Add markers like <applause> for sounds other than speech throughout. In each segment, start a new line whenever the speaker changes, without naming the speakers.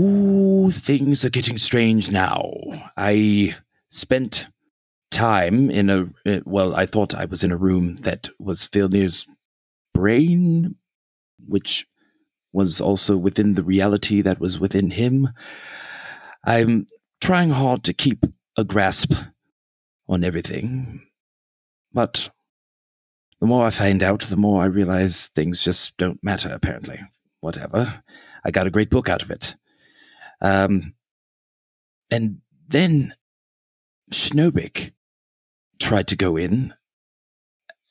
Ooh, things are getting strange now. I spent time in a uh, well, I thought I was in a room that was Filnir's brain, which was also within the reality that was within him. I'm trying hard to keep a grasp on everything, but the more I find out, the more I realize things just don't matter, apparently. Whatever. I got a great book out of it. Um, and then Schnobik tried to go in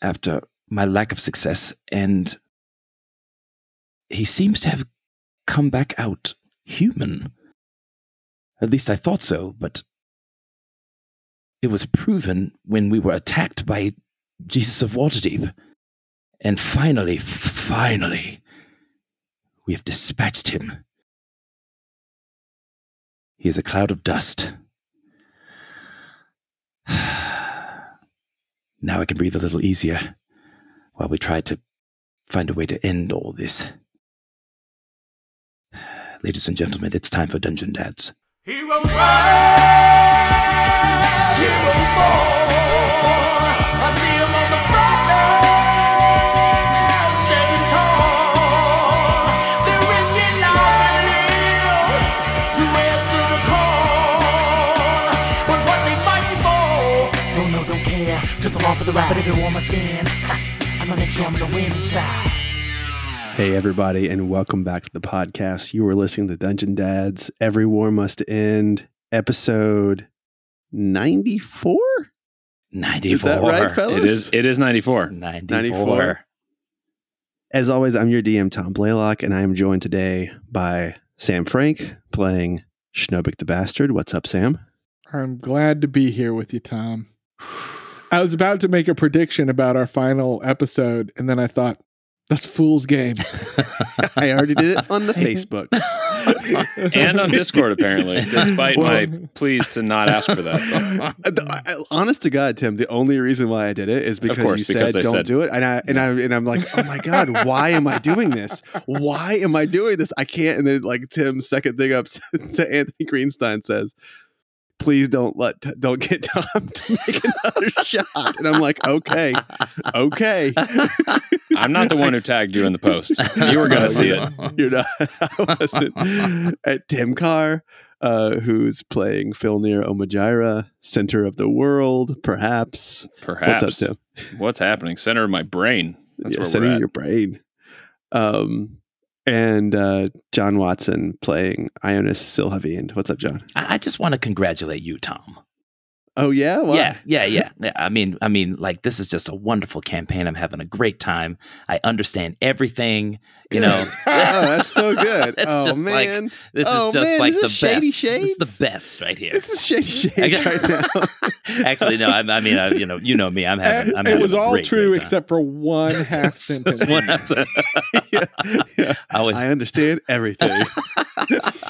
after my lack of success, and he seems to have come back out human. At least I thought so, but it was proven when we were attacked by Jesus of Waterdeep. And finally, finally, we have dispatched him. He is a cloud of dust. <sighs> now I can breathe a little easier while we try to find a way to end all this. <sighs> Ladies and gentlemen, it's time for Dungeon Dads.
He will rise, he will fall. I see him on the front line, standing tall. The risky line to answer the call. But what they fighting for? Don't know, don't care. Just along for the ride, but if you want my stand, <laughs> I'ma make sure I'm gonna win inside.
Hey, everybody, and welcome back to the podcast. You are listening to Dungeon Dads. Every War Must End, episode 94?
94.
that right, fellas?
It is. It is ninety four.
94.
94. As always, I'm your DM, Tom Blaylock, and I am joined today by Sam Frank playing Schnobik the Bastard. What's up, Sam?
I'm glad to be here with you, Tom. I was about to make a prediction about our final episode, and then I thought, that's fool's game.
I already did it on the Facebooks.
and on
<laughs>
<laughs>
Discord apparently, despite
Well-
my pleas to not ask for that.
The- <laughs> I- I- Honest to God, Tim, the only reason why I did it is because
course,
you
because I
said don't
said-
do it, and I and I and I'm like, oh my God, why am I doing this? Why am I doing this? I can't. And then like Tim's second thing up <laughs> to Anthony Greenstein says, please don't let don't get Tom to make another <laughs> shot. And I'm like, okay, okay, <laughs>
I'm not the one who tagged you in the post. You were gonna
<laughs>
see it.
you're not. I wasn't. At Tim Carr, uh, who's playing Philnir Omajira, center of the world, perhaps.
Perhaps.
What's up, Tim?
What's happening? Center of my brain. That's
yeah,
where
center
we're
of
at.
your brain. Um, and uh, John Watson playing Ionis Silhavian. What's up, John?
I I just want to congratulate you, Tom.
Oh yeah, Why?
Yeah, yeah, yeah, <laughs> yeah. I mean, I mean, like this is just a wonderful campaign. I'm having a great time. I understand everything. You
Good. <laughs>
know,
<laughs> oh, that's so good.
<laughs> It's
oh
just like-
man,
this
Oh,
is just
man,
like
is
the
this Shady
best. This is
Shades?
the best right here.
this is shady shades
Okay.
right now.
<laughs> Actually, no. I, I mean, I, you know, you know me. I'm having. I'm
it
having
was
a
all
great,
true
great time.
except for one
<laughs>
half sentence.
That's what I'm saying.
Yeah, <laughs> yeah.
I always
I understand
<laughs>
everything.
<laughs>
<laughs>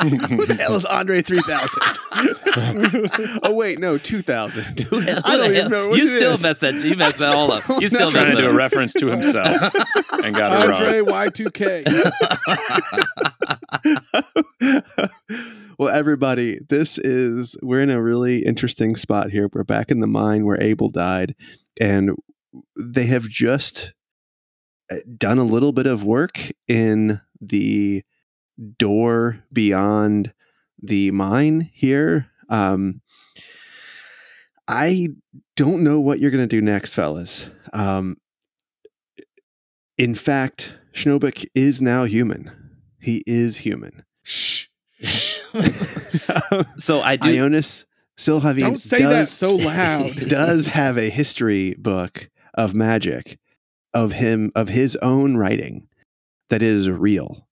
Who the hell is Andre three thousand? <laughs> oh wait, no, two
<laughs>
thousand. I don't even know what
you
it
still
is.
messed that. You messed that all up. You
He's
still
trying
messed
to do a
that up.
reference to himself
<laughs>
and got it wrong.
Andre Y2K.
<laughs> well, everybody, this is we're in a really interesting spot here. We're back in the mine where Abel died, and they have just uh, done a little bit of work in the door beyond the mine here. Um, I don't know what you're going to do next, fellas. Um, in fact, Schnobik is now human. He is human. <laughs> Um,
Shh.
So I do.
Ionis Silhavian
Don't say that
does,
so loud.
does have a history book of magic of him of his own writing that is real.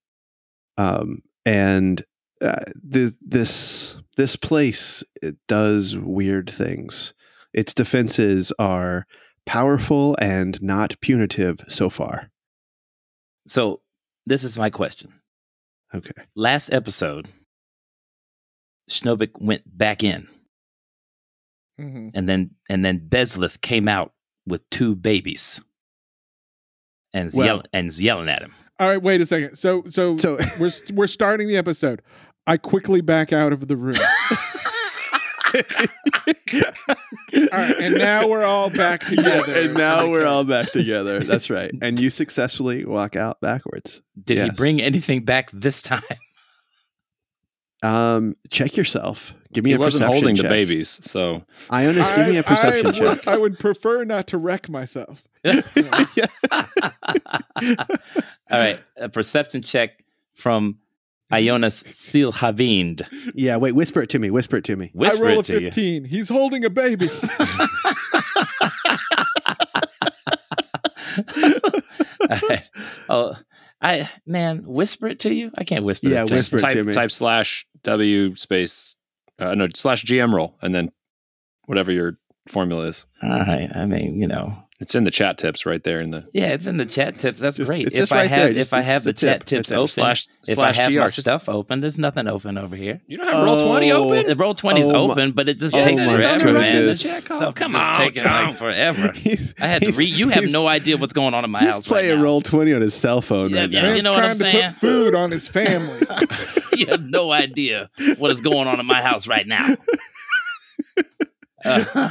Um and uh, the this this place it does weird things. Its defenses are powerful and not punitive so far.
So this is my question.
Okay.
Last episode, Schnobik went back in.
Mhm.
and then and then Beslith came out with two babies and is
Well-
yell- and is yelling at him.
All right, wait a second. So, so,
So <laughs>
we're we're starting the episode. I quickly back out of the room. <laughs> All right, and now we're all back together.
and now we're
Okay.
all back together. That's right. And you successfully walk out backwards.
Did he
Yes.
bring anything back this time?
Um, check yourself. Give me
he
a
wasn't
perception
holding
check.
the babies, so
Ionis, give me a perception
I
check.
Would, I would prefer not to
<laughs>
wreck myself.
All right, a perception check from Ionas Silhavind.
Yeah, wait. Whisper it to me. Whisper it to me.
Whisper
I roll
it
a
to you.
15. He's holding
<laughs>
a baby.
<laughs> Alright. Oh, I man, whisper it to you. I can't whisper.
Yeah,
this
whisper it
type
to me.
type slash w space uh, no slash gm roll and then whatever your formula is.
All right. I mean, you know,
It's in the chat tips right there in the
yeah, it's in the chat tips. That's
Just-
great.
it's
If
just
I
right
have
there.
if
Just-
I
this
have
is
the
the
chat
tip.
tips
That's it.
open,
slash
if
slash
I have
gr.
my
Just-
stuff open, there's nothing open over here.
you don't have roll twenty
Oh.
open.
The roll twenty is
Oh my-
open, but it just
Oh
takes
my
forever, man. The
goodness.
chat stuff
Come
is just
on,
taking like
John.
forever.
<laughs> He's-
I had to
he's-
read. You have
he's-
no idea what's going on in my
He's
house right
playing
now.
roll twenty on his cell phone
Yeah,
right
yeah,
now.
Man's
you know what
trying
I'm
to
saying?
put food on his family.
<laughs> <laughs> you have no idea what is going on in my house right
<laughs>
now. <laughs> Uh,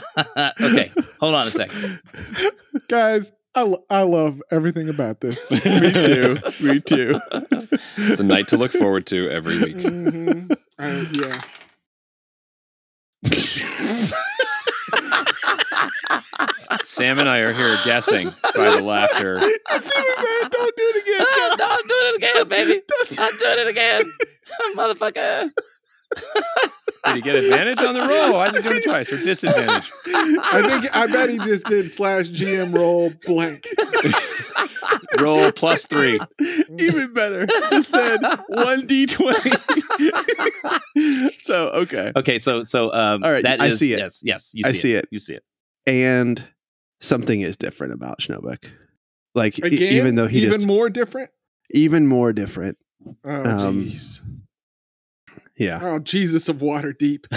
okay, hold on a second.
Guys, I, lo- I love everything
<laughs>
about this.
<laughs> me <laughs> too. Me too.
It's the night to look forward to every week.
Mm-hmm.
Mhm. Uh, yeah.
Sam and I are here guessing by the laughter.
Don't do it
<laughs>
again.
Ah, no, I'm doing it again, <laughs> baby. I'm doing it again, motherfucker.
Did he get advantage on the roll? Why is he doing it twice or disadvantage?
I think I bet he just did slash GM roll blank.
Roll plus three.
Even better. It said one d twenty. <laughs> So okay,
Okay, so so um,
All right,
that
I
is-
see it.
yes, yes, you see,
I see it.
you see it.
and something is different about Schnobuck. Like e-
Again,
even though he
even
just
more different.
even more different.
Oh
Um,
jeez.
Yeah.
oh Jesus of water deep.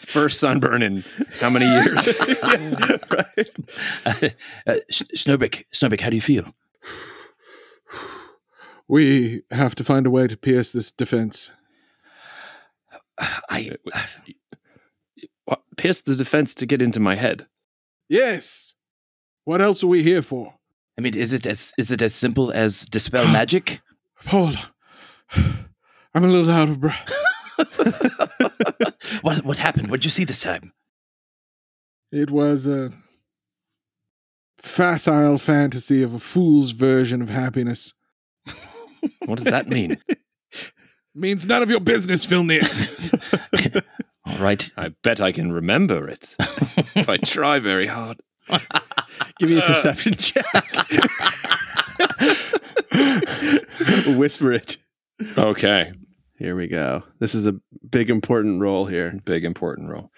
First sunburn in how
<laughs>
many
<laughs>
years?
uh, Sh- Snowbrick, Snowbrick, how do you feel?
We have to find a way to pierce this defense.
I
What? Pierce the defense to get into my head.
Yes. What else are we here for?
I mean, is it as is it as simple as <gasps> dispel <laughs> magic?
Hold on. <sighs> I'm a little out of breath.
what what happened? What did you see this time?
It was a facile fantasy of a fool's version of happiness.
What does that mean?
Means none of your business, Filnir.
All right.
I bet I can remember it if I try very hard.
Give me a
Uh.
<laughs>
perception check. Whisper it.
Okay,
Here we go. This is a big important role here.
big important role.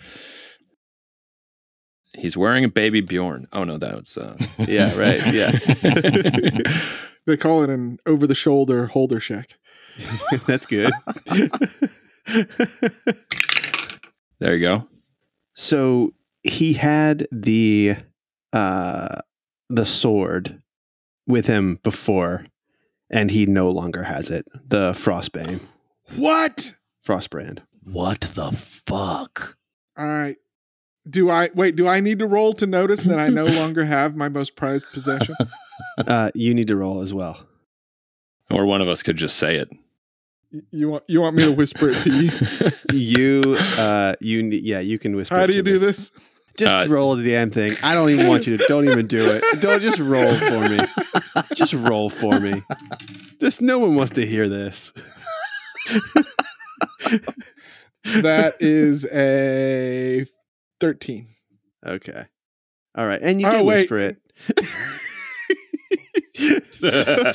He's wearing a baby Bjorn. Oh no, that was uh,
Yeah, right. Yeah.
<laughs>
<laughs>
they call it an over the shoulder holder check.
That's good.
<laughs> there you go.
so he had the uh the sword with him before and he no longer has it. The frostbane.
What?
Frostbrand.
<laughs>
What the fuck?
All right. Do I wait? Do I need to roll to notice that I <laughs> no longer have my most prized possession?
Uh you need to roll as well.
Or one of us could just say it.
Y- You want you want me to whisper it to <laughs> you?
You uh you ne- yeah, you can whisper.
How
it
do you
to
do
me.
<laughs> this?
Just
Uh,
roll the damn thing. I don't even want you
<laughs>
to. Don't even do it. Don't just roll for me. Just roll for me. This no one wants to hear this.
That is a thirteen.
Okay. All right. And you
Oh,
can
wait.
whisper
<laughs>
it.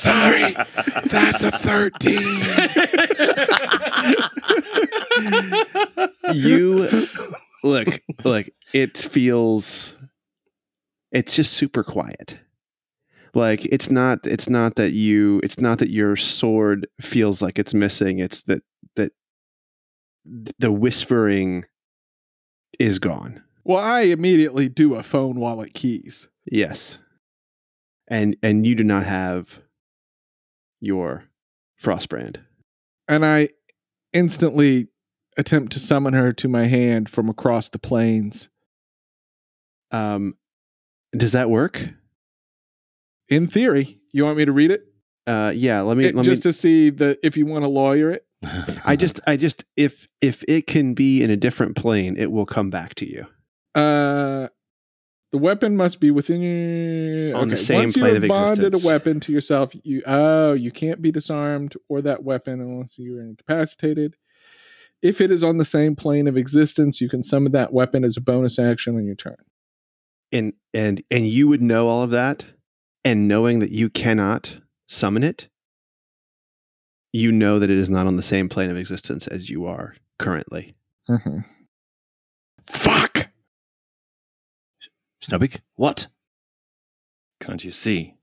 <laughs> Sorry.
That's a thirteen. <laughs>
You look, look, it feels it's just super quiet. Like it's not it's not that you it's not that your sword feels like it's missing. It's that that the whispering is gone.
Well, I immediately do a phone wallet keys.
Yes. And and you do not have your frostbrand.
and I instantly attempt to summon her to my hand from across the plains.
Um, does that work?
In theory, you want me to read it,
Uh, yeah. Let me.
It-
let
just
me.
to see the if you want to lawyer it.
I just. I just. If if it can be in a different plane, it will come back to you.
Uh, the weapon must be within your
On the same
Once you
plane
have
of
bonded
existence.
a weapon to yourself, you oh, you can't be disarmed or that weapon unless you are incapacitated. If it is on the same plane of existence, you can summon that weapon as a bonus action on your turn.
And and and you would know all of that, and knowing that you cannot summon it, you know that it is not on the same plane of existence as you are currently. Mm-hmm.
Fuck!
Snubik, what?
<laughs> Can't you see?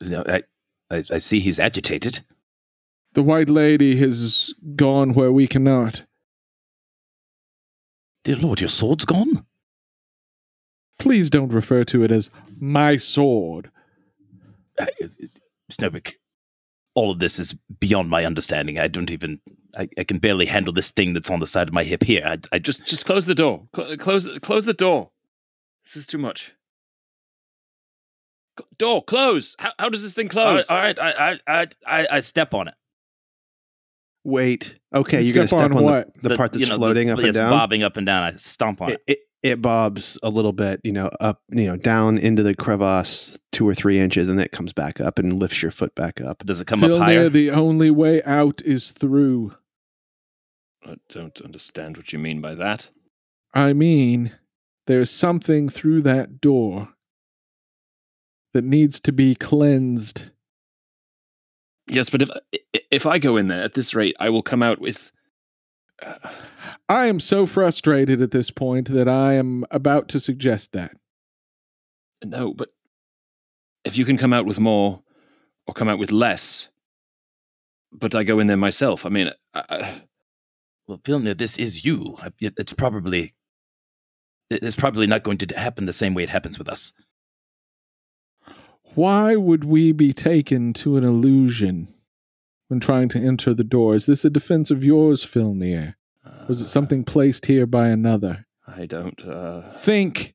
No, I, I, I see he's agitated.
The white lady has gone where we cannot.
Dear Lord, your sword's gone?
Please don't refer to it as my sword.
Snowbik, all of this is beyond my understanding. I don't even. I, I can barely handle this thing that's on the side of my hip here. I, I just.
Just just close the door. Cl- close close the door. This is too much. Cl- door close. How, how does this thing close?
Oh, all right, I, I, I, I, I step on it.
Wait. Okay, you're gonna
Step
step
on
on,
what?
the, the part that's
you know,
floating
the-
up and
it's
down.
bobbing up and down. I stomp on it.
it, it it bobs a little bit, you know, up, you know, down into the crevasse two or three inches, and it comes back up and lifts your foot back up.
Does it come
Feel
up higher?
near the only way out is through.
I don't understand what you mean by that.
I mean, there's something through that door that needs to be cleansed.
Yes, but if i- if I go in there at this rate, I will come out with. Uh,
I am so frustrated at this point that I am about to suggest that.
no, but if you can come out with more, or come out with less, but I go in there myself. I mean, I, I,
well, Vilna, this is you. I- it- It's probably. it- It's probably not going to happen the same way it happens with us.
Why would we be taken to an illusion when trying to enter the door? Is this a defense of yours, Filnir?
Uh.
Was it something placed here by another?
I don't. Uh,
Think,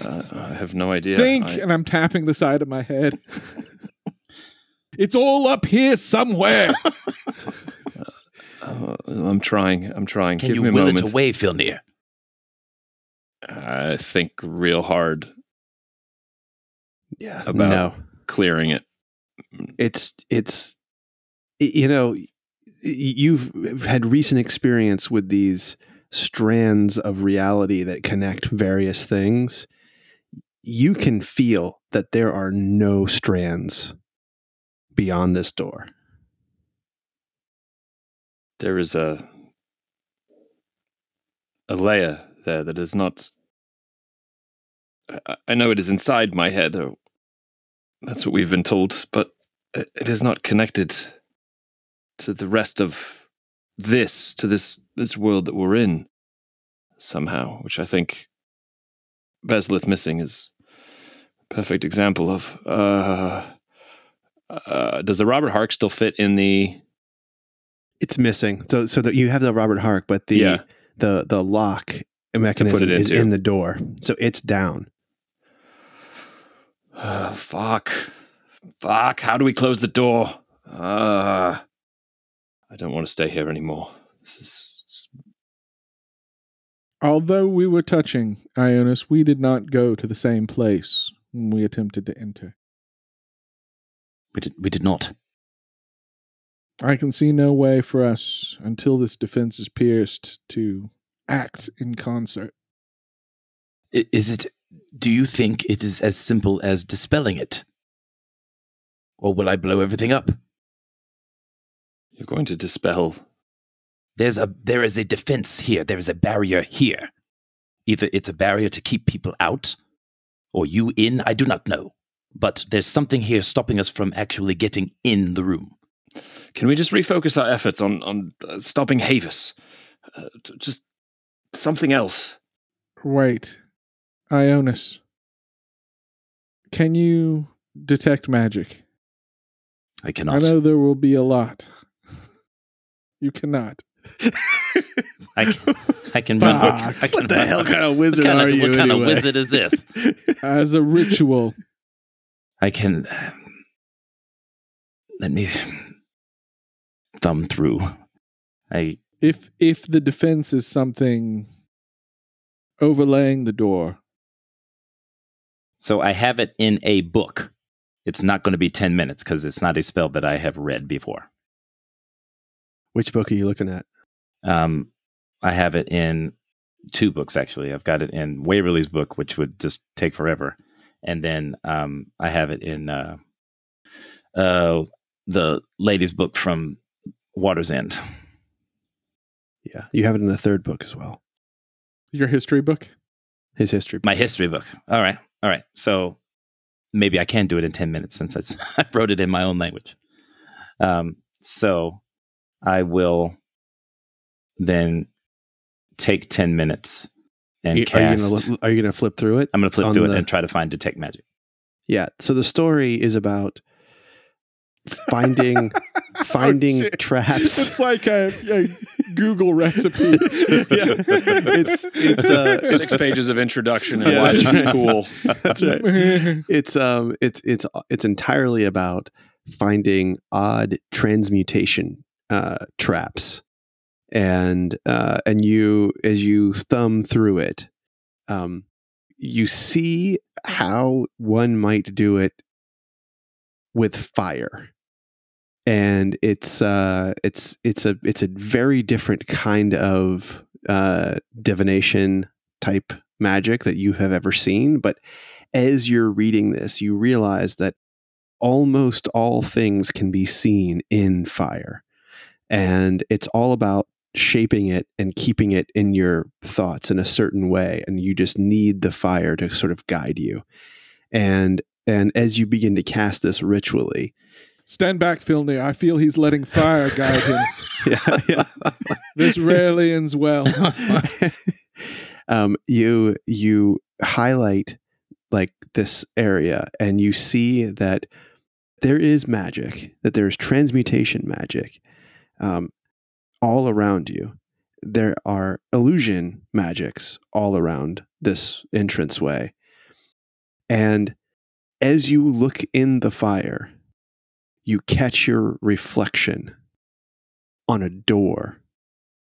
uh, I have no idea.
think,
I-
and I'm tapping the side of my head. <laughs> it's all up here somewhere.
Uh, I'm trying. I'm trying.
Can
Give me
you
a
will
moment.
it away, Filnir?
I think real hard
Yeah.
About-
No,
clearing it.
it's it's y- you know y- you've had recent experience with these strands of reality that connect various things. You can feel that there are no strands beyond this door.
There is a a layer there that is not. I- I know it is inside my head. Or that's what we've been told, but it it is not connected to the rest of this, to this this world that we're in somehow, which I think Beslith missing is a perfect example of. Uh, uh, does the Robert Hark still fit in the?
It's missing. So so that you have the Robert Hark, but the
yeah,
the the lock mechanism
it
is
into.
in the door, so it's down.
Uh, fuck. Fuck. How do we close the door? Uh, I don't want to stay here anymore. This is. it's-
Although we were touching, Ionis, we did not go to the same place when we attempted to enter.
We did, we did not.
I can see no way for us, until this defense is pierced, to act in concert.
I- Is it? Do you think it is as simple as dispelling it, or will I blow everything up?
You're going to dispel.
There's a there is a defense here. There is a barrier here. Either it's a barrier to keep people out, or you in. I do not know, but there's something here stopping us from actually getting in the room.
Can we just refocus our efforts on, on uh, stopping Havis? Uh, t- just something else.
Wait, Ionis, can you detect magic?
I
I
cannot.
know there will be a lot. <laughs> You cannot.
<laughs>
I, can, I can
Fuck.
run. I can
What the
run.
hell kind of
What
wizard
kind,
are
of,
you?
what kind of
anyway?
wizard is this?
As a ritual,
I can. uh, Let me thumb through. I
if if the defense is something overlaying the door,
so I have it in a book. It's not going to be ten minutes because it's not a spell that I have read before.
<laughs> Which book are you looking at?
Um, I have it in two books actually. I've got it in Waverly's book, which would just take forever, and then um, I have it in uh, uh, the lady's book from Water's End.
Yeah, you have it in a third book as well.
your history book.
His history. book.
My history book. All right, all right. So maybe I can do it in ten minutes since it's, <laughs> I wrote it in my own language. Um, so I will then take ten minutes and
You- are you
cast.
gonna look- are you going to flip through it?
I'm going to flip
on
through
the-
it and try to find detect magic.
Yeah. So the story
<laughs>
is about
Oh,
finding <laughs> finding
Oh, shit. It's
traps.
like a, a Google
<laughs>
recipe.
It's- it's, uh,
Six pages of introduction and
Yeah.
why this is cool.
That's
right. <laughs> It's um it's it's it's entirely about finding odd transmutation uh traps. And uh and you as you thumb through it, um you see how one might do it with fire. And it's uh it's it's a it's a very different kind of uh divination type magic that you have ever seen, but as you're reading this, you realize that almost all things can be seen in fire. And it's all about shaping it and keeping it in your thoughts in a certain way. And you just need the fire to sort of guide you. And and as you begin to cast this ritually,
<laughs> Stand back, Filner. I feel he's letting fire guide him.
<laughs> yeah, yeah.
This rarely ends well.
<laughs> um, you you highlight like this area and you see that there is magic that there is transmutation magic um, all around you there are illusion magics all around this entranceway and as you look in the fire you catch your reflection on a door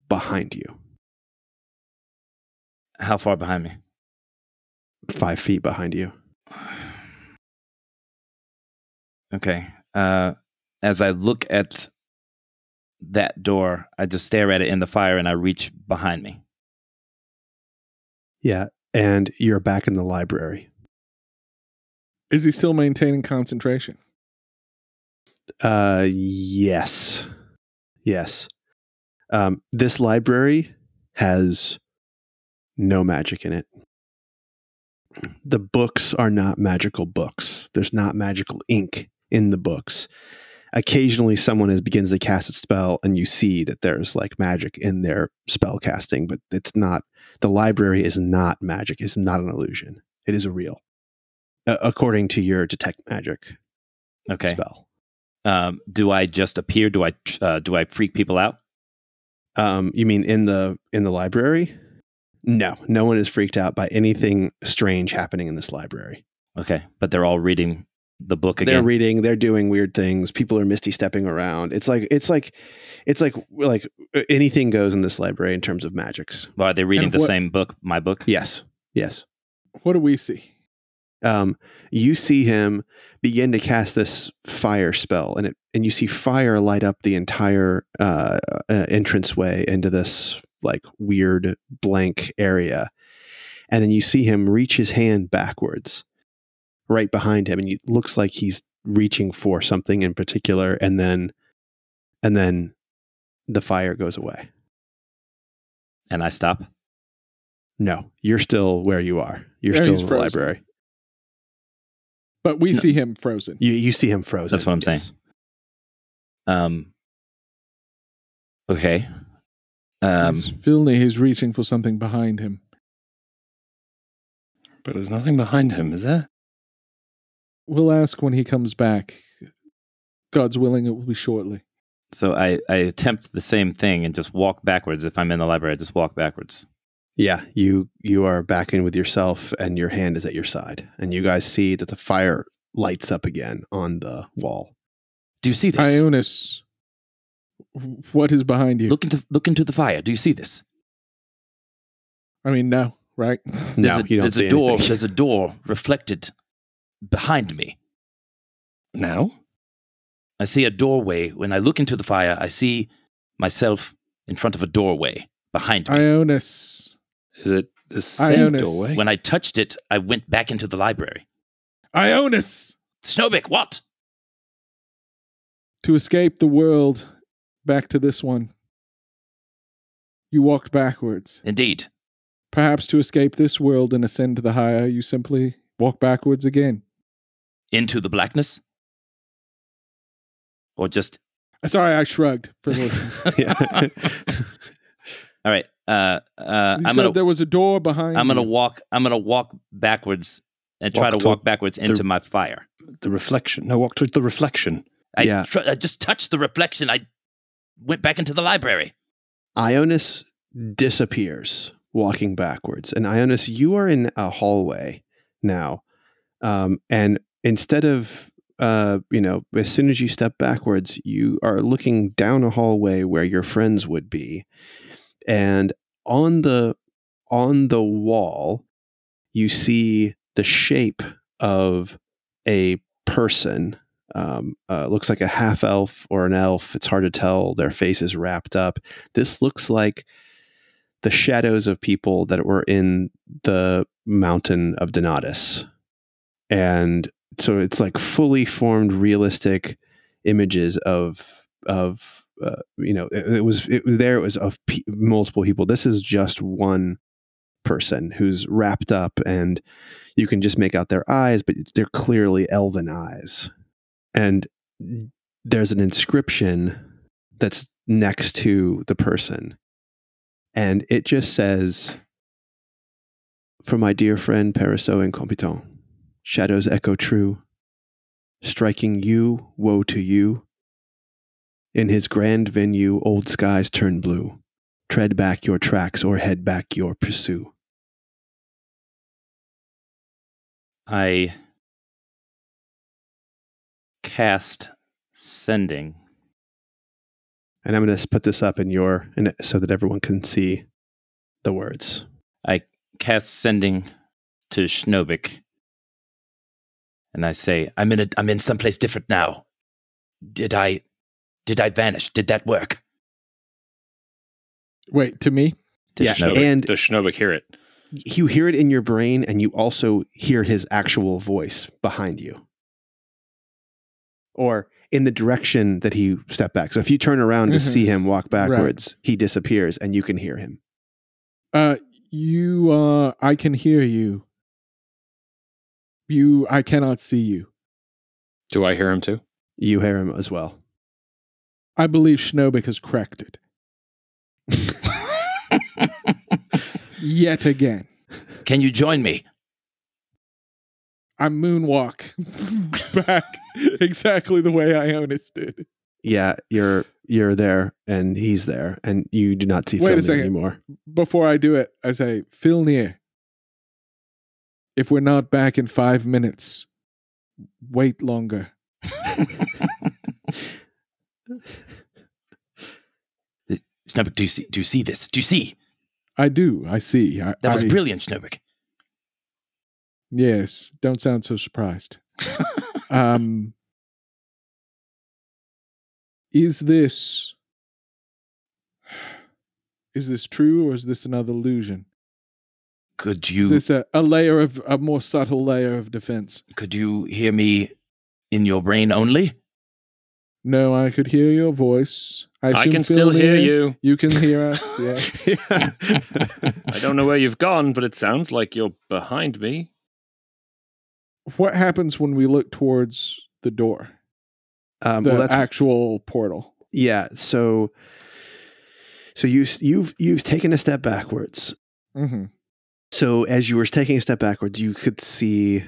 behind you
<laughs> How far behind me?
five feet behind you
Okay. Uh, as I look at that door, I just stare at it in the fire and I reach behind me.
Yeah, and you're back in the library.
Is he still maintaining concentration?
Uh, yes, yes. Um, this library has no magic in it. The books are not magical books. There's not magical ink in the books. Occasionally, someone is, begins to cast a spell, and you see that there's like magic in their spell casting, but it's not. The library is not magic. It's not an illusion. It is real, uh, according to your detect magic
Okay.
spell.
Um, do I just appear? Do I uh, do I freak people out?
Um, you mean in the in the library? No, no one is freaked out by anything strange happening in this library.
Okay, but they're all reading the book
They're
again.
reading, they're doing weird things. People are misty stepping around. It's like it's like it's like like uh, anything goes in this library in terms of magics.
well, are they reading
And
the
what-
same book? My book.
Yes, yes.
What do we see?
Um, you see him begin to cast this fire spell, and it and you see fire light up the entire uh, uh, entranceway into this like weird blank area, and then you see him reach his hand backwards, right behind him, and it looks like he's reaching for something in particular, and then, and then, the fire goes away.
And I stop.
No, you're still where you are. You're
Yeah,
still
he's
in the
frozen.
library.
But we
No.
see him frozen.
You you see him frozen.
That's what I'm saying. Um. Okay. Um.
He's- Filner is reaching for something behind him.
But there's nothing behind him, is there?
We'll ask when he comes back. God's willing, it will be shortly.
So I, I attempt the same thing and just walk backwards. If I'm in the library, I just walk backwards.
Yeah, you you are back in with yourself, and your hand is at your side, and you guys see that the fire lights up again on the wall.
Do you see this?
Ionis, w- what is behind you?
Look into look into the fire. Do you see this?
I mean, no,
<laughs>
right?
No,
there's a,
you don't
there's
see
a
<laughs>
door.
anything.
There's a door reflected behind me.
Now?
I see a doorway. When I look into the fire, I see myself in front of a doorway behind me.
Ionis,
Is it the same
Ionis.
doorway?
when I touched it, I went back into the library.
Ionis,
Snowbeck, what?
to escape the world, back to this one. You walked backwards.
Indeed.
Perhaps to escape this world and ascend to the higher, you simply walk backwards again.
Into the blackness? Or just.
Sorry, I shrugged for the listeners.
<laughs>
Yeah.
All right. Uh, <laughs> uh,
You
I'm
said
gonna
there was a door behind.
I'm gonna
you.
walk I'm gonna walk backwards and try
Walk
to
to-
walk backwards into my fire.
the reflection. No, walk towards the reflection.
I,
Yeah.
tr- I just touched the reflection. I went back into the library.
Ionis disappears, walking backwards. And Ionis, you are in a hallway now. Um, and instead of, uh, you know, as soon as you step backwards, you are looking down a hallway where your friends would be. And on the on the wall, you see the shape of a person. Um, uh, looks like a half elf or an elf. It's hard to tell. Their face is wrapped up this looks like the shadows of people that were in the mountain of Donatus. And so it's like fully formed realistic images of of uh, you know it, it was it, there it was of pe- multiple people this is just one person who's wrapped up and you can just make out their eyes but they're clearly elven eyes and there's an inscription that's next to the person. And it just says, For my dear friend Periso Incompetent, shadows echo true, striking you, woe to you. In his grand venue, old skies turn blue. Tread back your tracks or head back your pursue.
I cast sending.
And I'm going to put this up in your, in, so that everyone can see the words.
Cast sending to Schnobik.
And I say, I'm in, a, I'm in someplace different now. Did I. Did I vanish? Did that work?
Wait to me.
To
Yeah,
Schnobik.
and-
does Schnobik hear it?
You hear it in your brain, and you also hear his actual voice behind you or in the direction that he stepped back. So if you turn around to
Mhm.
see him walk
Right.
backwards, he disappears and you can hear him.
Uh, you are. I can hear you. You. I cannot see you.
Do I hear him too?
You hear him as well.
I believe Schnobik has
<laughs>
cracked it. Yet again,
Can you join me?
I moonwalk back <laughs> exactly the way Ionis did.
Yeah, you're you're there and he's there and you do not see
Wait a
Phil
second.
anymore.
Before I do it, I say, "Feel near." If we're not back in five minutes, wait longer.
Snowbeck, do you see, do you see this? Do you see?
I do. I see. I,
That was
I-
brilliant, Snowbeck.
Yes. Don't sound so surprised. um, is this is this true or is this another illusion?
Could
Is
you
this a, a layer of a more subtle layer of defense?
could you hear me in your brain only?
No, I could hear your voice. I,
I
assume
can still
Phil
hear
did.
you.
You can hear us. Yes.
<laughs>
I don't know where you've gone, but it sounds like you're behind me.
What happens when we look towards the door,
Um,
the
well, that's
actual portal?
yeah. So, so you s- you've you've taken a step backwards
Mm-hmm.
So as you were taking a step backwards, you could see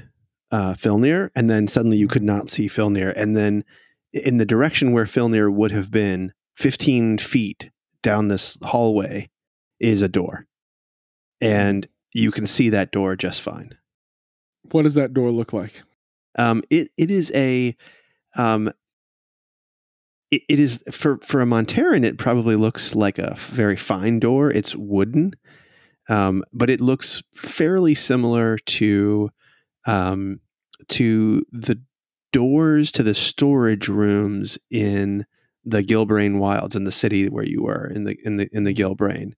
uh, Filnir, and then suddenly you could not see Filnir, and then in the direction where Filnir would have been, 15 feet down this hallway is a door. And you can see that door just fine.
What does that door look like?
Um, it it is a um, it, it is for for a Monteran. It probably looks like a f- very fine door. It's wooden, um, but it looks fairly similar to um, to the doors to the storage rooms in the Gilbrain Wilds in the city where you were in the in the in the Gilbrain,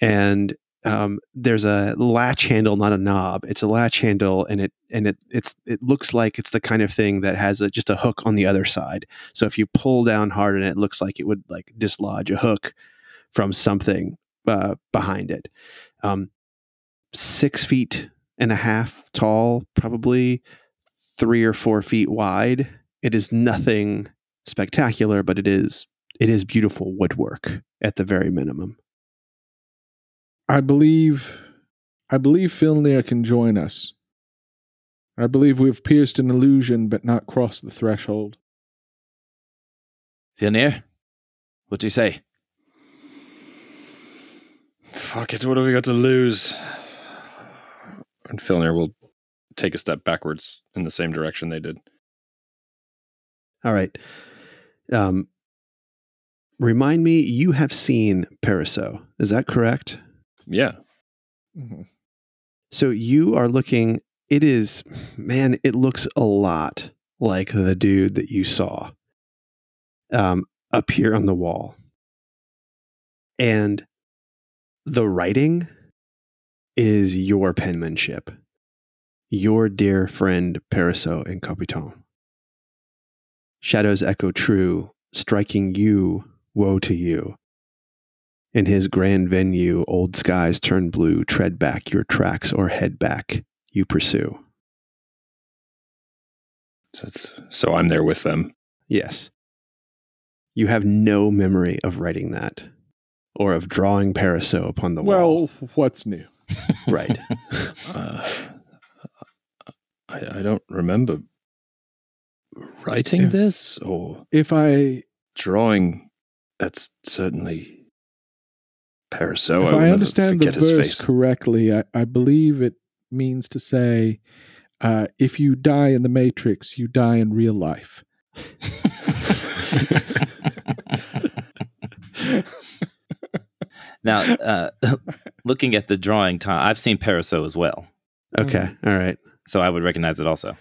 and um, there's a latch handle, not a knob. It's a latch handle, and it and it it's it looks like it's the kind of thing that has a, just a hook on the other side. So if you pull down hard, and it looks like it would like dislodge a hook from something uh, behind it. Um, six feet and a half tall, probably three or four feet wide. It is nothing spectacular, but it is it is beautiful woodwork at the very minimum.
I believe I believe Filnir can join us. I believe we've pierced an illusion but not crossed the threshold.
Fionir, what do you <laughs> say?
Fuck it, what have we got to lose? And Filner will take a step backwards in the same direction they did.
All right. Um, remind me, you have seen Paraso. Is that correct?
Yeah.
Mm-hmm.
So you are looking, it is, man, it looks a lot like the dude that you saw um, appear on the wall. And the writing is your penmanship, your dear friend Paraso and Capitan. Shadows echo true, striking you, woe to you. In his grand venue, old skies turn blue, tread back your tracks or head back, you pursue.
So, it's, so I'm there with them.
Yes. You have no memory of writing that or of drawing Paraso upon the
<laughs>
wall.
Well, what's new?
right.
Uh, I, I don't remember writing
Yeah.
this or
If I
drawing. That's certainly Paraso.
if
will
I
never
understand the
Oh, forget his
verse
face.
correctly, I, I believe it means to say, uh, if you die in the Matrix, you die in real life.
now,
<laughs>
uh, looking at the drawing, Tom, I've seen Paraso as well,
Okay. All right.
so I would recognize it also.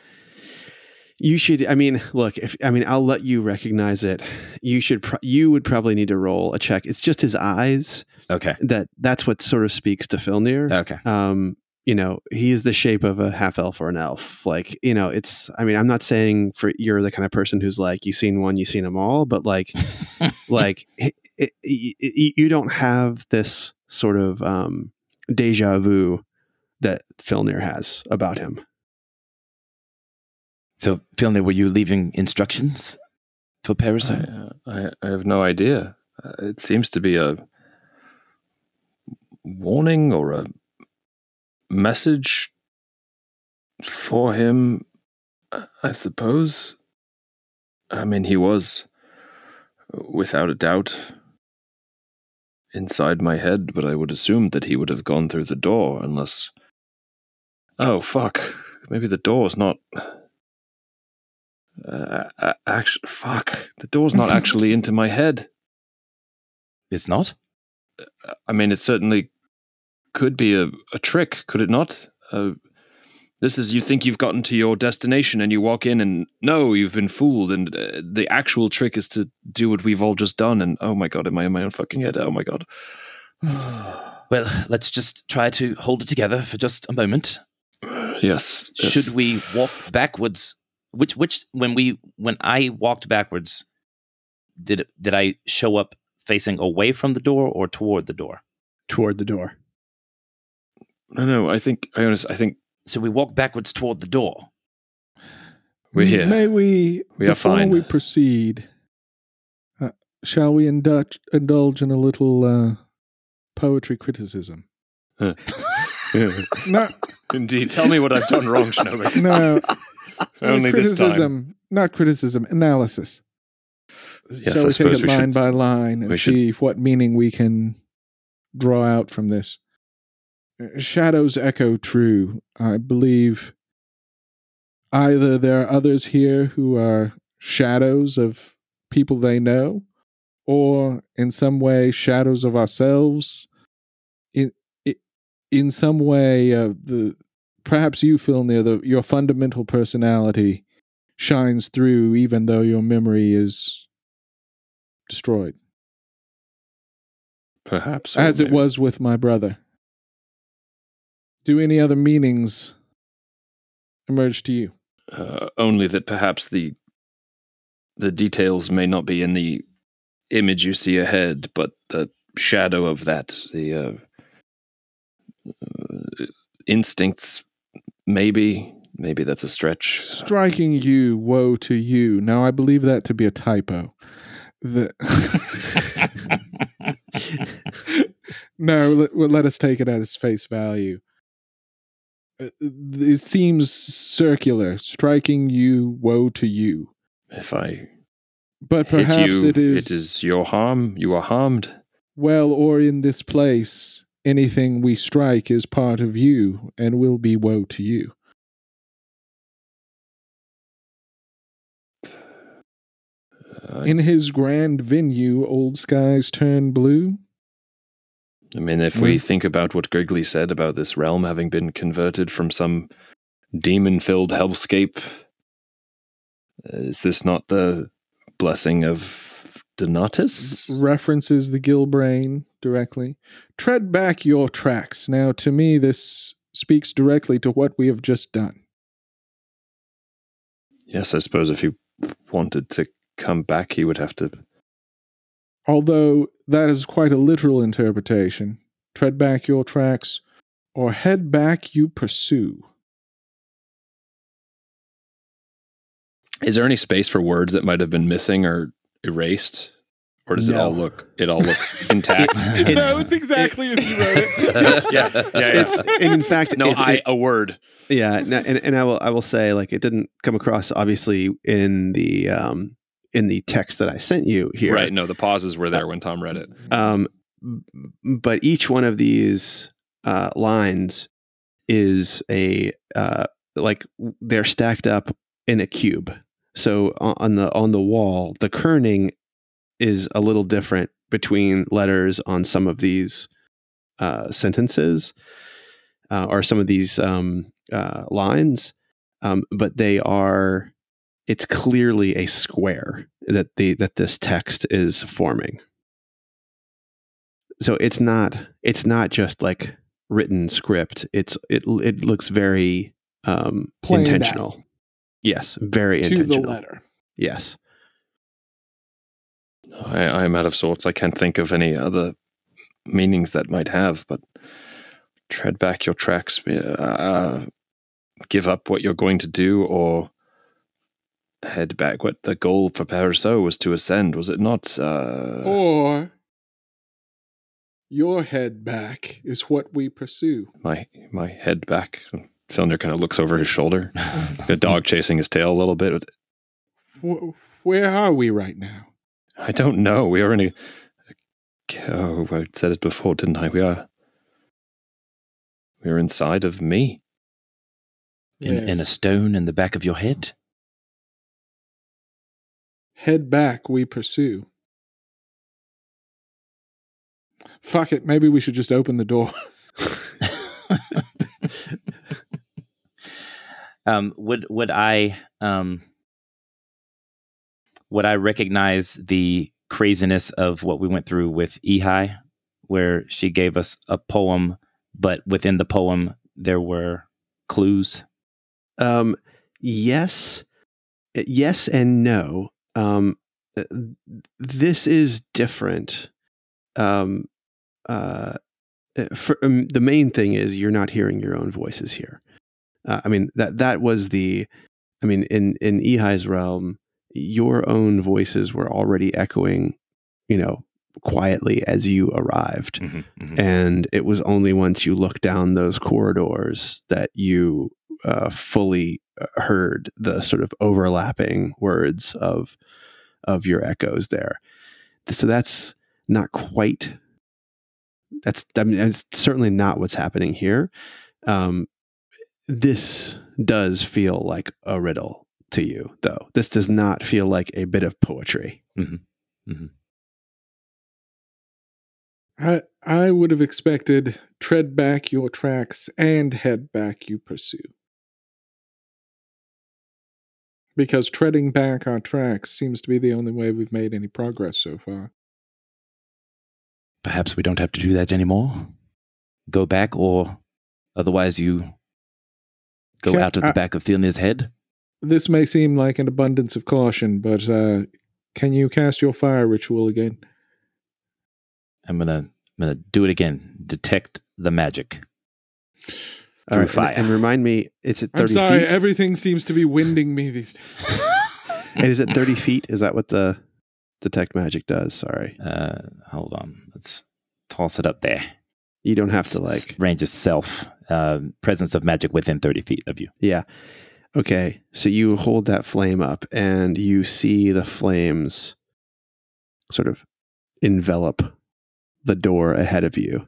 You should. I mean, look. If I mean, I'll let you recognize it. You should. Pro- you would probably need to roll a check. It's just his eyes
Okay.
that. That's what sort of speaks to Filnir.
Okay.
um you know he is the shape of a half elf or an elf like you know it's i mean i'm not saying for you're the kind of person who's like you've seen one you've seen them all but
<laughs>
like like it, it, it, you don't have this sort of um deja vu that Filnir has about him
So, Filner, were you leaving instructions for Paris?
I, I, I have no idea. Uh, It seems to be a warning or a message for him, I- I suppose. I mean, he was, uh, without a doubt, inside my head, but I would assume that he would have gone through the door unless. Oh, fuck. Maybe the door's not uh, actually, fuck. The door's not actually into my head.
It's not?
I mean, it certainly could be a, a trick, could it not? Uh, this is you think you've gotten to your destination and you walk in and no, you've been fooled. And uh, the actual trick is to do what we've all just done. And oh my god, am I in my own fucking head? Oh my god.
Well, let's just try to hold it together for just a moment.
yes. yes.
Should we walk backwards? Which which when we when I walked backwards, did did I show up facing away from the door or toward the
<laughs>
door?
toward the door
No, no. I think I honest. I think
So we walked backwards toward the door.
we're here.
May we,
We are
before
fine.
we proceed, uh, shall we indulge, indulge in a little uh, poetry criticism? No,
<laughs> Indeed. Tell me what I've done wrong, Shinobi.
<laughs> no,
Only this
criticism,
time.
not criticism, analysis.
Yes, I
so we take
suppose
it
we
line
should-
by line and
we should-
see what meaning we can draw out from this. Uh, Shadows echo true. I believe either there are others here who are shadows of people they know, or in some way shadows of ourselves. In i- in some way, uh, the perhaps you feel near the your fundamental personality shines through, even though your memory is destroyed,
Perhaps. or
as it
maybe-
was with my brother. Do any other meanings emerge to you?
Uh, only that perhaps the the details may not be in the image you see ahead, but the shadow of that, the uh, uh, instincts, maybe. Maybe that's a stretch.
Striking you, woe to you. Now, I believe that to be a typo. The <laughs> no, let, well, let us take it at its face value. Uh, It seems circular. Striking you, woe to you.
If I
But
hit
perhaps
you,
it is.
it is your harm. You are harmed.
well or in this place, anything we strike is part of you and will be woe to you.
Uh,
In his grand venue, old skies turn blue.
I mean, if we think about what Grigley said about this realm having been converted from some demon filled hellscape, uh, is this not the blessing of Donatus?
References the Gilbrain directly. Tread back your tracks. Now, to me, this speaks directly to what we have just done.
Yes, I suppose if he wanted to come back, he would have to.
Although that is quite a literal interpretation. Tread back your tracks, or head back you pursue.
Is there any space for words that might have been missing or erased? Or does it all
No.
look it all <laughs> looks intact?
<laughs>
No, it's
exactly as you wrote
it. <laughs> Yeah, yeah, yeah. <laughs>
It's in fact
no,
it-
I
it-
a word.
yeah, no, and and I will I will say like it didn't come across obviously in the um in the text that I sent you here,
Right. No, the pauses were there when Tom read it.
Um, b- but each one of these uh, lines is a uh, like w- they're stacked up in a cube. So o- on the on the wall, the kerning is a little different between letters on some of these uh, sentences uh, or some of these um, uh, lines, um, but they are. It's clearly a square that the that this text is forming so it's not it's not just like written script it's it it looks very um
Planned
intentional yes very
to the
intentional
letter.
yes
I, I am out of sorts. I can't think of any other meanings that might have, but tread back your tracks, uh, give up what you're going to do, or head back. What the goal for Parisot was to ascend, was it not? Uh,
Oh. or your head back is what we pursue.
my my head back. Filner kind of looks over his shoulder, the dog chasing his tail a little bit.
Wh- Where are we right now?
I don't know. We are in a. Oh, I said it before, didn't I? We are. We are inside of me.
in, in a
Yes.
stone in the back of your head.
head back we pursue. Fuck it, maybe we should just open the door.
um, would would I um, would I recognize the craziness of what we went through with Ehi, where she gave us a poem, but within the poem there were clues.
um yes yes and no um th- this is different um uh for, um, the main thing is you're not hearing your own voices here uh, i mean that that was the i mean in in ehai's realm your own voices were already echoing you know quietly as you arrived and it was only once you looked down those corridors that you uh, fully uh, heard the sort of overlapping words of of your echoes there. So that's not quite. That's I mean, that's certainly not what's happening here. Um, this does feel like a riddle to you, though. This does not feel like a bit of poetry.
I I would have expected tread back your tracks and head back you pursue. Because treading back our tracks seems to be the only way we've made any progress so far.
Perhaps we don't have to do that anymore. Go back, or otherwise you go
Ca-
out of the
I-
back of Filner's head.
This may seem like an abundance of caution, but uh, can you cast your fire ritual again?
I'm gonna I'm gonna do it again. Detect the magic. Through
All right, Uh, and-
fire.
And, remind me, it's at 30
I'm sorry,
feet.
everything seems to be winding me these days.
<laughs> and is it 30 feet? Is that what the detect magic does? Sorry.
Uh, hold on. Let's toss it up there.
You don't have to
S-
like
range of self, uh, presence of magic within 30 feet of you.
Yeah. Okay. So you hold that flame up and you see the flames sort of envelop the door ahead of you.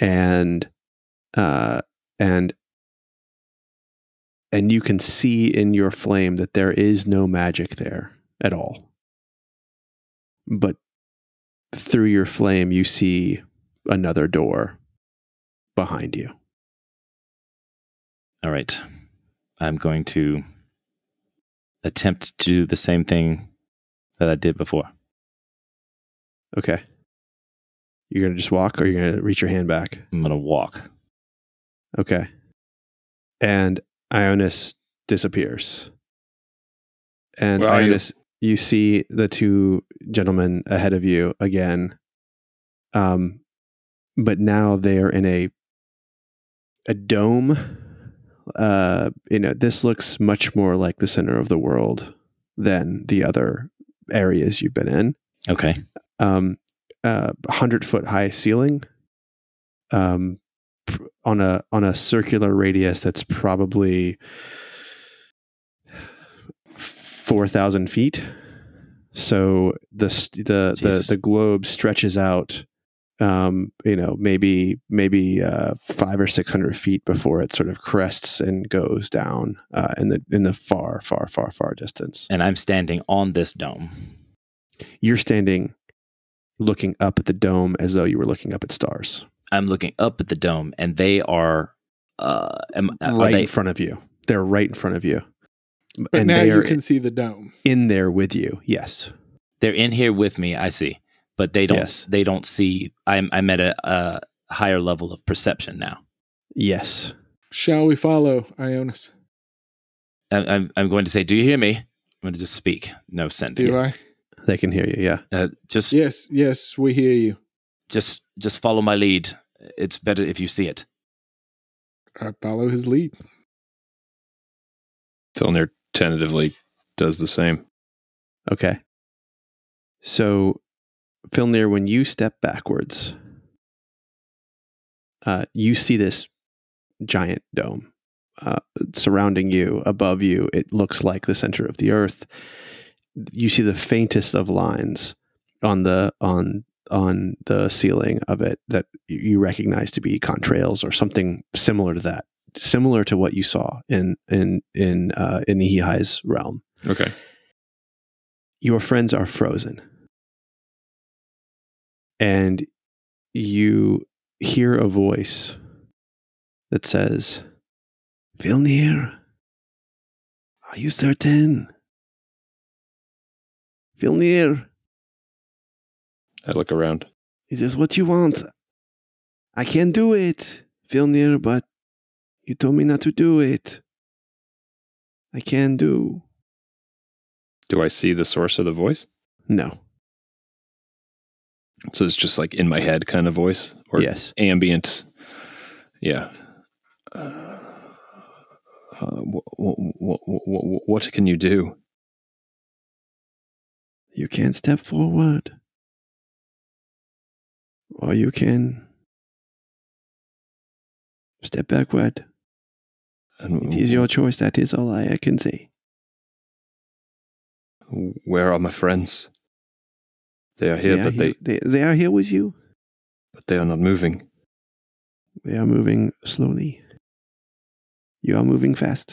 And uh and and you can see in your flame that there is no magic there at all. But through your flame you see another door behind you.
All right. I'm going to attempt to do the same thing that I did before.
Okay. You're gonna just walk, or you're gonna reach your hand back.
I'm going to walk.
Okay. And Ionis disappears. And
Where are you?
Ionis, you? see the two gentlemen ahead of you again. Um, but now they're in a a dome. Uh, you know, this looks much more like the center of the world than the other areas you've been in.
Okay.
um, uh, hundred foot high ceiling, um, pr- on a on a circular radius that's probably four thousand feet. So the st- the, the
Jesus.
the globe stretches out, um, you know, maybe maybe uh, five or six hundred feet before it sort of crests and goes down uh, in the in the far far far far distance.
And I'm standing on this dome.
You're standing, looking up at the dome as though you were looking up at stars.
I'm looking up at the dome, and they are. Uh, am, are
right
they
in front of you. They're right in front of you.
But
and
now
they
you
are
can see the dome.
in there with you. Yes.
they're in here with me i see but they don't
Yes.
they don't see i'm i'm at a, a higher level of perception now
Yes.
Shall we follow, Ionis?
I- i'm i'm going to say do you hear me i'm going to just speak no
Do
sending
I?
They can hear you. Yeah.
uh, just
Yes, yes, we hear you.
just just follow my lead it's better if you see it
I Uh, follow his lead.
Filner tentatively does the same.
Okay. So, Filnir, when you step backwards, uh, you see this giant dome uh, surrounding you, above you. It looks like the center of the earth. You see the faintest of lines on the on on the ceiling of it that you- you recognize to be contrails or something similar to that, similar to what you saw in in in uh, in Nihai's realm
Okay.
your friends are frozen and you hear a voice that says vilnir are you certain vilnir
I look around.
it is what you want i can do it vilnir but you told me not to do it i can do
Do I see the source of the voice?
no
So it's just like in my head kind of voice or
yes
ambient. Yeah. Uh, uh, wh- wh- wh- wh- wh- what can you do?
You can step forward. Or you can step backward.
And Mm-hmm.
It is your choice. That is all I, I can say.
Where are my friends? They are here,
they are
but they
they they are here with you.
but they are not moving.
They are moving slowly. You are moving fast,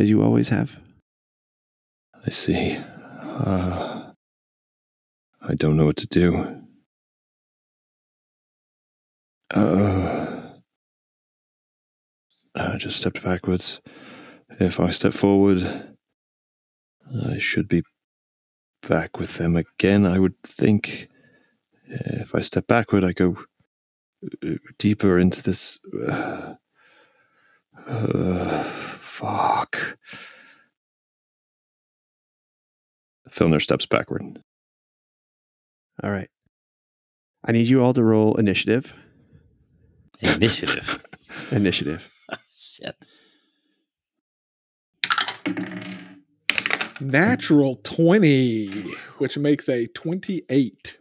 as you always have.
I see. Uh, I don't know what to do. Uh, I just stepped backwards. If I step forward, I should be back with them again, I would think. If I step backward, I go uh, deeper into this. Uh, uh, fuck. Filner steps backward.
All right. I need you all to roll initiative.
<laughs> Initiative.
Initiative.
Shit.
Natural 20, which makes a 28.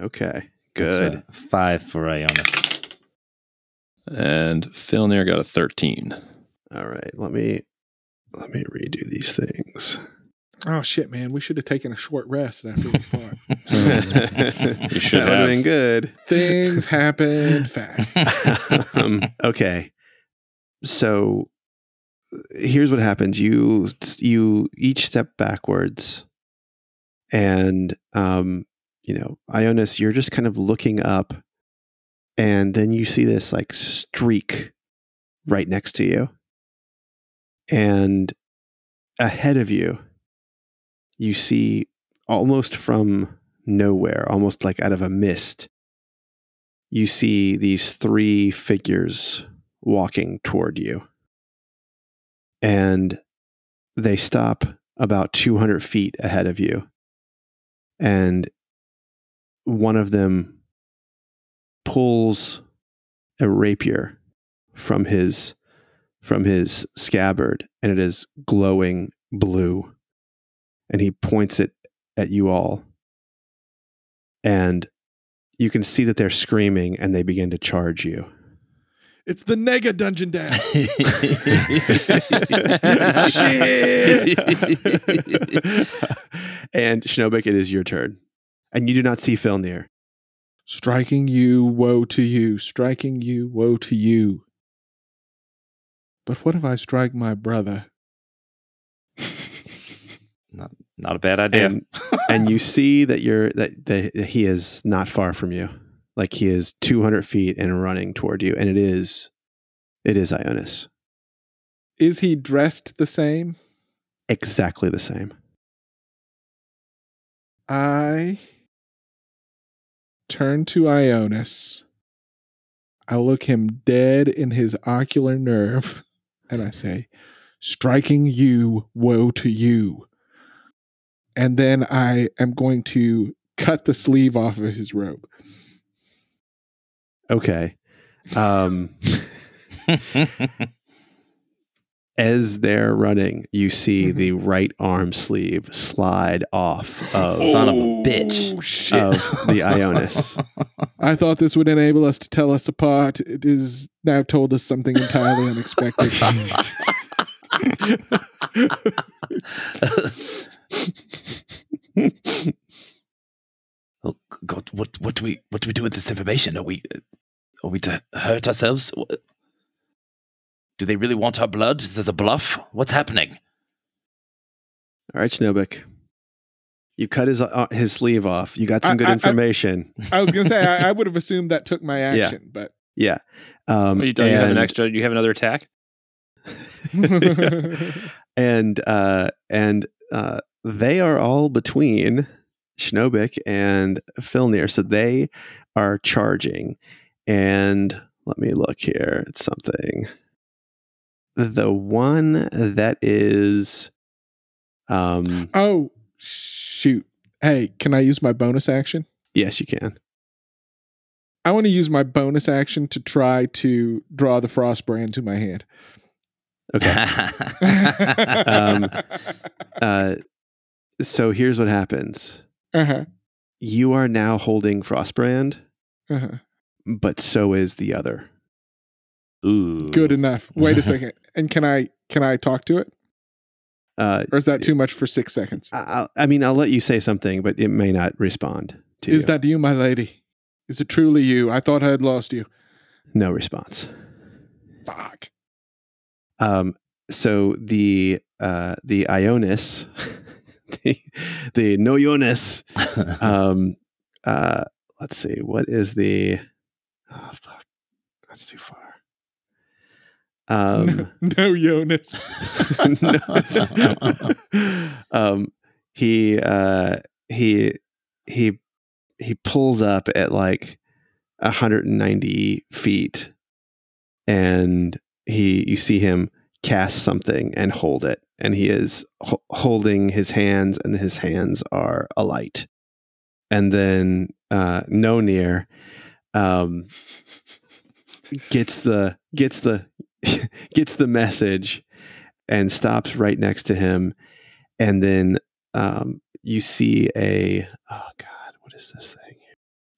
Okay.
That's
Good.
a five for Ionis.
And Filner got
<laughs>
a 13.
All right. Let me let me redo these things.
Oh, shit, man. We should have taken a short rest after we fought.
<laughs> You should
that
have.
would have been good.
Things happen fast.
<laughs> um, okay. So here's what happens. You you each step backwards and um you know, Ionis, you're just kind of looking up and then you see this like streak right next to you. And ahead of you you see almost from nowhere, almost like out of a mist, you see these three figures walking toward you. And they stop about 200 feet ahead of you. And one of them pulls a rapier from his from his scabbard and it is glowing blue and he points it at you all and you can see that they're screaming and they begin to charge you.
It's the Nega Dungeon Dance.
<laughs>
<laughs> and Schnobik, it is your turn. And you do not see Filnir.
Striking you, woe to you. Striking you, woe to you. But what if I strike my brother?
Not a bad idea.
And and you see that you're that, that he is not far from you. Like he is 200 feet and running toward you. And it is, it is Ionis.
Is he dressed the same?
Exactly the same.
I turn to Ionis. I look him dead in his ocular nerve <laughs> and I say, Striking you, woe to you. And then I am going to cut the sleeve off of his robe.
Okay.
<laughs>
Um, as they're running, you see
Mhm.
the right arm sleeve slide off of,
Son of a bitch.
Oh, shit.
of
<laughs>
the Ionis.
I thought this would enable us to tell us apart. It is now told us something entirely unexpected. <laughs>
Oh God, what what do we what do we do with this information? Are we uh, are we to hurt ourselves? Wha- Do they really want our blood? Is this a bluff? What's happening?
All right, Schnobik. You cut his uh, his sleeve off. You got some
I-
good
I- I-
information.
I was going to say, I, I would have assumed that took my
Yeah.
action,
<laughs>
but. <laughs>
yeah. Um,
Well, Oh, you don't you have an
and-
extra. You have another attack.
and uh, and uh, they are all between Schnobik and Filnir, so they are charging. And let me look here at something. The one that is, um,
Oh, shoot. Hey, can I use my bonus action?
yes, you can.
I want to use my bonus action to try to draw the frost brand to my hand.
Okay. <laughs> Um, Uh, so here's what happens.
<laughs> uh-huh.
You are now holding Frostbrand,
Uh-huh.
but so is the other.
Ooh.
<laughs>
Good enough. Wait a second. And can I can I talk to it?
Uh,
Or is that too much for six seconds?
I, I'll- I mean, I'll let you say something, but it may not respond to
Is
you.
that you, my lady? Is it truly you? I thought I had lost you.
no response.
Fuck.
Um, so the uh, the Ionis, <laughs> the the
<laughs>
Noyonis. Um, uh, let's see, what is the? Oh fuck, that's too far. Um,
no, <laughs> no,
<laughs>
Jonas.
no. <laughs> um, he uh, he he he pulls up at like 190 feet, and he you see him cast something and hold it, and he is ho- holding his hands, and his hands are alight, and then uh, no near. Um, gets the gets the <laughs> gets the message and stops right next to him. And then um, you see a, oh God, what is this thing?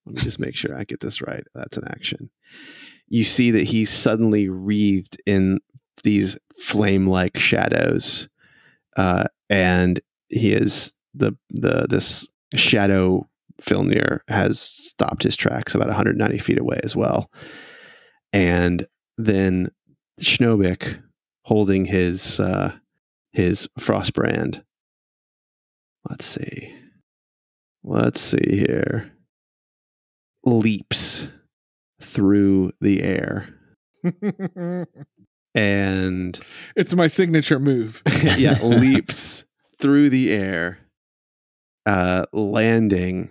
Let me just make sure I get this right. That's an action. You see that he's suddenly wreathed in these flame like shadows. Uh, and he is the, the, this shadow Filnir has stopped his tracks about 190 feet away as well. And then Schnobik, holding his uh, his frostbrand. Let's see. Let's see here. Leaps through the air
<laughs>
and
it's my signature move.
<laughs> yeah, leaps through the air, uh, landing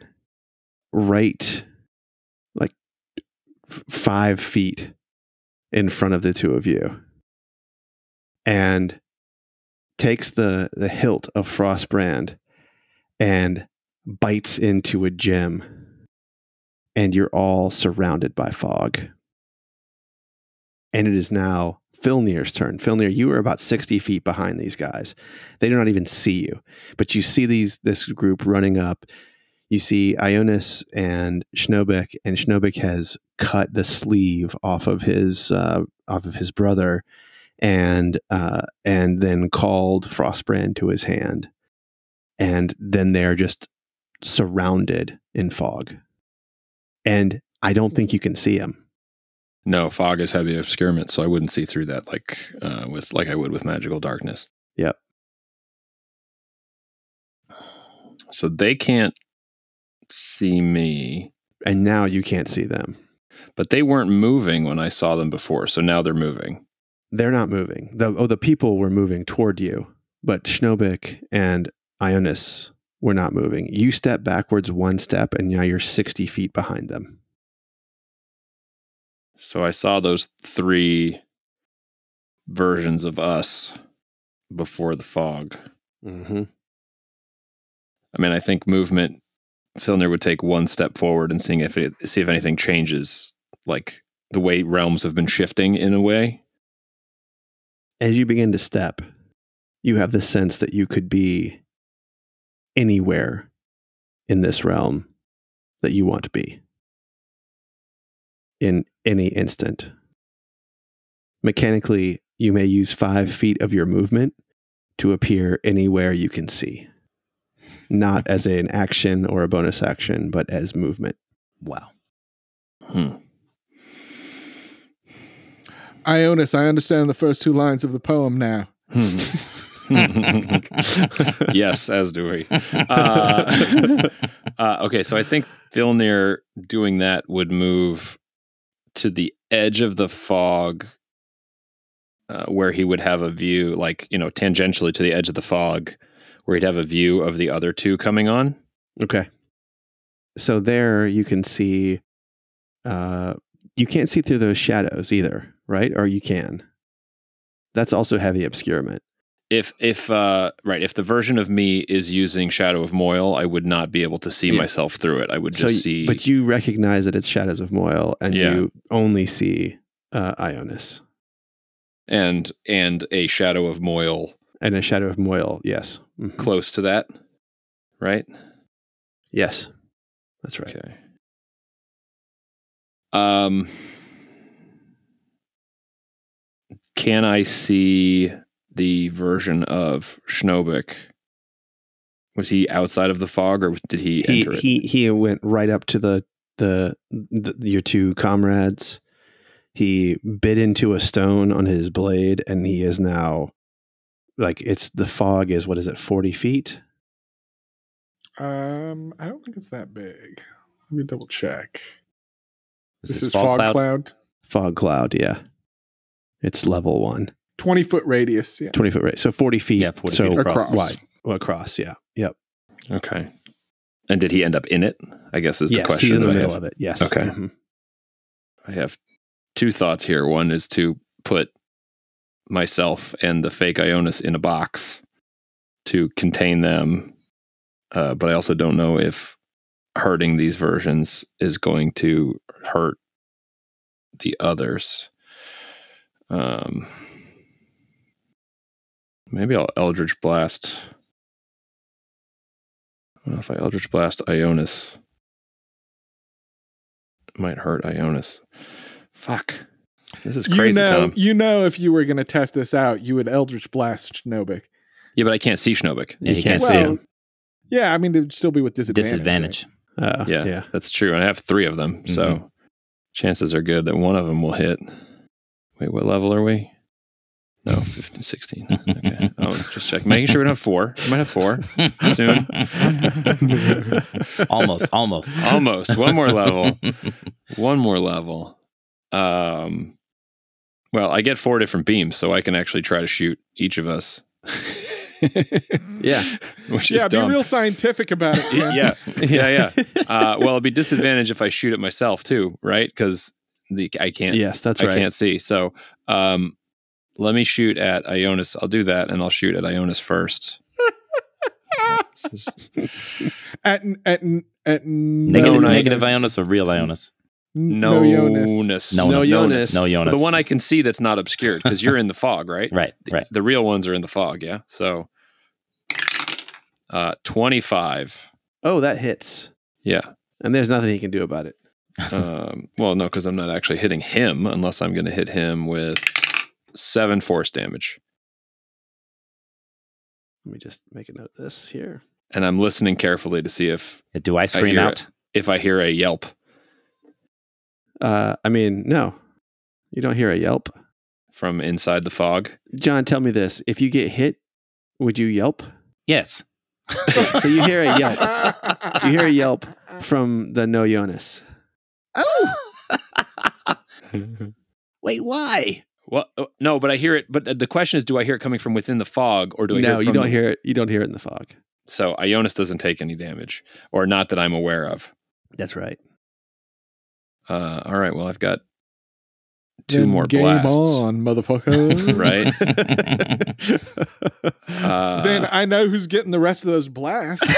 right like f- five feet in front of the two of you, and takes the the hilt of Frostbrand and bites into a gem, and you're all surrounded by fog. And it is now Filnir's turn. Filnir, you are about 60 feet behind these guys. They do not even see you. But you see these this group running up. You see Ionis and Schnobik, and Schnobik has cut the sleeve off of his uh, off of his brother and uh, and then called Frostbrand to his hand. And then they're just surrounded in fog. And I don't think you can see him.
No, fog is heavy obscurement, so I wouldn't see through that like uh, with like I would with magical darkness.
Yep.
So they can't see me,
And now you can't see them.
but they weren't moving when I saw them before, so now they're moving.
They're not moving. The, oh, the people were moving toward you, but Schnobik and Ionis were not moving. You step backwards one step, and now you're 60 feet behind them.
So I saw those three versions of us before the fog.
Mm-hmm.
I mean, I think movement. Filner would take one step forward and seeing if it, see if anything changes, like the way realms have been shifting in a way.
As you begin to step, you have the sense that you could be anywhere in this realm that you want to be in any instant. Mechanically, you may use five feet of your movement to appear anywhere you can see, not as an action or a bonus action, but as movement.
wow.
Hmm.
<laughs> Ionis, I understand the first two lines of the poem now.
Hmm. <laughs> yes, as do we. Uh, <laughs> uh, okay, so I think Filnir doing that would move to the edge of the fog, uh, where he would have a view, like you know, tangentially to the edge of the fog, where he'd have a view of the other two coming on.
Okay. So there you can see uh you can't see through those shadows either, right? Or you can. That's also heavy obscurement.
if if uh right if the version of me is using shadow of moil i would not be able to see
Yeah.
myself through it i would just
so,
see
But you recognize that it's shadows of Moil and
Yeah.
you only see uh Ionis.
and and a shadow of moil
And a shadow of Moil, yes. Mhm.
close to that right
Yes. That's right.
okay um can i see the version of Schnobik, was he outside of the fog or did he,
he
enter it?
he he went right up to the, the the your two comrades. He bit into a stone on his blade, and he is now like it's the fog is what is it forty feet?
Um, I don't think it's that big. Let me double check.
Is
This,
this
is
fog
fog
cloud?
cloud?
Fog cloud, yeah. It's level one.
20 foot radius. Yeah.
Twenty foot radius, so forty feet.
Yeah, 40
so
feet
across.
wide well, across. Yeah, yep.
okay. And did he end up in it? I guess is the
yes,
question.
he's in the
that I
middle of
have.
it. Yes.
Okay. <laughs>
Mhm.
I have two thoughts here. One is to put myself and the fake Ionis in a box to contain them. Uh, but I also don't know if hurting these versions is going to hurt the others. Um, maybe I'll Eldritch Blast. Well, if I Eldritch Blast Ionis, it might hurt Ionis. Fuck. This is crazy,
you know,
Tom.
you know, if you were going to test this out, you would Eldritch Blast Schnobik.
Yeah, but I can't see Schnobik.
Yeah, he
You
can't
can't
see
Well,
him.
yeah, I mean, it would still be with disadvantage. <laughs>
Disadvantage.
Uh,
Yeah.
yeah. Mm-hmm.
That's true. And I have three of them. So chances are good that one of them will hit. Wait, what level are we?
<laughs>
No, 15, 16. Okay. oh, just checking. Making sure we don't have four. We might
<laughs>
have four soon.
<laughs> almost, almost.
Almost. One more <laughs> level.
<laughs>
One more level. Um, well, I get four different beams, so I can actually try to shoot each of us.
Yeah.
<laughs> Which is
Yeah,
dumb.
be real scientific about it. Tim.
yeah, yeah, yeah. Uh, well, it'd be disadvantage if I shoot at myself too, right? Because the I can't.
Yes, that's
I
right.
can't see. So, um, let me shoot at Ionis. I'll do that, and I'll shoot at Ionis first. This is-
<laughs> At, at, at
Negative,
no
negative
Ionis.
Ionis or real Ionis?
N-
no,
No Ionis.
Ionis.
No
No
Ionis.
Jonas.
No Jonas.
The one I can see that's not obscured because you're in the fog, right?
<laughs> Right, right.
The real ones are in the fog. Yeah. So, uh, twenty five.
Oh, that hits,
<laughs>
Yeah.
and there's nothing he can do about it.
um, well, no, because I'm not actually hitting him unless I'm going to hit him with seven force damage.
Let me just make a note of this here.
And I'm listening carefully to see if
Do I scream
hear
out?
if I hear a yelp.
Uh, I mean, no, you don't hear a yelp.
from inside the fog.
John, tell me this: if you get hit, would you yelp?
Yes.
<laughs> So you hear a yelp. You
<laughs>
hear a yelp from the No Jonas.
<laughs>
Oh,
Wait, why?
What? oh, No, but I hear it. But the question is, do I hear it coming from within the fog, or do I? hear
No,
it
you
from
don't
the-
hear it. You don't hear it in the fog.
So Ionis doesn't take any damage, or not that I'm aware of.
That's right.
Uh, all right. Well, I've got two
Then
more
game
<laughs>
blasts.
<laughs>
on, motherfucker.
<laughs> Right. Uh,
then I know who's getting the rest of
<laughs>
those blasts.
<laughs>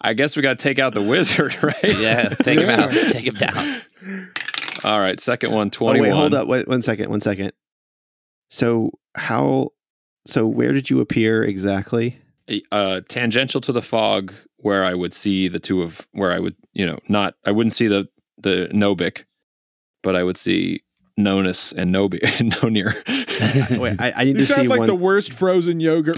I guess we got to take out the wizard, <laughs> right?
yeah, take him
<laughs>
out. Take him down.
All right. Second one,
Oh
21.
wait, hold up. Wait, one second. One second. So how? So where did you appear exactly?
uh, tangential to the fog where I would see the two of where I would you know not I wouldn't see the the Nobik, but I would see Nonus and
<laughs>
Nobi <laughs> Nonir.
Wait, I, I need
You
to see
sound like
one.
the worst frozen yogurt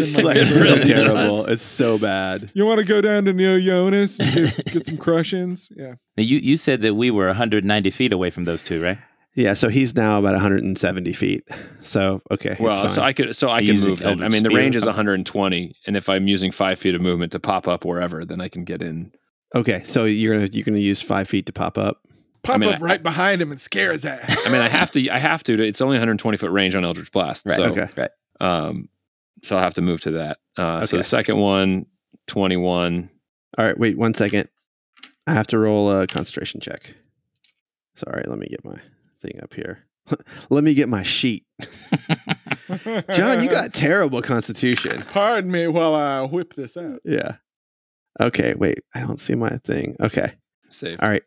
<laughs> it's
in my
like
It
life.
so
really does.
terrible. It's so bad.
<laughs> You want to go down to Neil Jonas and
<laughs>
get, get some crush-ins? Yeah.
Now, You you said that we were 190 feet away from those two, right?
Yeah, so he's now about 170 feet. So okay,
well,
it's
so
fine.
I could so I
You
can
using
move. then. I
Eldritch
mean, the
Spear or
range is
something?
120, and if I'm using five feet of movement to pop up wherever, then I can get in.
okay, so you're gonna you're gonna use five feet to pop up.
Pop
I mean,
up
I-
right behind him and scare his ass.
I mean, I have to. I have to. It's only 120 foot range on Eldritch Blast.
Right,
so,
okay.
Right.
Um, so I'll have to move to that. Uh, So
Okay.
the second one, 21.
All right, wait one second. I have to roll a concentration check. Sorry, let me get my thing up here. <laughs> let me get my sheet. <laughs>
<laughs>
John, you got terrible constitution.
Pardon me while I whip this out.
Yeah. Okay, wait. I don't see my thing. Okay.
Save.
All right.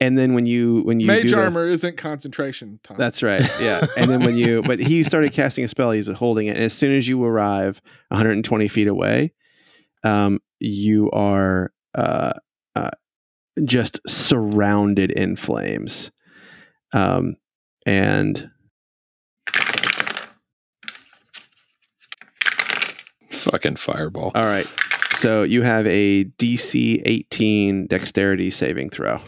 And then when you when you
Mage
do the-
armor isn't concentration time.
That's right. Yeah. And then when you, <laughs> but he started casting a spell, he was holding it. And as soon as you arrive 120 feet away, um, you are uh, uh, just surrounded in flames. Um, and
fucking fireball.
All right. So you have a DC 18 dexterity saving throw.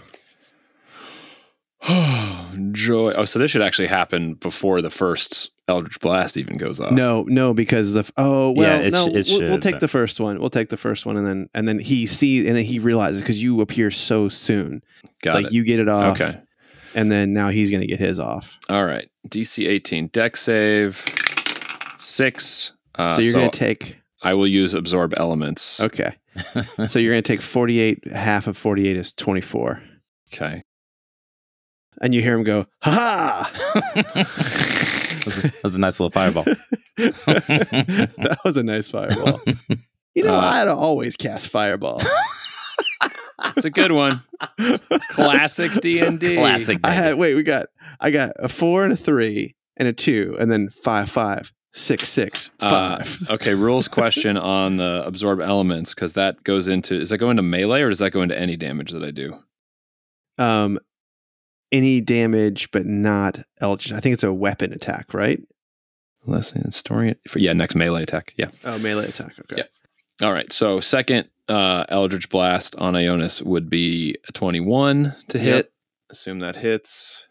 <sighs> Joy. Oh, so this should actually happen before the first Eldritch Blast even goes off.
No, no, because the f- oh well,
Yeah, it
no,
sh- it
we'll, we'll
should,
take
but-
the first one. We'll take the first one, and then and then he sees and then he realizes because you appear so soon,
Got
like
it.
you get it off,
Okay.
and then now he's gonna get his off.
All right. DC 18 deck save. Six. Uh,
so
so
you're gonna take
I will use absorb elements. <laughs>
okay. so you're gonna take 48. Half of 48 is 24,
Okay.
and you hear him go, "Ha
That was, a, that was a nice little fireball.
<laughs> that was a nice fireball. You know,
Uh,
I'd always cast fireball. <laughs>
It's a good one. Classic D&D.
Classic.
I
David.
had wait, we got I got a four and a three and a two and then five five six six
Uh,
five.
Okay, rules question on the absorb elements because that goes into is that go into melee or does that go into any damage that I do?
um any damage but not Eldritch. I think it's a weapon attack, right?
Unless I'm storing it for yeah next melee attack. Yeah.
Oh melee attack. Okay.
Yep. All right. So second uh, Eldritch Blast on Ionis would be a 21 to
Yep.
hit. Assume that hits.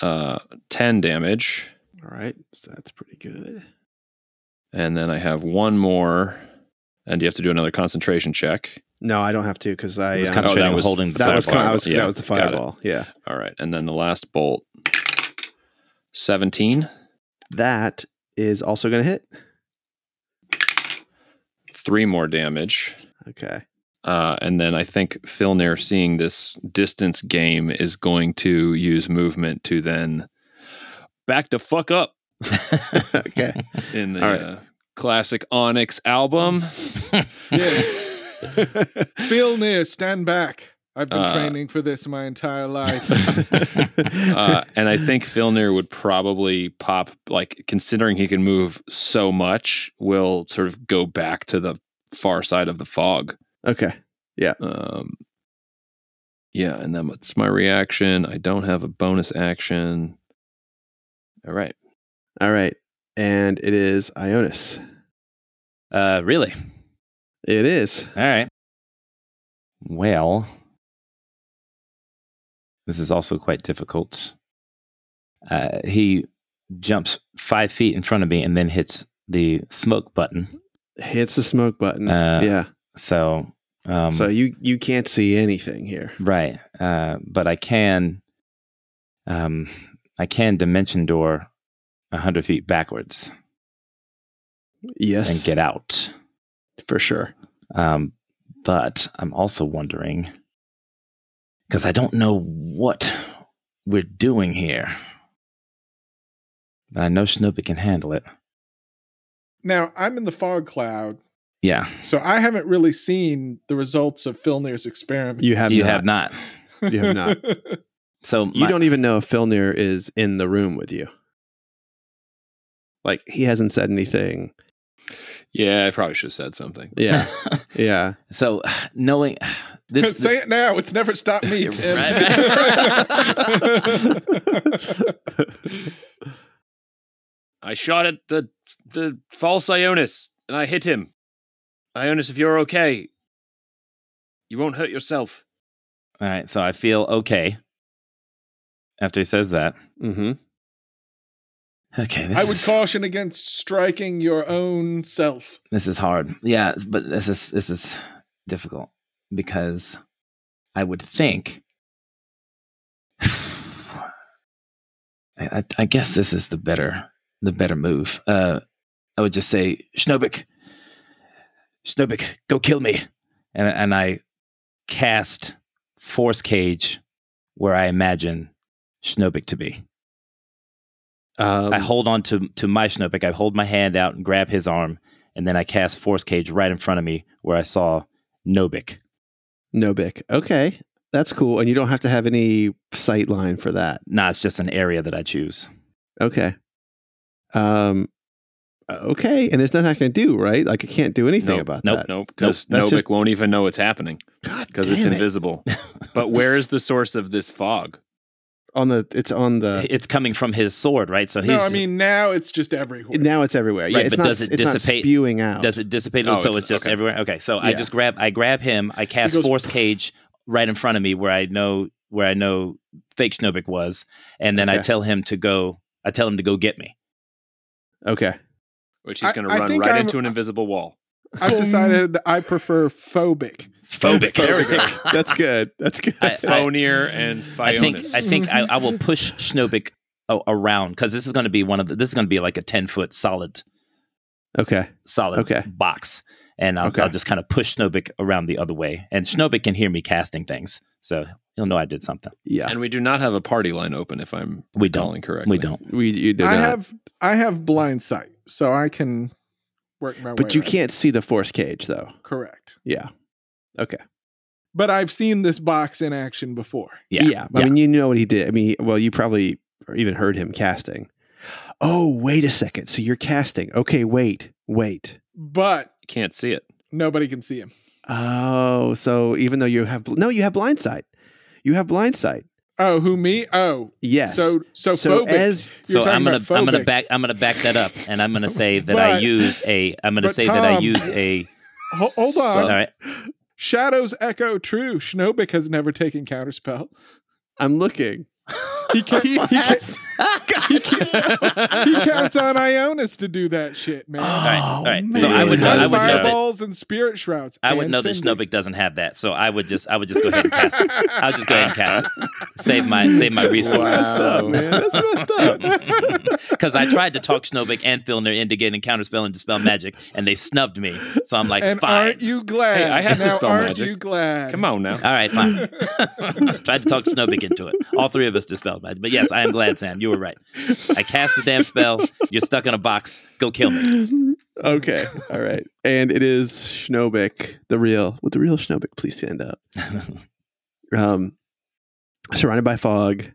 Uh, 10 damage,
All right. So that's pretty good.
and then I have one more, and you have to do another concentration check. Oh,
No, I don't have to because I
It was
um,
concentrating
that
on
was-
holding the
that was,
fireball.
I was
Yeah,
that was the
got it.
fireball. Yeah.
All right, and then the last bolt, 17,
That is also gonna hit.
three more damage.
Okay.
Uh, and then I think Filner, seeing this distance game, is going to use movement to then back the fuck up
<laughs> okay.
<laughs> in the
All right.
uh, classic Onyx album.
<laughs>
<laughs>
Yes. Phil Near, stand back. I've been
Uh,
training for this my entire
<laughs>
life.
uh, and I think Filner would probably pop, like, considering he can move so much, will sort of go back to the far side of the fog.
Okay.
Um, yeah, and then that's my reaction. I don't have a bonus action. All right.
All right. And it is Ionis.
uh, really?
It is.
All right. Well, this is also quite difficult. Uh, he jumps five feet in front of me and then hits the smoke button.
hits the smoke button.
Uh,
yeah.
So, um,
so you you can't see anything here.
right. Uh, but I can, um, I can dimension door a hundred feet backwards
Yes,
and get out.
for sure.
Um, but um, I'm also wondering because I don't know what we're doing here. But I know Snoopy can handle it.
now, I'm in the fog cloud,
Yeah,
so I haven't really seen the results of Filnir's experiment.
You have
you
not.
have not.
you have
<laughs>
not.
So
You don't even know if Filnir is in the room with you. Like he hasn't said anything.
Yeah, I probably should have said something.
Yeah, yeah.
so <sighs> knowing this,
Say it now. It's never stopped
<laughs>
me, Tim. <laughs>
I shot at the the false Ionis and I hit him. Ionis, if you're okay, you won't hurt yourself.
all right. So I feel okay after he says that.
mm-hmm.
Okay, this
I would
is- <laughs>
caution against striking your own self.
This is hard. Yeah, but this is this is difficult because I would think <sighs> I, I, I guess this is the better the better move. Uh, I would just say Schnobik, Schnobik, go kill me, and and I cast force cage where I imagine Schnobik to be.
Um,
I hold on to to my Schnupik. I hold my hand out and grab his arm, and then I cast Force Cage right in front of me where I saw Nobik.
no bick. Okay, that's cool. And you don't have to have any sight line for that.
Nah, it's just an area that I choose.
Okay. Um. Okay, and there's nothing I can do, right? Like I can't do anything
Nope,
about
nope,
that.
Nope, because
Nope,
Novik
that's just-
won't even know it's happening
God,
because it's
damn it. <laughs>
<laughs>
invisible. but where is the source of this fog?
on the it's on the
it's coming from his sword, right? So he's.
No, I mean now it's just everywhere.
now it's everywhere. yeah,
Right,
it's
but
not,
does it
it's not
dissipate-
spewing out.
Does it dissipate?
Oh,
so
it's-
it's, just
okay.
everywhere. Okay, so I
Yeah.
just grab I grab him. I cast
goes,
force cage right in front of me where I know where I know fake Snowbik was, and then I
Okay.
tell him to go. I tell him to go get me.
okay.
Which he's
I-
going to
I
run
think
right
I'm-
into an invisible wall.
I've
Oh,
decided I prefer phobic.
<laughs>
Phobic.
There we go. That's good. That's good.
I- I-
Phonir and
I think
Phionis.
I think I, I
<laughs>
will push Snowbik a- around because this is going to be one of the, this is going to be like a ten foot solid
okay.
solid
Okay.
box, and I'll,
Okay.
I'll just kind of push Snowbik around the other way, and Snowbik can hear me casting things, so he'll know I did something.
Yeah.
And we do not have a party line open, if I'm
We don't.
calling correctly.
We don't.
We you did
I
not.
have I have blind sight, so I can work my way.
but you
around.
can't see the force cage though.
Correct.
Yeah. Okay.
But I've seen this box in action before.
Yeah.
I mean, you know what he did. I mean, well, you probably or even heard him casting. Oh, wait a second. So you're casting. Okay, wait, wait.
But
You can't see it.
nobody can see him.
Oh, so even though you have bl- no, you have blindsight. You have blindsight.
Oh, who me? Oh,
Yes.
so so,
so
phobic.
as
You're
So
talking
I'm gonna
about
I'm gonna
phobic.
back I'm gonna back that up, and
<laughs>
I'm gonna say that I
But-
use a I'm gonna
but
say that I
Tom-
use a
Ho- hold on.
all right
Shadows echo true. Schnobik has never taken counterspell.
I'm looking.
<laughs>
He can, he, he, can, he, can, he counts on Ionis to do that shit, man.
all
Oh,
right all right. So
man.
I would know, I
And
would
<laughs>
know that
fireballs and spirit shrouds.
I would
and
know that
Cindy.
Snowbik doesn't have that. So I would just I would just go ahead and cast it. I'll just go ahead and cast
<laughs>
it. Save my save my
That's
resources.
messed up, man. That's messed up.
<laughs> Because I tried to talk Snowbik and Filner into getting counterspell and dispel magic, and they snubbed me. So I'm like,
And
fine.
aren't you glad?
Hey, I have to
now,
spell
aren't
magic.
you glad?
Come on now.
All
<laughs>
right, fine. <laughs> Tried to talk Snowbik into it. All three of us dispelled magic. But yes, I am glad, Sam. You were right. I cast the damn spell. You're stuck in a box. Go
<laughs>
kill me.
okay. All right. And it is Schnobik, the real. Would the real Schnobik please stand
<laughs>
up? um, surrounded by fog,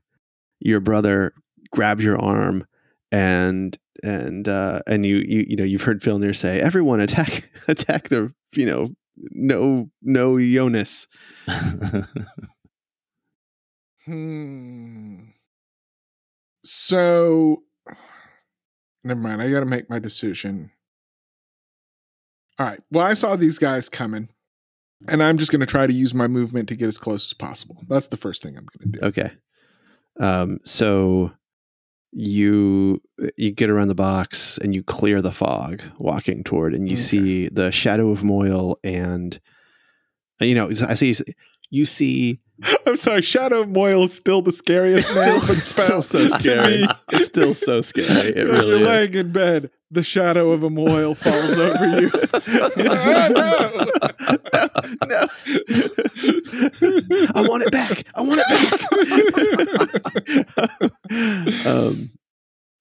your brother grabs your arm, and and uh, and you you you know you've heard Filner say, "Everyone attack <laughs> attack the you know no no Jonas."
<laughs>
Hmm. So, never mind. I got to make my decision. All right. Well, I saw these guys coming, and I'm just going to try to use my movement to get as close as possible. That's the first thing I'm going
<laughs>
to do.
Okay. Um. So you uh, you get around the box and you clear the fog walking toward and you
Okay.
see the shadow of moyle and uh, you know i see you see
<laughs> I'm sorry. Shadow Moyle is still the scariest man, but
it's still so
spell <laughs>
scary it's still so scary it
You're
really is
laying in bed. The shadow of a Moyle falls over you.
<laughs> no.
<laughs>
no. I want it back. I want <laughs> it back. <laughs> um,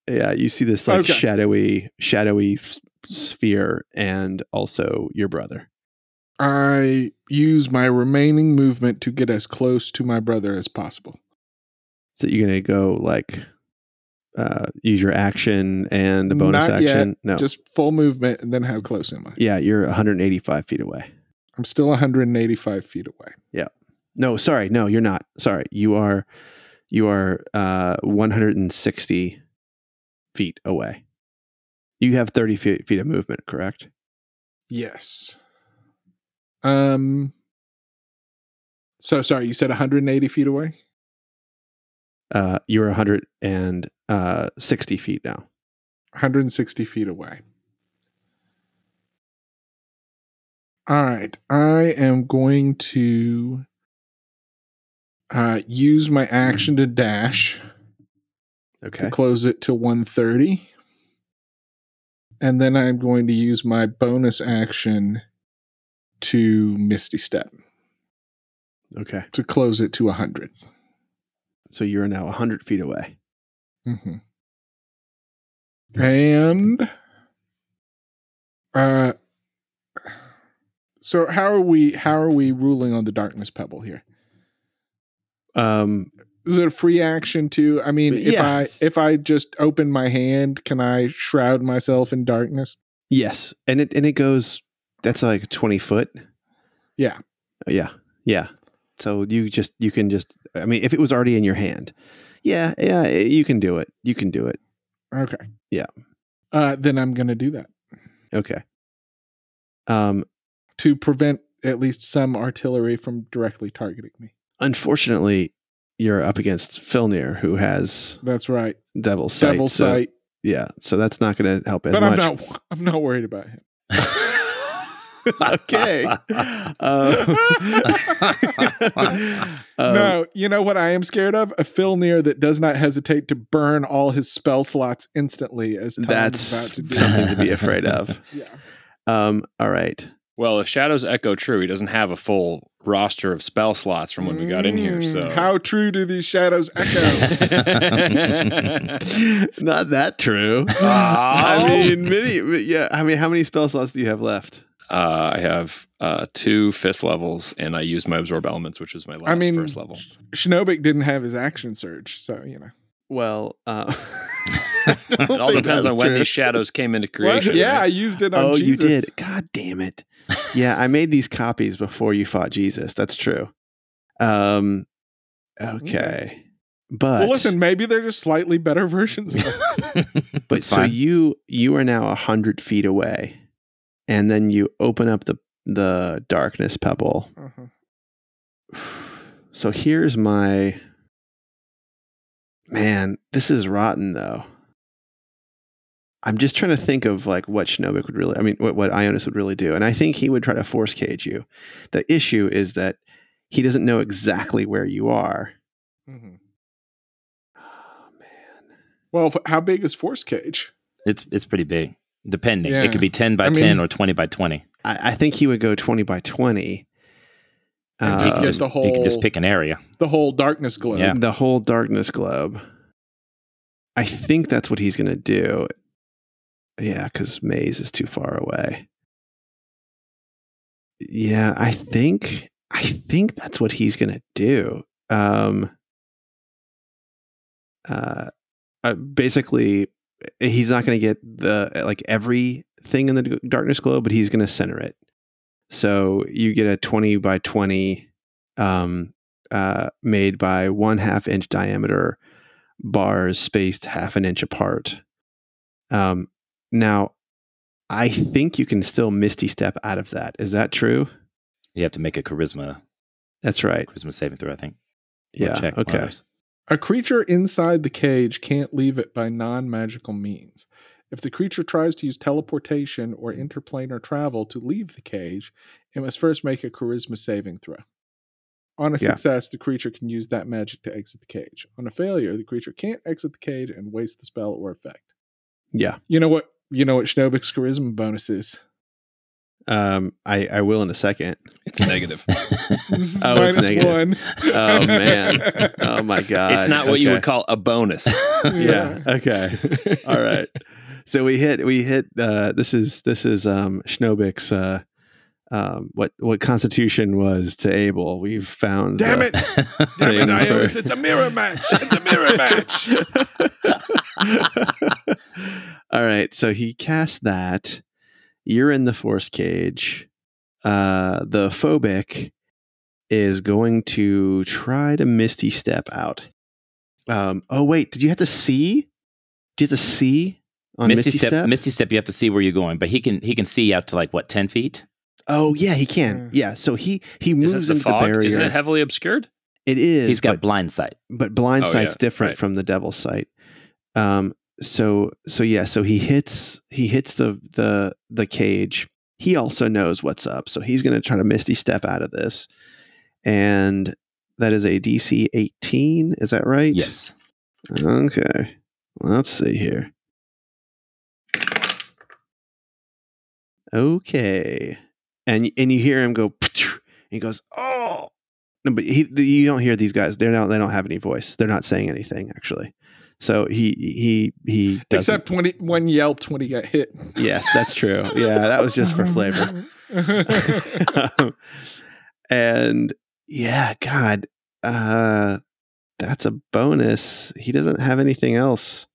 yeah, you see this like
Okay.
shadowy, shadowy s- sphere, and also your brother.
<laughs> I use my remaining movement to get as close to my brother as possible.
So you're gonna go like uh, use your action and a bonus
Not yet.
action. No,
Just full movement and then how close am I?
yeah, you're 185 feet away.
I'm still 185 feet away.
No, sorry, no, you're not. Sorry, you are, you are uh, 160 feet away. You have 30 feet, feet of movement, correct?
Yes. Um so sorry, you said 180 feet away?
Uh, you're 160 uh, feet now.
160 feet away. All right. I am going to uh, use my action to dash.
Okay.
to close it to 130. And then I'm going to use my bonus action to Misty Step
Okay.
to close it to 100.
So you're now 100 feet away.
hmm And uh, so how are we? How are we ruling on the darkness pebble here?
Um,
Is it a free action too? I mean, if
Yes.
I if I just open my hand, can I shroud myself in darkness?
yes, and it and it goes. That's like 20 foot. Uh,
Yeah.
Yeah. Yeah. So you just you can just. I mean, if it was already in your hand, Yeah, yeah, you can do it. You can do it.
Okay.
Yeah.
Uh, then I'm going to do that
Okay. Um,
to prevent at least some artillery from directly targeting me.
unfortunately, you're up against Filnir, who has
That's right.
Devil Sight.
Devil
so-
sight.
Yeah, so that's not going to help as
But I'm
much.
not. <laughs> I'm not worried about him. <laughs>
okay. <laughs> Um, <laughs> um,
no, you know what I am scared of? A Filnir that does not hesitate to burn all his spell slots instantly as time
that's
is
<laughs>
about to do.
something to be afraid of.
<laughs> yeah.
Um, all right. <laughs>
Well, if shadows echo true, he doesn't have a full roster of spell slots from when we got in here. So
Mm, how true do
<laughs>
these shadows echo?
Not that
<laughs>
true. I
Oh.
I
mean, many. Yeah, I mean, how many spell slots do you have left?
<laughs> Uh, I have uh, two fifth levels, and I use my absorb elements, which is my last
mean-
first
<laughs>
level.
Shinobik didn't have his action surge, so you know.
Well, uh,
<laughs> It all depends on when these
<laughs>
shadows came into
What?
creation.
Yeah, I
right?
used it
<laughs>
on
Oh,
Jesus.
you did. God damn it. Yeah, I made these copies before you fought Jesus. That's true. Um, okay,
Okay.
but
Well, listen, maybe they're just slightly better <laughs>
<laughs>
versions of us.
but
It's
so
fine.
you you are now a hundred feet away, and then you open up the the darkness pebble. <sighs>
Uh-huh.
So here's my man. This is rotten though. I'm just trying to think of like what Shinobik would really, I mean, what, what Ionis would really do. And I think he would try to force cage you. The issue is that he doesn't know exactly where you are.
Mhm. Well, f- how big is Force Cage?
It's it's pretty big. Depending,
Yeah.
it could be ten by
I mean-
ten or twenty by twenty.
I, I think he would go 20 by 20.
And
Uh,
just
you,
get
could
the
you could
whole-
just pick an area.
The whole darkness globe.
Yeah.
the whole darkness globe. I think that's what he's going to do. Yeah, because Maze is too far away. Yeah, I think I think that's what he's going to do. Um, uh, uh, basically, he's not going to get the like everything in the d- darkness globe, but he's going to center it. So you get a twenty by twenty um, uh, made by one half inch diameter bars spaced half an inch apart. Um, now, I think you can still misty step out of that. Is that true?
You have to make a charisma
That's right.
charisma saving throw. I think. Or
Yeah.
check, one of
okay.
those.
A creature inside the cage can't leave it by non magical means. If the creature tries to use teleportation or interplanar travel to leave the cage, it must first make a charisma saving throw. On a
Yeah.
success, the creature can use that magic to exit the cage. On a failure, the creature can't exit the cage and waste the spell or effect.
Yeah.
You know what? You know what Schnobik's charisma bonus is?
Um, I, I will in a second.
It's
<laughs>
negative.
it's negative.
one.
Oh, man. <laughs>
<laughs>
Oh <laughs> my god.
it's not what you
Okay.
would call
<laughs>
a bonus.
yeah. Okay. All right. So we hit we hit uh this is this is um Schnobik's uh um what what constitution was to Abel. We've found
Damn
the- <laughs>
it! Damn it,
thing
Ionis,
for-
it's a mirror match. It's a mirror match.
<laughs> All right, so he cast that. You're in the force cage. Uh, the phobic is going to try to misty step out. Um, oh wait, did you have to see? Did you have to see on
Misty, step, Misty step. You have to see where you're going, but he can he can see out to like what ten feet.
oh yeah, he can. Yeah, so he he moves
Is it the
into the
fog?
barrier.
Isn't it heavily obscured?
it is.
He's got
but-
blind sight.
but blind
Oh,
sight's
yeah,
different
right.
from the devil's sight. Um, so so yeah, so he hits he hits the the the cage. He also knows what's up, so he's going to try to misty step out of this, and that is a DC eighteen. Is that right?
Yes.
Okay. Let's see here. Okay. And and you hear him go <sniffs> and he goes, "Oh." No, but he, you don't hear these guys. They're not they don't have any voice. They're not saying anything actually. So he he he doesn't-
<laughs> Except when he, one yelped when he got hit.
<laughs>
<laughs>
Yes, that's true. Yeah, that was just for flavor. <laughs> Um, and yeah, God, uh, that's a bonus. He doesn't have anything else.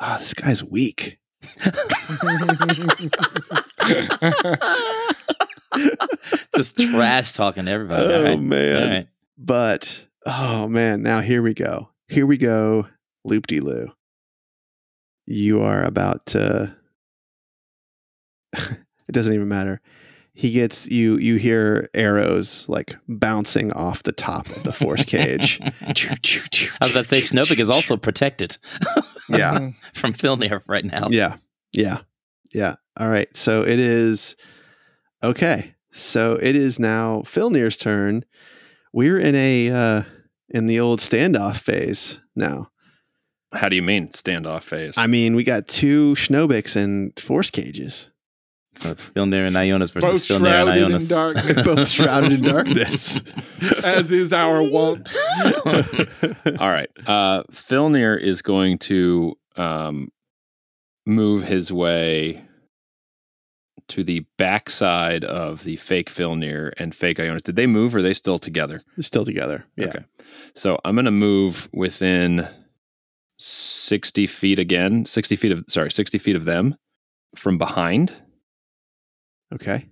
Oh, this guy's weak.
Just trash talking to everybody. All
Oh
right.
man!
All right.
But oh man, now here we go. here we go, loop de loo. You are about to. <laughs> it doesn't even matter. He gets you. You hear arrows like bouncing off the top of the
<laughs>
force cage.
<laughs> I was about to say, Snowpig is also protected
yeah.
from Filnir right
Oh.
now.
Yeah. Yeah. Yeah. All right. So it is okay. So it is now Filnir's turn. We're in a uh in the old standoff phase now.
How do you mean standoff phase?
I mean, we got two Schnobiks and force cages.
So it's Filnir and Ionas
Both
versus Filnir and
shrouded in
Ionas.
darkness,
Both
<laughs>
shrouded in darkness.
as is
<laughs>
our wont.
All right. Uh, Filnir is going to um, move his way to the backside of the fake Filnir and fake Ionis. Did they move or are they still together?
Still together. Yeah.
Okay. So I'm going to move within 60 feet again, 60 feet of, sorry, 60 feet of them from behind.
Okay.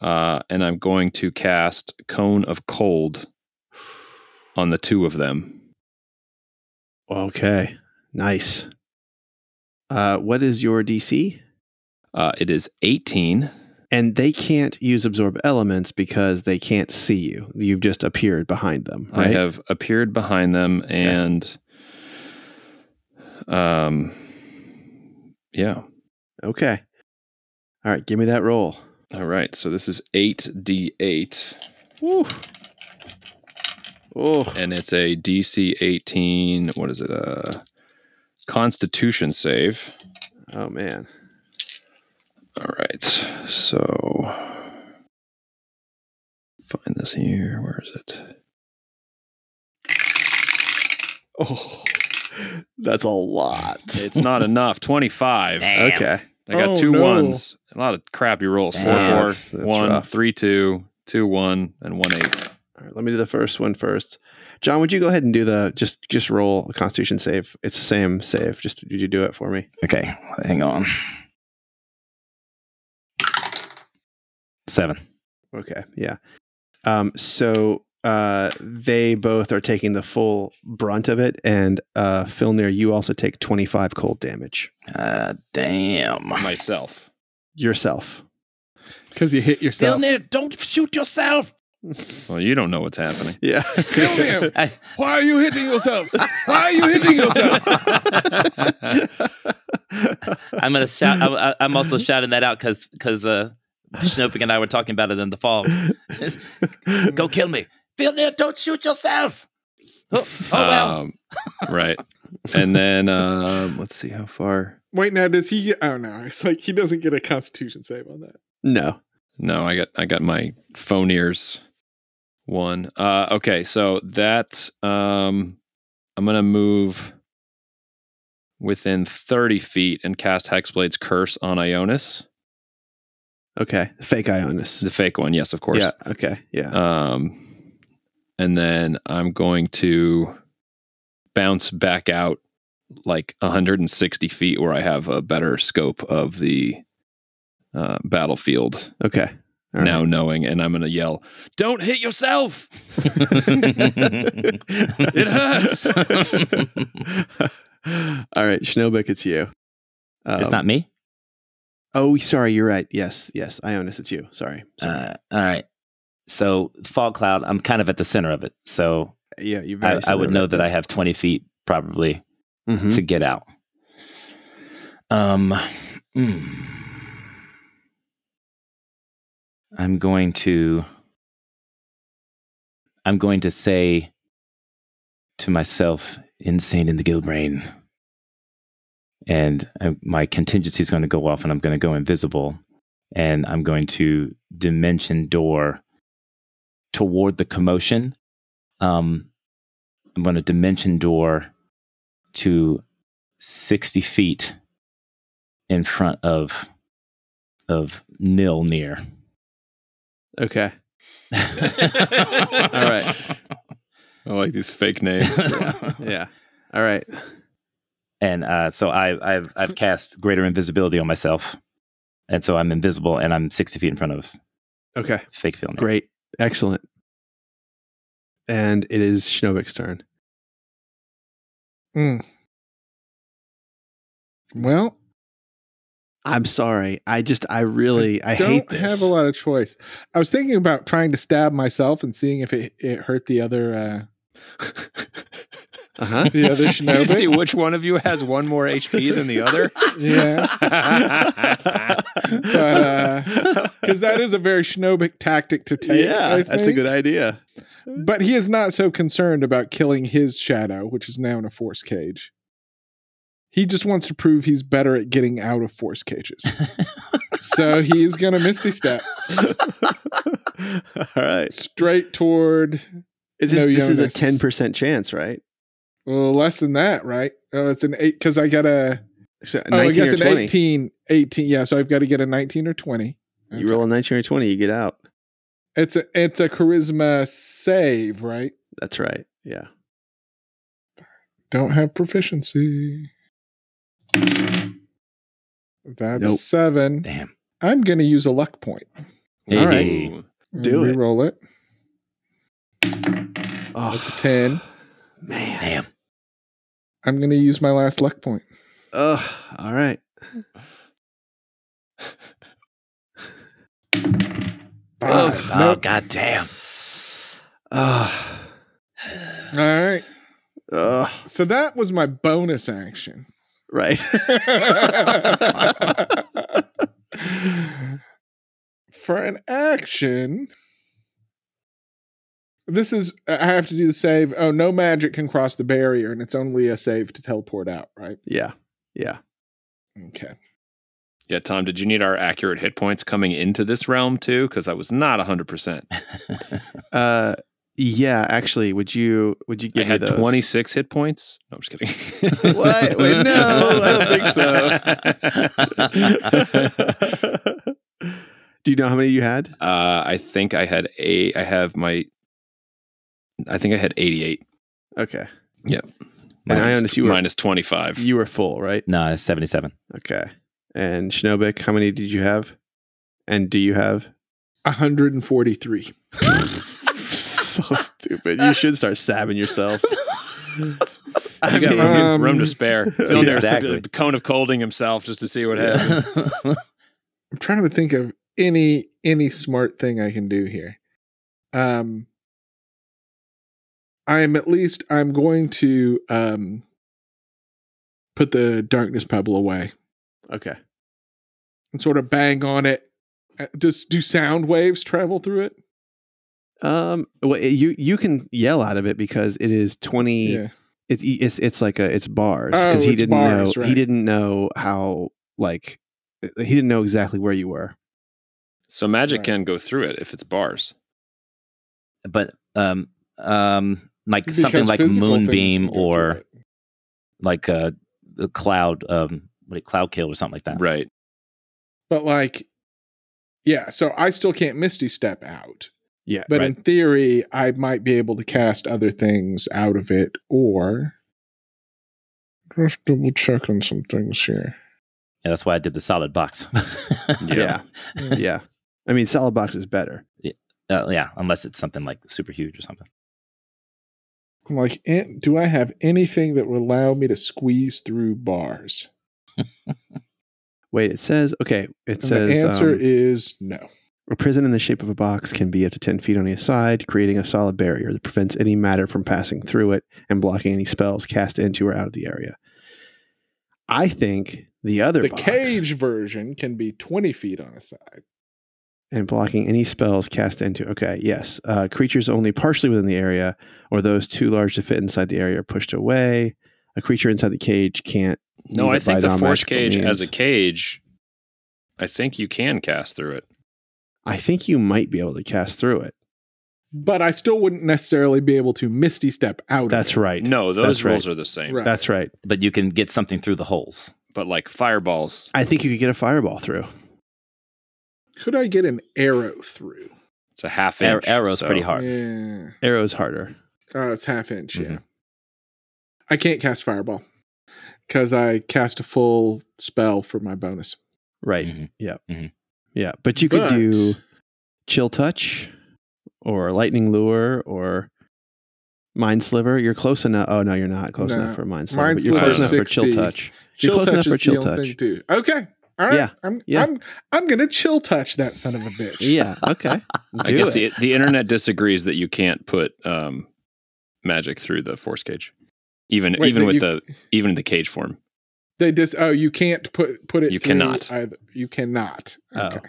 Uh, and I'm going to cast Cone of Cold on the two of them.
Okay. Nice. Uh what is your DC?
Uh, it is 18.
And they can't use absorb elements because they can't see you. You've just appeared behind them. Right?
I have appeared behind them and um yeah.
Okay. All right, give me that roll.
All right. So this is 8d8
Oh,
and it's a DC 18, what is it? Uh Constitution save.
oh man.
All right. So find this here. Where is it?
Oh, that's a lot.
It's
<laughs>
not enough. 25. I
Damn.
Okay.
Oh,
got two
no.
ones. A lot of crappy rolls. Four, four,
Damn.
one, three, two, two, one,
That's- that's rough.
and 1 8.
All right, let me do the first one first. John, would you go ahead and do the just just roll a Constitution save? It's the same save. Just did you do it for me?
Okay, hang on. Seven.
Okay, yeah. Um, so uh, they both are taking the full brunt of it, and uh, Filnir, you also take twenty five cold damage
Uh, damn.
Myself.
yourself.
Because you hit yourself.
Filnir, don't shoot yourself.
Well, you don't know what's happening.
Yeah.
Filnir,
I-
why are you hitting yourself? Why are <laughs> you hitting yourself?
<laughs>
I'm gonna shout. I'm- I'm, I'm also shouting that out because because uh, Snoping and I were talking about it in the <laughs> fall. Go kill me, Filnir. Don't shoot yourself. Oh, <laughs> oh well.
Um, right. And then um, let's see how far.
Wait, now does he? Get, oh no, it's like he doesn't get a Constitution save on that.
<laughs> no.
No, I got I got my phone ears one. Uh, okay, so that um, I'm gonna move within 30 feet and cast Hexblade's Curse on Ionis,
Okay. Fake Ionis.
the fake one. Yes, of course.
Yeah. Okay. Yeah.
Um, and then I'm going to bounce back out like 160 feet where I have a better scope of the uh, battlefield
okay. All right.
<laughs> now knowing, and I'm going to yell, Don't hit yourself!
it
hurts.
<laughs> All right, Schnobik, it's you. Um,
it's not me.
Oh, sorry, you're right. Yes, yes, Ionis, it's you. Sorry. sorry.
Uh, all right. So fog cloud. I'm kind of at the center of it, so
yeah, you.
I, I would know that I have 20 feet probably
Mm-hmm.
to get out. Um, mm. I'm going to. I'm going to say to myself, "Insane in the Gilbrain," and I, my contingency is going to go off, and I'm going to go invisible, and I'm going to dimension door toward the commotion. Um, I'm going to dimension door to 60 feet in front of of nil near
Okay.
all
right.
I like these fake names.
Yeah. All right.
and uh, so I, I've I've cast greater invisibility on myself, and so I'm invisible, and I'm sixty feet in front of
Okay.
fake film.
Great. Excellent. And it is Schnobik's turn.
Mm. Well,
I'm sorry. I just, I really, I,
don't
hate this.
have a lot of choice. I was thinking about trying to stab myself and seeing if it, it hurt the other uh,
<laughs> Uh-huh.
<laughs>
the other
You see
shinobi.
which one of you has one more HP than the other?
<laughs>
<laughs>
yeah,
but,
because that is a very shinobic tactic to take.
yeah,
I
that's a
think.
good
<laughs>
idea.
But he is not so concerned about killing his shadow, which is now in a force cage. He just wants to prove he's better at getting out of force cages. so he is going to misty
<laughs>
step
All right.
straight toward
Is this,
No,
this is a
Jonas.
10% chance, right?
well, less than that, right? Oh, it's an eight because I got a
So
oh, I
19
guess
or
an
20.
18, 18. Yeah, so I've got to get a nineteen or twenty.
You roll a 19 or 20, you get out.
It's a it's a charisma save, right?
That's right. Yeah.
Don't have proficiency. That's
Nope.
seven.
Damn.
I'm going to use a luck point.
All right.
Ooh.
Do it.
Roll it.
Oh,
That's a ten.
man.
Damn.
I'm going to use my last luck point.
Ugh. All right.
Five.
Oh, god damn.
Ugh.
All right.
Ugh.
So that was my bonus action.
Right. <laughs>
<laughs> for an action this is i have to do the save oh no magic can cross the barrier and it's only a save to teleport out right
yeah. Yeah.
okay
Yeah, Tom, did you need our accurate hit points coming into this realm too? Because I was not 100%.
Uh, yeah. Actually, would you would you
I
give me
had
those? <laughs>
26 hit points. No, I'm just kidding.
What? Wait, no, I don't think so. Do you know how many you had?
<laughs> Uh, I think I had a. I have my. I think I had 88.
Okay, And
Minus,
Ionis, you were-
minus 25.
you were full, right?
No, it's 77.
Okay. And Schnobik, how many did you have? And do you <laughs> have?
143
so stupid. You should start stabbing <laughs> yourself.
You
I
got
mean,
room,
Um,
room
<laughs>
to spare. Phil there's
Exactly.
the cone of colding himself just to see what happens.
<laughs>
i'm trying to think of any any smart thing i can do here um i am at least i'm going to um put the darkness pebble away
okay.
and sort of bang on it Uh, does do sound waves travel through it
Um. Well, it- you you can yell out of it because it is twenty.
yeah
It, e, it's it's like a it's bars
Oh,
because he
it's
didn't
bars,
know he
right.
didn't know how like uh, he didn't know exactly where you were.
So magic
Right.
can go through it if it's bars.
but um um like
Because
something like
physical things can
moonbeam
go through
or
it.
like uh, a cloud um what it cloud kill or something like that.
Right.
but like yeah so i still can't misty step out
Yeah.
but in theory i might be able to cast other things out of it or just double checking some things here
Yeah, that's why I did the solid
<laughs>
box.
yeah. Yeah. I mean, solid box is better.
Uh, yeah, unless it's something like super huge or something.
i'm like eh, do i have anything that would allow me to squeeze through bars
Wait, it says okay. It
and
says
the answer
um,
is no
A prison in the shape of a box can be up to 10 feet on either side, creating a solid barrier that prevents any matter from passing through it and blocking any spells cast into or out of the area. I think the other
the
box
cage version can be 20 feet on a side
and blocking any spells cast into. Okay, yes. Uh, creatures only partially within the area or those too large to fit inside the area are pushed away. A creature inside the cage can't.
No, I
Neither
think
by
the
non-
force
magical
cage as
means.
a cage, I think you can cast through it.
I think you might be able to cast through it.
but I still wouldn't necessarily be able to misty step out.
That's
of
right.
No, those
That's right.
rules are the same.
Right.
That's right.
But you can get something through the holes.
But like fireballs,
I think you could get a fireball through.
it. Could I get an arrow through?
it's a half
Ar-
inch.
arrow's
so-
pretty hard.
Yeah.
Arrow's harder.
Oh, it's half inch.
Mm-hmm.
Yeah.
Mhm.
I can't cast fireball because I cast a full spell for my bonus.
Right.
Mhm.
Yeah.
Mhm.
Yeah. But you could
Mm-hmm. But-
do chill touch or lightning lure or Mind Sliver, you're close enough. Oh no, you're not close
No.
enough for Mind Sliver.
Mind
but you're close
Sliver's
enough for Chill
60.
Touch. You're close enough for
is
chill
the only
touch.
thing too. Okay. All right.
Yeah.
I'm
Yeah.
I'm I'm gonna chill touch that son of a bitch.
Yeah. Okay.
<laughs> I
Do
guess
it.
the, the internet disagrees that you can't put um, magic through the force cage, even
Wait,
even
but
with
you-
the even in the cage form.
They just oh you can't put put it
You
through
cannot.
either. You cannot.
Oh.
Okay.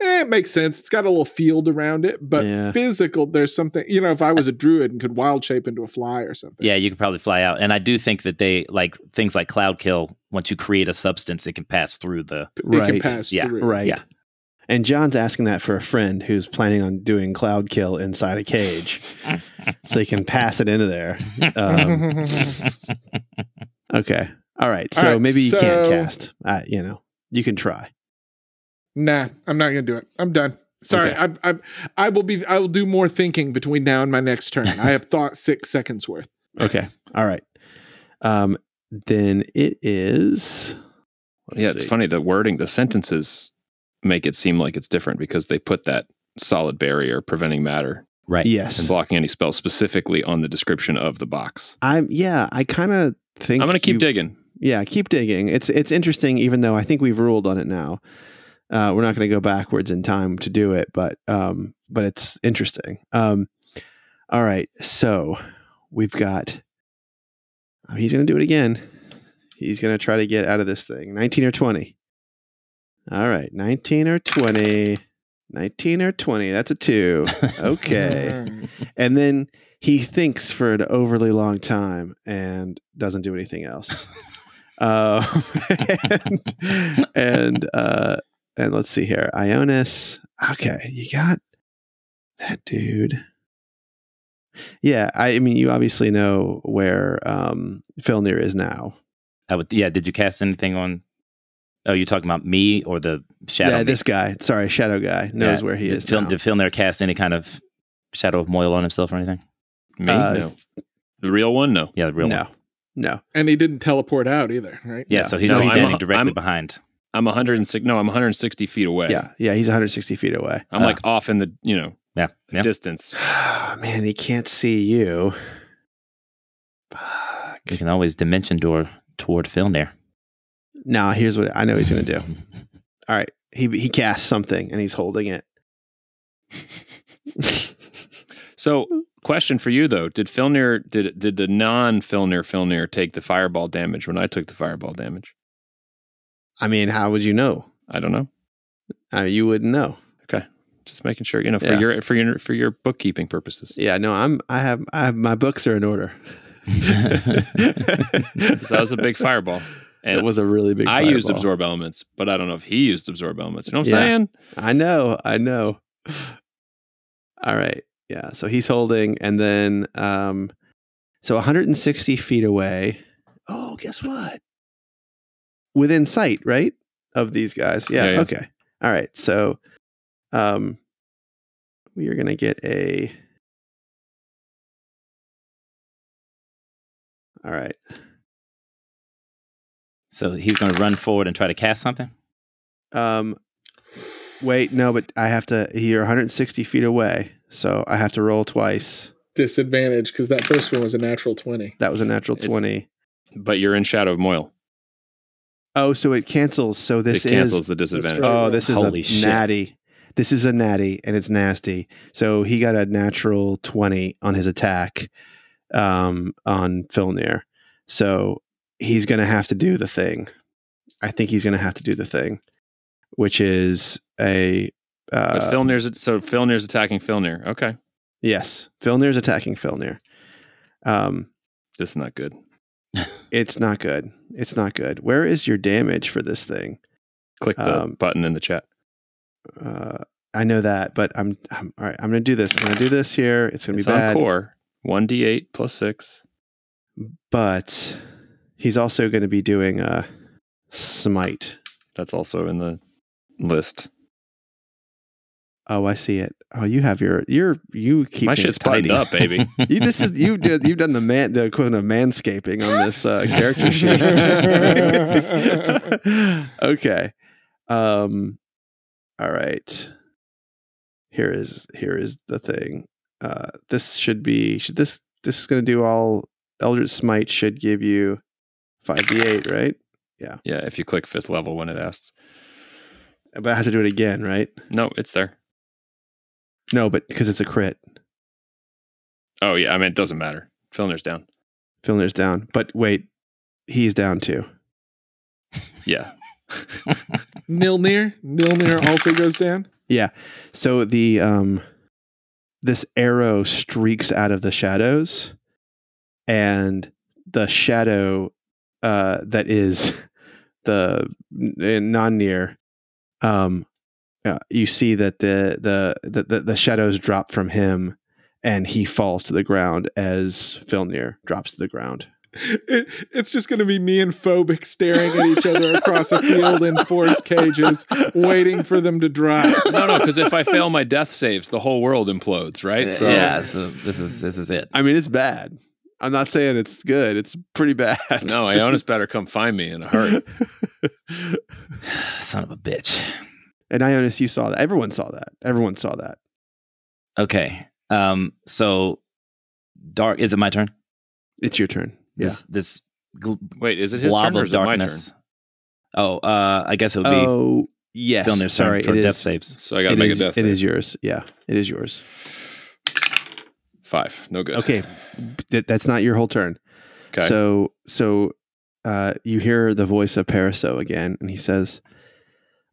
Eh, it makes sense. It's got a little field around it, but
Yeah.
<laughs> physical there's something you know, if I was a druid and could wild shape into a fly or something.
Yeah, you could probably fly out. And I do think that they like things like cloud kill. Once you create a substance, it can pass through the.
It can
Right.
pass
Yeah.
<laughs>
through.
Right.
Yeah.
And John's asking that for a friend who's planning on doing cloud kill inside a
<laughs>
cage, so he can pass it into there.
<laughs>
Um, okay. All right.
All
So
right,
maybe you can't
so-
cast. I, you know, you can try.
Nah, I'm not gonna do it. I'm done. Sorry,
Okay.
I, I I will be I will do more thinking between now and my next turn.
<laughs>
I have thought six seconds worth.
Okay. All right. Um, then it is. let's
yeah, it's
see.
funny the wording, the sentences make it seem like it's different because they put that solid barrier preventing matter <sighs>
Right.
and
Yes.
blocking any spell specifically on the description of the box.
I'm. Yeah. I kind of think
I'm gonna keep
you-
digging.
yeah keep digging it's it's interesting even though i think we've ruled on it now uh, we're not going to go backwards in time to do it but um but it's interesting um all right so we've got oh, he's going to do it again he's going to try to get out of this thing 19 or 20 all right 19 or 20 19 or 20 that's a 2 okay and then he thinks for an overly long time and doesn't do anything else.
<laughs>
uh, and and, uh, and let's see here, Ionis. Okay, you got that dude. Yeah, I, I mean, you obviously know where um, Filnir is now.
I would. Yeah. Did you cast anything on? Oh, you're talking about me or the shadow?
yeah,
me?
this guy. Sorry, Shadow guy knows
Yeah,
where he
did
is
Fil-
now.
Did Filner cast any kind of shadow of Moyle on himself or anything?
Me?
Uh,
no. The real one? No.
Yeah, the real
no,
one.
no.
<laughs> And he didn't teleport out either, right?
Yeah,
No.
so he's
No,
just
I'm-
standing directly
I'm-
behind.
I'm 106 no, I'm 160 feet away.
Yeah, yeah. He's 160 feet away.
I'm
Ah.
like off in the, you know,
Yeah, yeah.
distance.
<sighs> Man, he can't see you. Fuck.
You can always dimension door toward Filner.
Now here's what I know he's gonna do. All right, he he casts something and he's holding it.
So, question for you though: Did Filnir did did the non Filnir Filnir take the fireball damage when I took the fireball damage?
I mean, how would you know?
I don't know.
Uh, you wouldn't know.
Just making sure you know for
Yeah.
your for your for your bookkeeping purposes.
Yeah, no, I'm I have I have my books are in order. <laughs>
'Cause that was a big fireball, and
it was a really big.
I used
fireball.
absorb elements, but I don't know if he used absorb elements. You know what
Yeah.
I'm saying?
I know, I know. All right, yeah. So he's holding, and then um, so 160 feet away. Oh, guess what? Within sight, right? Of these guys. Yeah.
Yeah, yeah.
Okay. All right. So, um, we are gonna get a. All right.
So he's going to run forward and try to cast something.
Um, wait, no, but I have to. You're 160 feet away, so I have to roll twice.
Disadvantage because that first one was a natural twenty.
That was a natural
It's-
20.
But you're in shadow of Moyle.
Oh, so it cancels. So this
it cancels
is
the disadvantage.
right.
Oh, this is
Holy
a
shit.
natty. This is a natty and it's nasty. So he got a natural 20 on his attack um on Filnir. So he's going to have to do the thing. I think he's going to have to do the thing, which is a
But
uh,
Filnir's so Filnir's attacking Filnir. Okay,
yes, Filnir's attacking Filnir. Um
this is not good.
it's not good. It's not good. Where is your damage for this thing?
Click the
Um,
button in the chat.
uh, I know that, but I'm, I'm all right. I'm gonna do this. I'm gonna do this here. It's gonna
It's
be
on
bad,
core. One d eight plus six.
but he's also gonna be doing a smite.
That's also in the list.
Oh, I see it. Oh, you have your your you keep
My
things
shit's buttoned
tidy.
up, baby.
<laughs> You, this is you did you've done the man the equivalent of manscaping on this uh, character sheet. <laughs> okay. Um. All right. Here is here is the thing. Uh, this should be should this this is going to do all Eldritch Smite should give you 5d8, right?
Yeah, if you click fifth level when it asks.
But I have to do it again, right?
No, it's there.
No, but because it's a crit.
Oh yeah, I mean it doesn't matter. Filner's down.
Filner's down. But wait, he's down too.
Yeah. <laughs>
Nilnir. Nilnir also goes down.
So the um this arrow streaks out of the shadows and the shadow uh that is <laughs> the non near um uh, you see that the, the the- the the shadows drop from him and he falls to the ground as Filnir drops to the ground. <laughs>
It, it's just going to be me and Phobic staring at each other across a field in force cages, waiting for them to dry.
<laughs> No, no, because if I fail my death saves, the whole world implodes, right? So
yeah, so this is this is it. <sighs>
I mean, it's bad. I'm not saying it's good. It's pretty bad.
no,
<laughs>
Ionis better come find me in a hurry.
Son of a bitch.
And Ionis, you saw that. Everyone saw that. Everyone saw that.
Okay. Um. So, dark. Is it my turn?
It's your turn.
This this gl-
Wait, is it his
blob
turn or
of
is it my turn?
darkness. Oh, uh, I guess it would be
Oh, yes.
Filner's turn
Sorry,
for
it
death
is-
saves.
So I gotta
it
make
is-
a death
It
save.
is yours. Yeah, it is yours.
Five. No good.
Okay, That, that's not your whole turn.
Mm. Okay.
So, so uh, you hear the voice of Paraso again, and he says,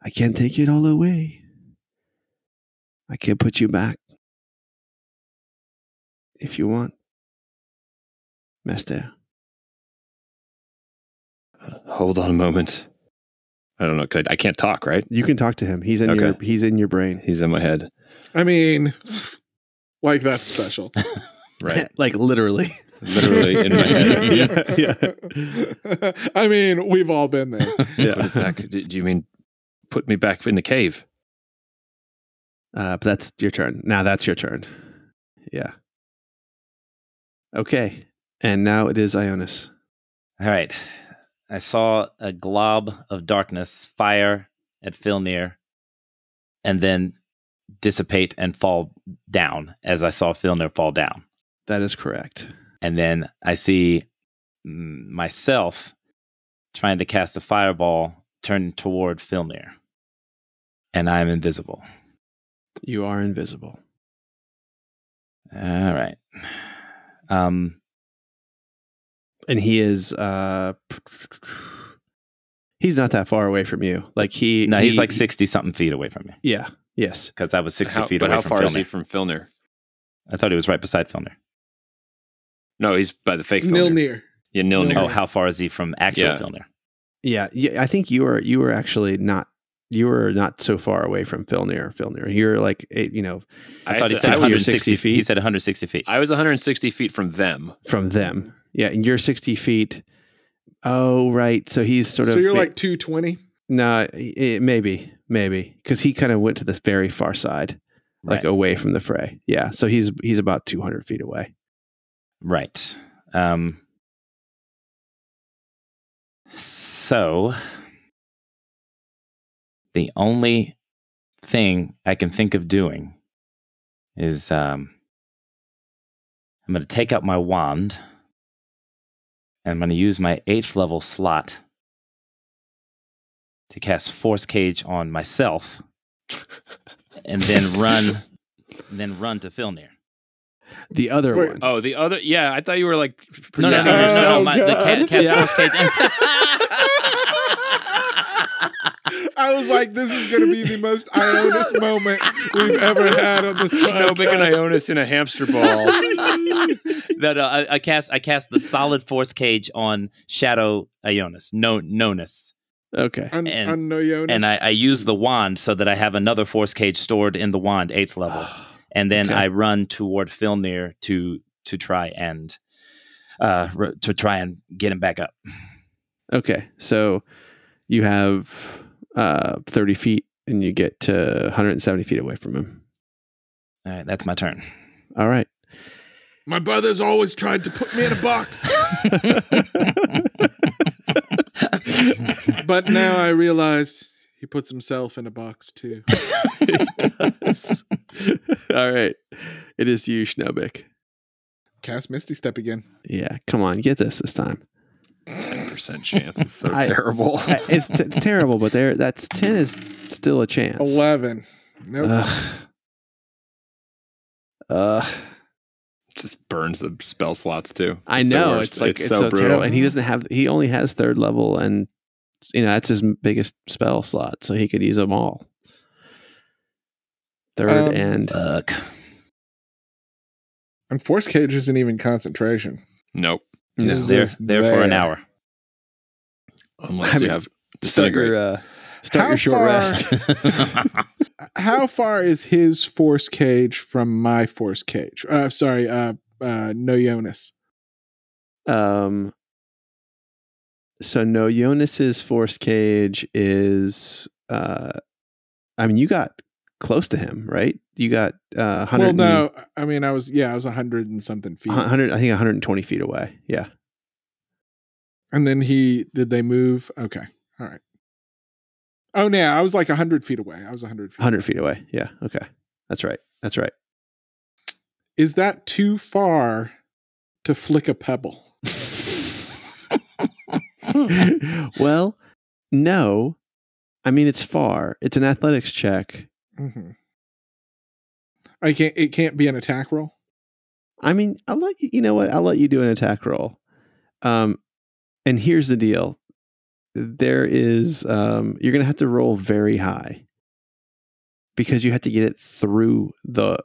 "I can't take it all away. I can't put you back if you want, Master."
Hold on a moment. I don't know. Could I, I can't talk, right?
You can talk to him. He's in
Okay.
your he's in your brain.
He's in my head.
I mean, like that's special.
<laughs>
Right.
<laughs> like literally.
Literally in my
<laughs>
head.
<laughs>
<laughs>
I mean, we've all been there.
Put it back. Do, do you mean put me back in the cave?
Uh, but that's your turn. Now that's your turn. Yeah. Okay. And now it is Ionis.
All right. I saw a glob of darkness fire at Filnir and then dissipate and fall down as I saw Filnir fall down.
That is correct.
And then I see mm, myself trying to cast a fireball turned toward Filnir. And I'm invisible.
You are invisible.
All right. Um,
And he is uh he's not that far away from you. Like he
no, he's
he-
like 60 something feet away from me
Yeah. Yes.
because I was 60
How-
feet
but
away
how
from
far
Filnir.
is he from Filner?
I thought he was right beside Filnir.
No, he's by the fake Filner.
Nilnir.
Yeah, Nilnir.
Oh, how far is he from actual
Yeah.
Filnir?
Yeah. Yeah. I think you were you were actually not you were not so far away from Filnir. Filnir. You're like eight, you know
I thought he
said-
said
I was-
160
feet.
feet. He said 160 feet.
I was 160 feet from them.
from them. Yeah. And you're sixty feet. Oh right. So he's sort
so
of
you're
ma-
like 220.
No, it, maybe, maybe, because he kind of went to this very far side, like
right.
away from the fray. Yeah, so he's he's about two hundred feet away.
right. Um, so the only thing I can think of doing is um, I'm going to take out my wand and I'm going to use my eighth level slot to cast Force Cage on myself and then run, then run to Filnir.
The other
Wait,
one,
Oh, the other. Yeah, I thought you were like
No, no, no,
protecting
Oh,
no, no, no,
yourself. <laughs>
my, the
God.
<laughs>
cat, cast
Yeah.
force cage.
I was like, this is going to be the most Ionis moment we've ever had on this podcast.
Snowbick and Ionis in a hamster ball.
no, no, I, I cast, I cast the solid force cage on Shadow Ionis, no, Nonus,
okay,
Un-
and-
Unknown.
and I, I use the wand so that I have another force cage stored in the wand, eighth level,
<gasps>
and then
Okay.
I run toward Filnir to to try and uh r- to try and get him back up.
okay. So you have uh, thirty feet, and you get to one hundred and seventy feet away from him.
All right, that's my turn.
All right. <laughs>
My brother's always tried to put me in a box, but now I realized he puts himself in a box too.
<laughs> It does. All right. It is you, Schnobik.
Cast Misty Step again.
Yeah, come on, get this this time.
Ten percent chance is so
<laughs> I-
terrible.
I- it's, it's terrible, but there that's ten is still a chance.
Eleven. Nope.
Ugh. Ugh.
just burns the spell slots too.
I
It's the
know
worst.
it's like it's, so, terrible, and he doesn't have he only has third level, and you know that's his m- biggest spell slot, so he could use them all. Third
Um,
and
<laughs>
Fuck.
and Force Cage isn't even concentration.
Nope.
No.
It's just
there for an
there.
hour.
Unless
I
you
mean,
have
start your
disintegrate.
uh, start
How
your short
far-
rest. <laughs>
<laughs>
How far is his Force Cage from my Force Cage? Uh, sorry, uh, uh, no Jonas.
Um, so no, Jonas's force cage is. Uh, I mean, you got close to him, right? You got uh,
Well,
hundred.
no, I mean I was yeah I was a hundred and something feet,
hundred. I think one hundred and twenty feet away. Yeah.
and then he did they move? Okay, all right. Oh no, I was like a hundred feet away. I was a hundred feet.
100 feet away. Yeah. Okay. That's right. That's right.
Is that too far to flick a pebble?
<laughs> well, no. I mean, it's far. It's an athletics check.
Mm-hmm. I can't. It can't be an attack roll.
I mean, I'll let you, you know what? I'll let you do an attack roll. Um, and here's the deal there is, um, you're going to have to roll very high because you have to get it through the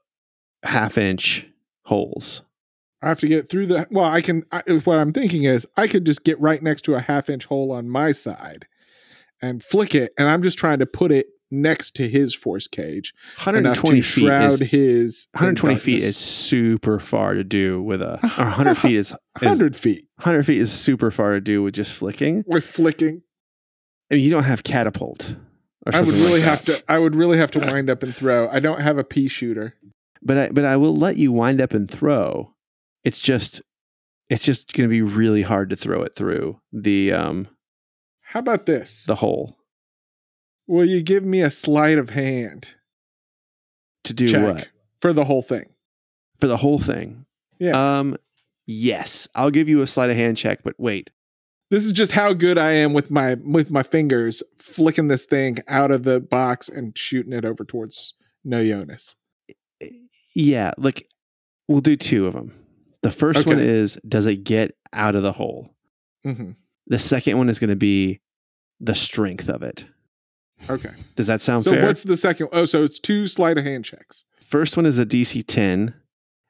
half inch holes.
I have to get through the. Well, I can. I, what I'm thinking is, I could just get right next to a half inch hole on my side, and flick it. And I'm just trying to put it next to his force cage, enough
120
to
feet
shroud
is
his. in
120 feet
darkness.
is super far to do with a or
<laughs>
100 feet is, is
100 feet.
100 feet is super far to do with just flicking.
With flicking,
I mean, you don't have catapult. Or
I would
something like
really
that.
have to. I would really have to wind up and throw. I don't have a pea shooter.
but I, but I will let you wind up and throw. It's just it's just going to be really hard to throw it through the um
How about this?
the hole
Will you give me a sleight of hand
to do
check
what
for the whole thing?
for the whole thing.
Yeah.
Um. Yes, I'll give you a sleight of hand check. But wait,
this is just how good I am with my with my fingers flicking this thing out of the box and shooting it over towards No Jonas.
yeah, look, we'll do two of them. The first one
Okay.
is does it get out of the hole?
hmm
The second one is going to be the strength of it.
Okay.
Does that sound
so
fair?
what's the second? Oh, so it's two sleight of hand checks.
first one is a DC 10,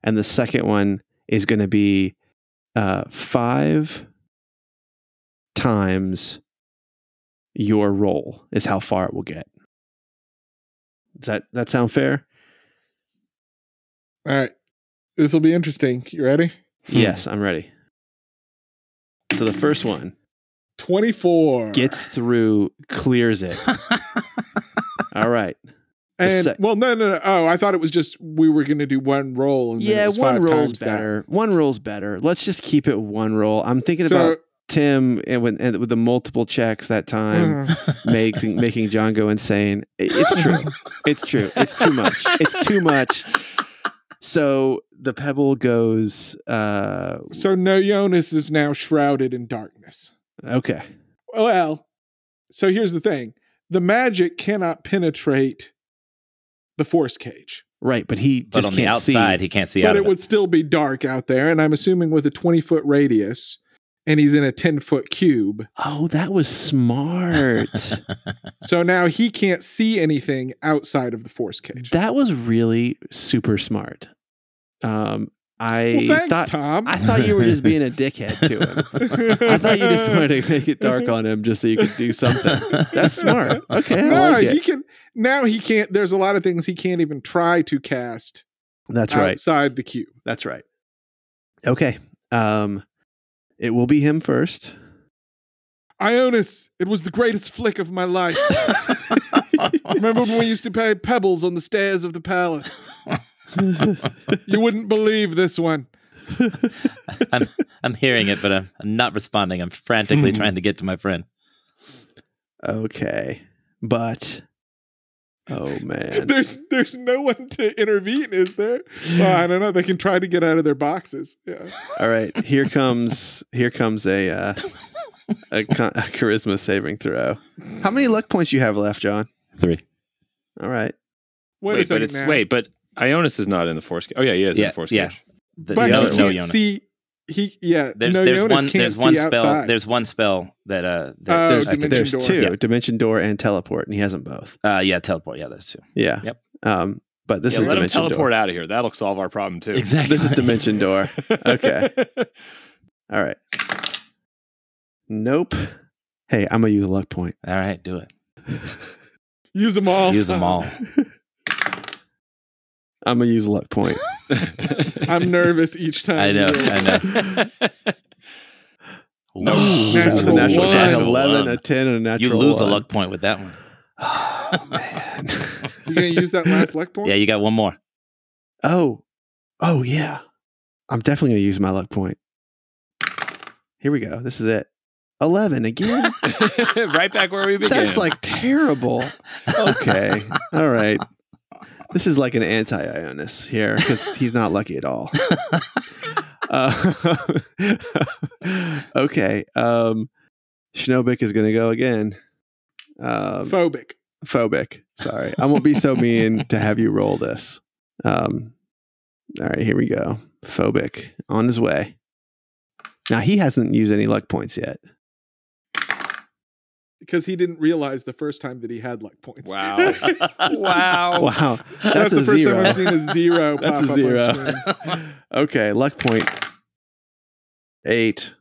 and the second one is going to be uh, five times your roll is how far it will get. Does that that sound fair?
All right. This will be interesting. You ready?
Yes, I'm ready. So the first one
Twenty four
gets through, clears <laughs> it. All right.
and
sec-
well, no, no, no. Oh, I thought it was just we were going to do one roll. And then it
Yeah,
was
one
five
roll's
times that.
better. One roll's better. Let's just keep it one roll. I'm thinking
So
about Tim and, when, and with the multiple checks that time.
mhm.
making making John go insane. I- It's
<laughs>
true. it's true. It's too much. It's too much. So the pebble goes. Uh,
so No Jonas is now shrouded in darkness.
okay.
Well, so here's the thing the magic cannot penetrate the force cage,
Right, but he
But
just
on the
can't
outside,
see.
he can't see out
but
of
it
it.
would still be dark out there. And I'm assuming with a 20 foot radius and he's in a 10
<laughs>
foot cube.
Oh, that was
<laughs>
smart.
so now he can't see anything outside of the force cage.
that was really super smart. Um, I
well, thanks,
thought
Tom.
I thought
<laughs>
you were just being
<laughs>
a dickhead to him. I thought you just wanted to make it dark on him just so you could do something.
<laughs>
That's smart. Okay, I
<laughs> No,
like
he
it.
can now he can't there's a lot of things he can't even try to cast
That's right.
outside the cube.
That's right. Okay. Um, it will be him first.
Ionis, it was the greatest flick of
<laughs>
my life. Remember when we used to play pebbles on the stairs of the palace? You wouldn't believe this one.
I'm, I'm hearing it, but I'm, I'm not responding. I'm
Hmm.
frantically trying to get to my friend.
okay, but Oh man.
<laughs>
there's there's no one to intervene, is there? Well, I don't know. They can try to get out of their boxes. Yeah.
All right, here comes here comes a uh, a, con- a charisma saving throw. How many luck points you have left, John?
Three.
All right.
Wait,
wait,
a
but
second
it's
now.
wait, but Ionis is not in the force. Ca- oh yeah, he is in
Yeah,
the force
yeah.
cage.
The-
but
no,
he
no,
can't
Yona.
see. He yeah.
There's
no,
there's
Jonas
one
can't
there's one
see
spell
outside.
there's one spell that uh
Oh,
that,
There's,
I can-
Dimension
there's
Door.
two
Yeah.
dimension door and teleport, and he hasn't both.
uh yeah teleport yeah there's two
Yeah.
Yep.
Um, but this
Yeah,
is
let him
dimension
teleport
door.
out of here. That'll solve our problem too. <laughs>
exactly
This is dimension door. <laughs> Okay. All right. Nope. Hey, I'm gonna use a luck point.
<laughs> all right do it
Use them all.
use them all
I'm gonna use a luck point.
<laughs> I'm nervous each time.
<laughs> I know
you do it.
I know
<laughs> Ooh, that was a
Natural
natural
one.
one.
Natural
eleven,
one.
a ten, and a natural.
you lose
one.
a luck point with that one
<laughs> Oh man.
You gonna use that last luck point?
<laughs> yeah you got one more
<laughs> Oh, oh yeah. I'm definitely gonna use my luck point. Here we go. This is it. Eleven again.
<laughs> right back where we began.
That's like terrible. Okay. All right. This is like an anti Ionis here because he's not lucky at all. Uh, <laughs> okay. Um, Schnobik is going to go again. Um,
Phobic.
phobic. Sorry. I won't be so mean to have you roll this. Um, all right, here we go. Phobic on his way. Now he hasn't used any luck points yet.
Because he didn't realize the first time that he had luck points.
Wow. <laughs>
<laughs>
Wow,
wow.
that's,
That's,
a
the first
zero.
time I've seen a zero
<laughs>
pop
That's a
up on
zero.
screen.
<laughs> okay, luck point eight.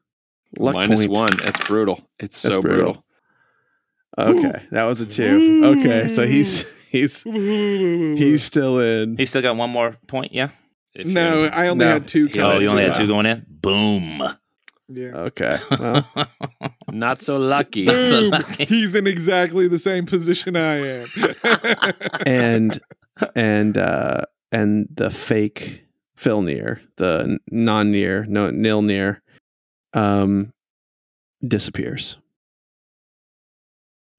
Luck
Minus
point.
one. That's brutal. It's so
That's brutal.
brutal.
Okay, that was a two. Okay, so he's he's <laughs> he's still in.
he still got one more point yeah
If you-
No, I only
No.
had two.
oh
coming
you
to
only had
us.
two going in boom
Yeah.
<laughs>
Okay, well,
not so lucky.
Boom. <laughs>
lucky.
He's in exactly the same position I am.
<laughs>
<laughs>
and and uh and the fake Filnir, the non near, no nil near, um, disappears.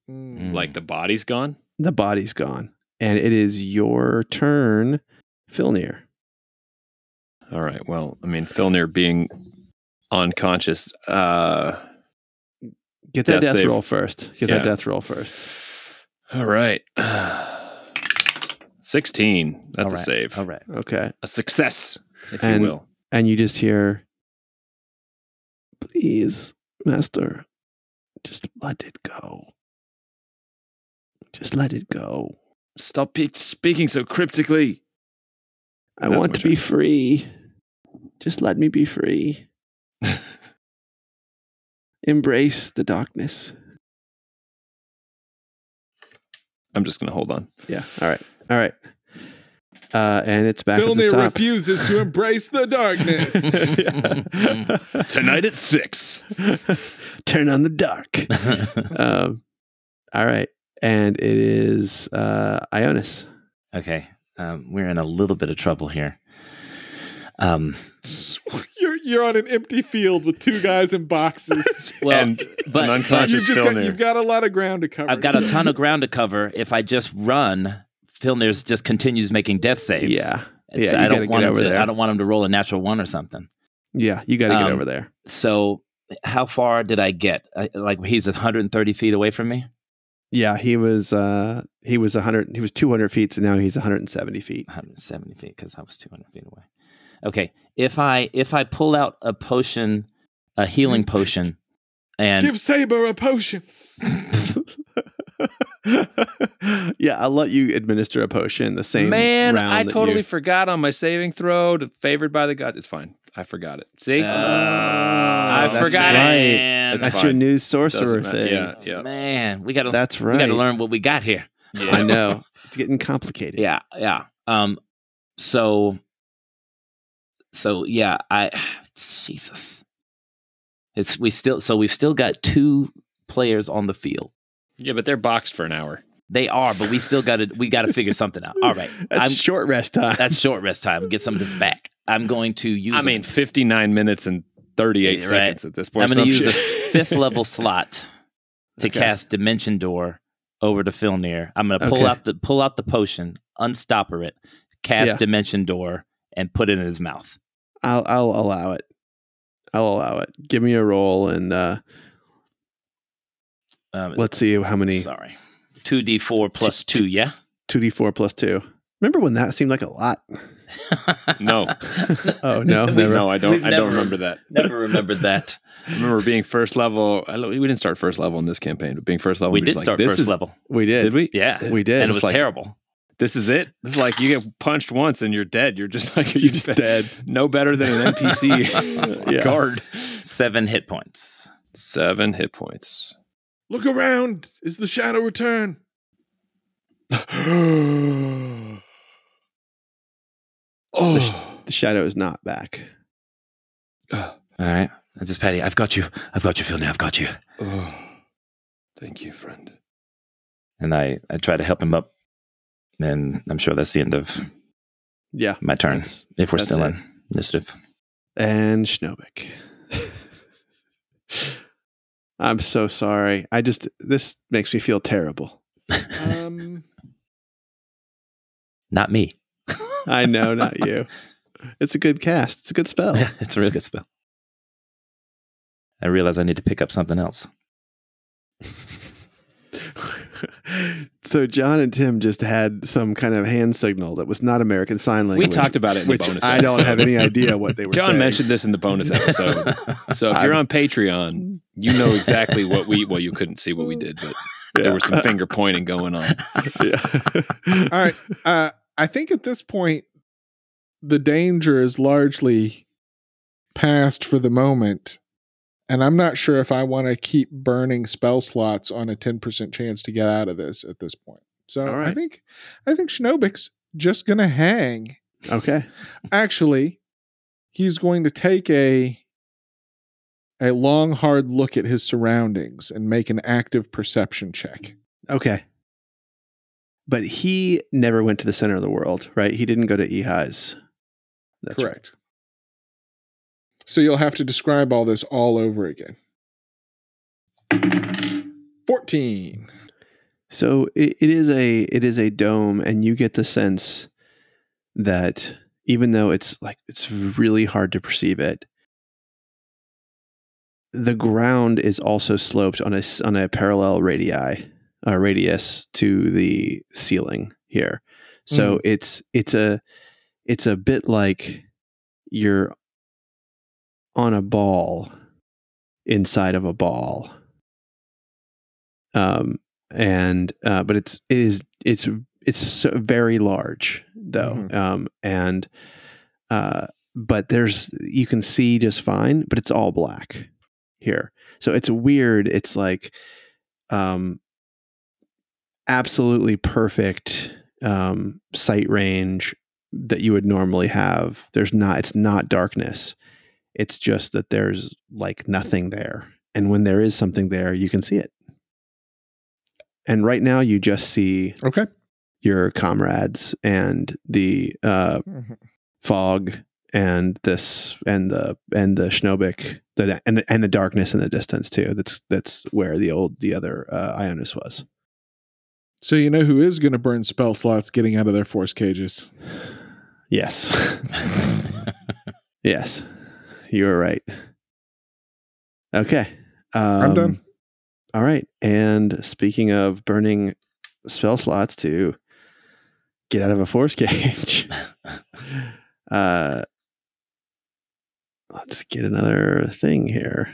Mm.
Mm.
like the body's gone.
The body's gone, and it is your turn, Filnir.
All right. Well, I mean, Filnir being unconscious. Uh,
Get that
Death
death
save.
roll first. Get
Yeah.
that death roll first.
all right. <sighs> Sixteen. That's a
All right.
save.
all right
Okay.
A success, if
And-
you will.
and you just hear, "Please, master, just let it go. Just let it go.
Stop pe- speaking so cryptically.
I
That's
want
my
to be free. Just let me be <laughs> free. Embrace the darkness."
I'm just gonna hold on.
<laughs> Yeah. All right. All right. Uh, and it's back at the
Filnir
top. <laughs>
refuses to embrace the darkness.
Hmm.
Tonight at six.
Turn on the dark. um, all right. And it is uh, Ionis.
okay um, we're in a little bit of trouble here um
you're you're on an empty field with two guys in
<laughs>
boxes.
well
and
but-
an
you've
unconscious
just got,
Filnir.
you've got a lot of ground to cover.
I've got a ton of ground to cover. If I just run, Filner's just continues making death saves.
Yeah. yeah,
It's-
you
I
gotta
don't
get
want him
over
to,
there.
I don't want him to roll a natural one or something.
Yeah, you got to get
Um,
over there.
So, how far did I get? I, like he's 130 feet away from me.
Yeah, he was uh he was 100 he was 200 feet so now he's 170 feet. <laughs>
170 feet because I was 200 feet away. Okay, if I if I pull out a potion, a healing potion, and
Give Saber a potion.
yeah, I'll let you administer a potion the same
Man,
round
I
that
totally
you-
forgot on my saving throw to favored by the gods. It's fine. I forgot it.
uh,
See? I
Ah, that's
forgot
right.
it.
Man,
It's
That's
fine.
your new
Doesn't
sorcerer
matter.
thing.
Yeah, yeah.
man, we gotta
That's
we
right.
gotta learn what we got here.
yeah. <laughs>
I know. It's getting complicated.
Yeah, yeah. Um so so yeah, I <sighs> Jesus. It's we still so we've still got two players on the field.
Yeah, but they're boxed for an hour.
They are, but we still got to we got to figure something out. All right.
That's
I'm-
short rest time.
That's
<laughs>
short rest time. Get some of this back. I'm going to use
I
a-
mean, 59 minutes and 38
Yeah, right.
seconds at this point.
I'm
<laughs> some
going <laughs> to use a
shit.
fifth level slot to
Okay.
cast Dimension Door over to Filnir. I'm gonna pull
Okay.
out the pull out the potion, unstopper it, cast
Yeah.
Dimension Door, and put it in his mouth.
I'll I'll allow it. I'll allow it. Give me a roll and uh,
Um,
let's see how many
sorry, two d four plus two. Yeah. <laughs>
two d four plus two. Remember when that seemed like a lot?
No.
Oh,
<laughs>
no,
We've
never.
No, I don't.
We've
I don't
never-
remember that.
<laughs> never
<laughs>
remembered that.
I remember being first level. I, don't- we didn't start first level in this campaign, but being first level,
we
we're
did
just like,
start
this
first
is,
level.
We did.
Did we?
Yeah,
We did.
and it
Just
was
like,
terrible.
This is it. This is like you get punched once and you're dead. You're just <laughs> like you just
dead.
No better than an <laughs> NPC
Yeah.
guard.
Seven hit points.
Seven hit points.
Look around. Is the shadow return?
<sighs>
oh,
Oh. The shadow is not back.
All right, I just Patty. I've got you. I've got you, Filnir. I've got you.
oh. Thank you, friend.
And I I try to help him up, and I'm sure that's the end of
Yeah.
my turn.
That's-
if we're
that's
still
it.
in initiative,
and Schnobik. <laughs> I'm so sorry. I just this makes me feel terrible.
Um,
not
<laughs>
me.
I know, not
<laughs>
you. It's a good cast. It's a good spell.
Yeah, it's a real good spell. I realize I need to pick up something else.
<laughs> so John and Tim just had some kind of hand signal that was not American Sign
We
Language.
talked about it in
which
the bonus.
I don't
episode.
have any idea what they were
John
saying.
mentioned this in the
<laughs>
bonus episode. So if you're on Patreon, you know exactly what we well you couldn't see what we did, but there was some finger pointing going on.
<laughs> Yeah.
All right. Uh, I think at this point, the danger is largely past for the moment. And I'm not sure if I want to keep burning spell slots on a 10% chance to get out of this at this point. So
All
I
right.
think I think Shinobik's just gonna hang.
Okay.
Actually, he's going to take a a long hard look at his surroundings and make an active perception check.
Okay. But he never went to the center of the world, right? He didn't go to Ehaz. That's right.
Correct. So you'll have to describe all this all over again. 14.
So it, it is a it is a dome, and you get the sense that even though it's like it's really hard to perceive it, the ground is also sloped on a s- on a parallel radii uh, radius to the ceiling here. So it's it's a it's a bit like you're on a ball inside of a ball. Um, and uh, but it's it is it's it's so very large though
Mhm.
um and uh but there's you can see just fine but it's all black here so it's weird it's like um absolutely perfect um sight range that you would normally have there's not it's not darkness it's just that there's like nothing there and when there is something there you can see it and right now you just see
Okay.
your comrades and the uh,
Mm-hmm.
fog and this and the and the Schnobik the and the, and the darkness in the distance too. That's that's where the old the other uh, Ionis was.
So you know who is going to burn spell slots getting out of their force cages?
Yes, yes, you are right. Okay, um,
I'm done.
All right. And speaking of burning spell slots to get out of a force <laughs> cage, uh, let's get another thing here.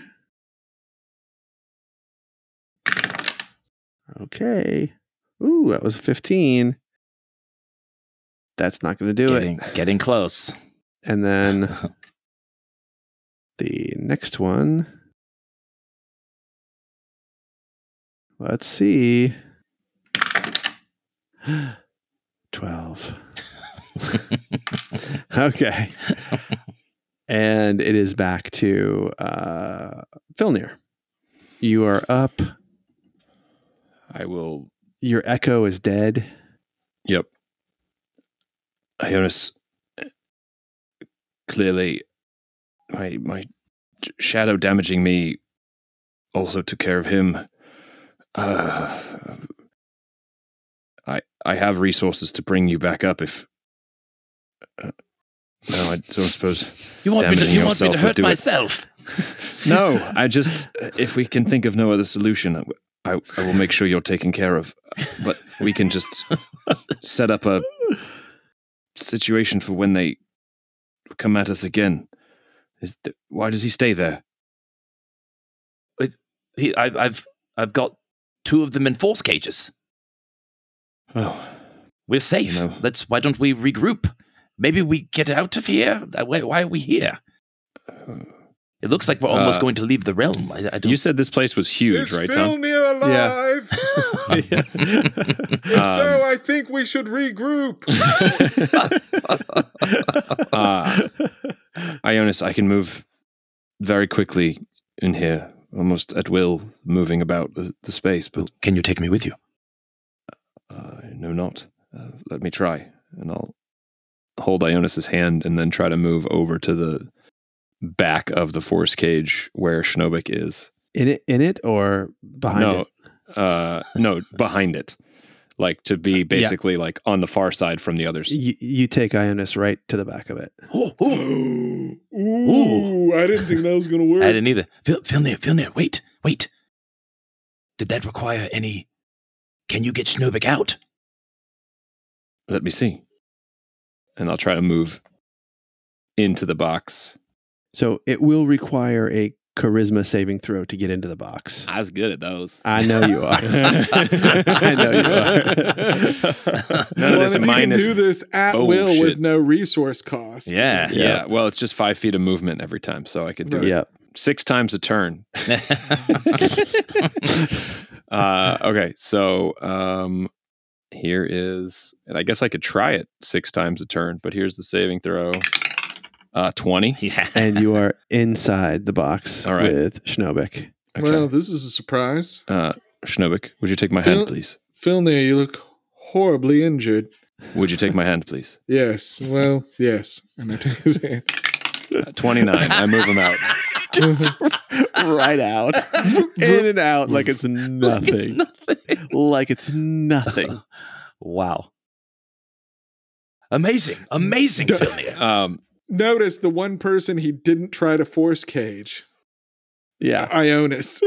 Okay. Ooh, that was a 15. That's not going to do
Getting
it.
getting close.
And then
<laughs>
the next one. Let's see. <gasps> 12.
<laughs>
okay. and it is back to uh, Filnir. You are up.
I will
Your echo is dead.
Yep. Ionis clearly my my j- shadow damaging me also took care of him. Uh, <sighs> I I have resources to bring you back up if. Uh, no, I don't suppose.
You want me to,
damaging
you want me
yourself
to
would
hurt
do it.
myself?
No, I just if we can think of no other solution, I, I will make sure you're taken care of. But we can just set up a situation for when they come at us again. Is th- why does he stay there?
He, I, I've I've got two of them in force cages.
Oh,
We're safe.
You know.
Let's. Why don't we regroup? Maybe we get out of here. That way- Why are we here? It looks like we're almost
Uh,
going to leave the realm. I, I don't.
you said this place was huge,
Is
right, Tom?
Vilnir alive?
<laughs>
<laughs> If so,
Um,
I think we should
<laughs>
regroup.
Ah. Ionis, I can move very quickly in here, almost at will, moving about the, the space, but
Can you take me with you?
uh, no, not. Uh, let me try, and I'll hold Ionis's hand and then try to move over to the back of the force cage where Schnobik is.
in it, in it, or behind
no,
it?
uh, no, behind it, like to be basically like on the far side from the others.
You, you take Ionis right to the back of it.
Oh, oh.
Um,
<gasps> Ooh, I didn't think that was
<laughs>
gonna work.
I didn't either. Fil- Filnir, Filnir, wait, wait. Did that require any? Can you get Schnobik out?
Let me see, and I'll try to move into the box.
So it will require a charisma saving throw to get into the box.
I <laughs> was good at those.
I know you are.
<laughs>
I know
<laughs>
you are.
None of
well,
this
if
minus.
you can do this at will
bullshit.
with no resource cost.
yeah. Well, it's just five feet of movement every time, so I could do it.
yep.
six times a <laughs> turn. uh, okay, so um, here is, and I guess I could try it six times a turn, but here's the saving throw. Uh, twenty.
Yeah.
And you are inside the box
All right.
with Schnobik.
Okay.
Well, this is a surprise.
uh, Schnobik, would you take my hand,
Phil-
please?
Filnir, you look horribly injured.
Would you take my hand, please?
Yes. Well, yes. And I take his <laughs> hand.
Uh, Twenty-nine. I move him out.
<laughs> right out. <laughs> In and out like
<laughs>
it's nothing.
nothing.
Like it's nothing.
wow. Amazing,
<laughs>
amazing, Filnir.
Um,
Notice the one person he didn't try to force cage.
Yeah.
Ionis.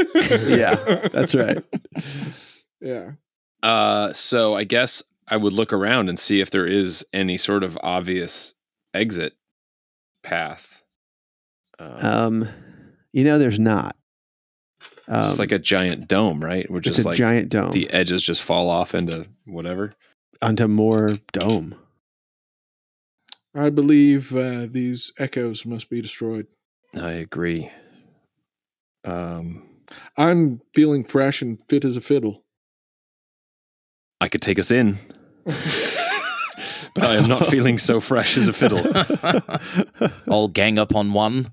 Yeah, That's right.
Yeah.
uh, so I guess I would look around and see if there is any sort of obvious exit path. Um,
Um, you know, there's not.
It's
Um,
just like a giant dome, right? We're
it's
just
a
like
giant dome
the edges just fall off into whatever.
onto more dome.
I believe uh, these echoes must be destroyed.
I agree. Um,
I'm feeling fresh and fit as a fiddle.
I could take us
<laughs>
in, but I am not feeling so fresh as a fiddle.
<laughs>
<laughs>
All gang up on one.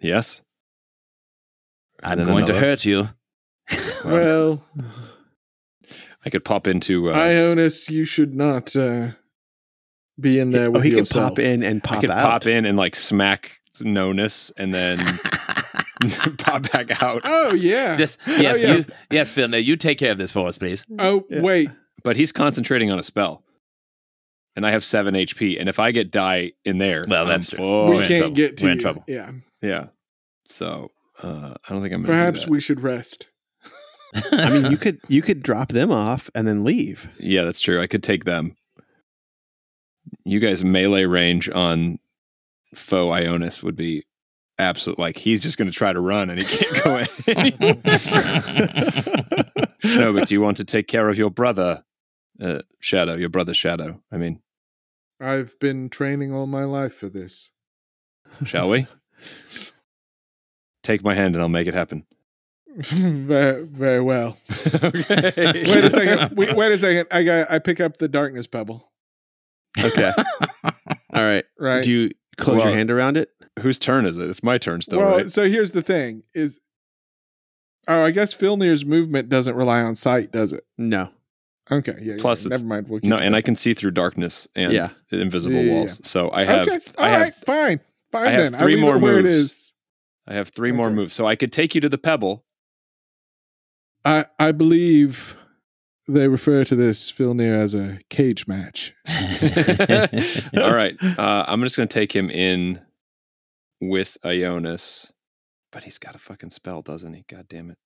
Yes,
I'm
then
going to
another.
hurt
<laughs>
you.
Wow.
Well,
I could pop into. Uh, I,
Ionis, you should not uh, be in there
Oh,
with
he can
yourself.
pop in and pop
could
out.
pop in and like smack Nonus, and then <laughs> pop back out.
Oh yeah.
Yes, yes,
yeah.
you, yes, Filnir. You take care of this for us, please.
Oh
Yeah.
wait.
But he's concentrating on a spell, and I have seven HP. And if I get die in there,
Well,
I'm
that's true.
full-
we
we're in
can't
trouble.
get to
We're in
you.
trouble.
Yeah.
Yeah. So uh, I don't think I'm. Gonna do
Perhaps
that.
we should rest.
I
<laughs>
mean, you could you could drop them off and then leave.
Yeah, that's true. I could take them. You guys melee range on foe Ionis would be absolute. Like he's just going to try to run and he can't <laughs> go anywhere. <laughs> no, but do you want to take care of your brother, uh, Shadow? Your brother Shadow. I mean,
<laughs> I've been training all my life for this. <laughs>
shall we? take my hand and I'll make it happen.
very, very well. <laughs> Wait a
<laughs>
second. Wait, wait a second. I got. I pick up the darkness pebble.
<laughs>
Okay. All right.
Right.
Do you close
Well-
your hand around it?
Whose turn is it? It's my turn still,
well,
right?
so here's the thing: is oh, I guess Filnir's movement doesn't rely on sight, does it?
No.
Okay. Yeah.
Plus
yeah,
it's-
never mind. We'll
No,
keep
and
that.
I can see through darkness and
Yeah.
invisible
Yeah, yeah,
walls. So I have,
okay.
I
all
have
right, Fine. Fine.
I have
then
three
I leave
more
it where
moves.
it is.
I have three more
Okay.
moves. So I could take you to the pebble.
I I believe They refer to this Filnir as a cage match.
<laughs> All right. Uh, I'm just going to take him in with Ionis. But he's got a fucking spell, doesn't he? God damn it.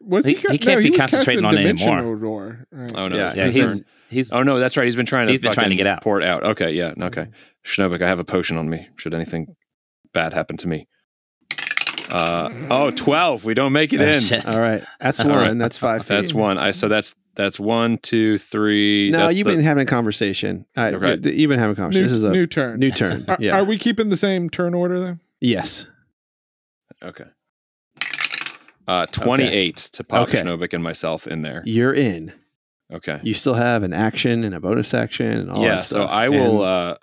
Was
He-
he? ca-
he can't
no,
be
was
concentrating
casting
on it
Dimensional
anymore.
Roar, right.
Oh, no.
Yeah,
it's
yeah,
my
he's
turn.
he's
oh, no, that's right. He's been trying to,
He's been trying
fucking
to get out.
Port out. Okay. Yeah. Okay. Schnobik, I have a potion on me. Should anything bad happen to me? Uh, oh, 12. We don't make it in.
<laughs> Shit.
All right, that's
<laughs>
All
one.
right.
That's five. Feet.
That's one. I so that's that's one, two, three.
No,
that's
you've
the-
been having a conversation. Uh,
Okay.
th- You've been having a
New,
conversation. this is a new,
new turn.
<laughs>
turn.
Are,
yeah.
are we keeping the same turn order then?
yes.
Okay. Uh, 28 to pop
Okay.
Schnobik and myself in there.
You're in.
Okay.
You still have an action and a bonus action and all
yeah,
that
so
stuff.
I will.
Oh, And,
uh,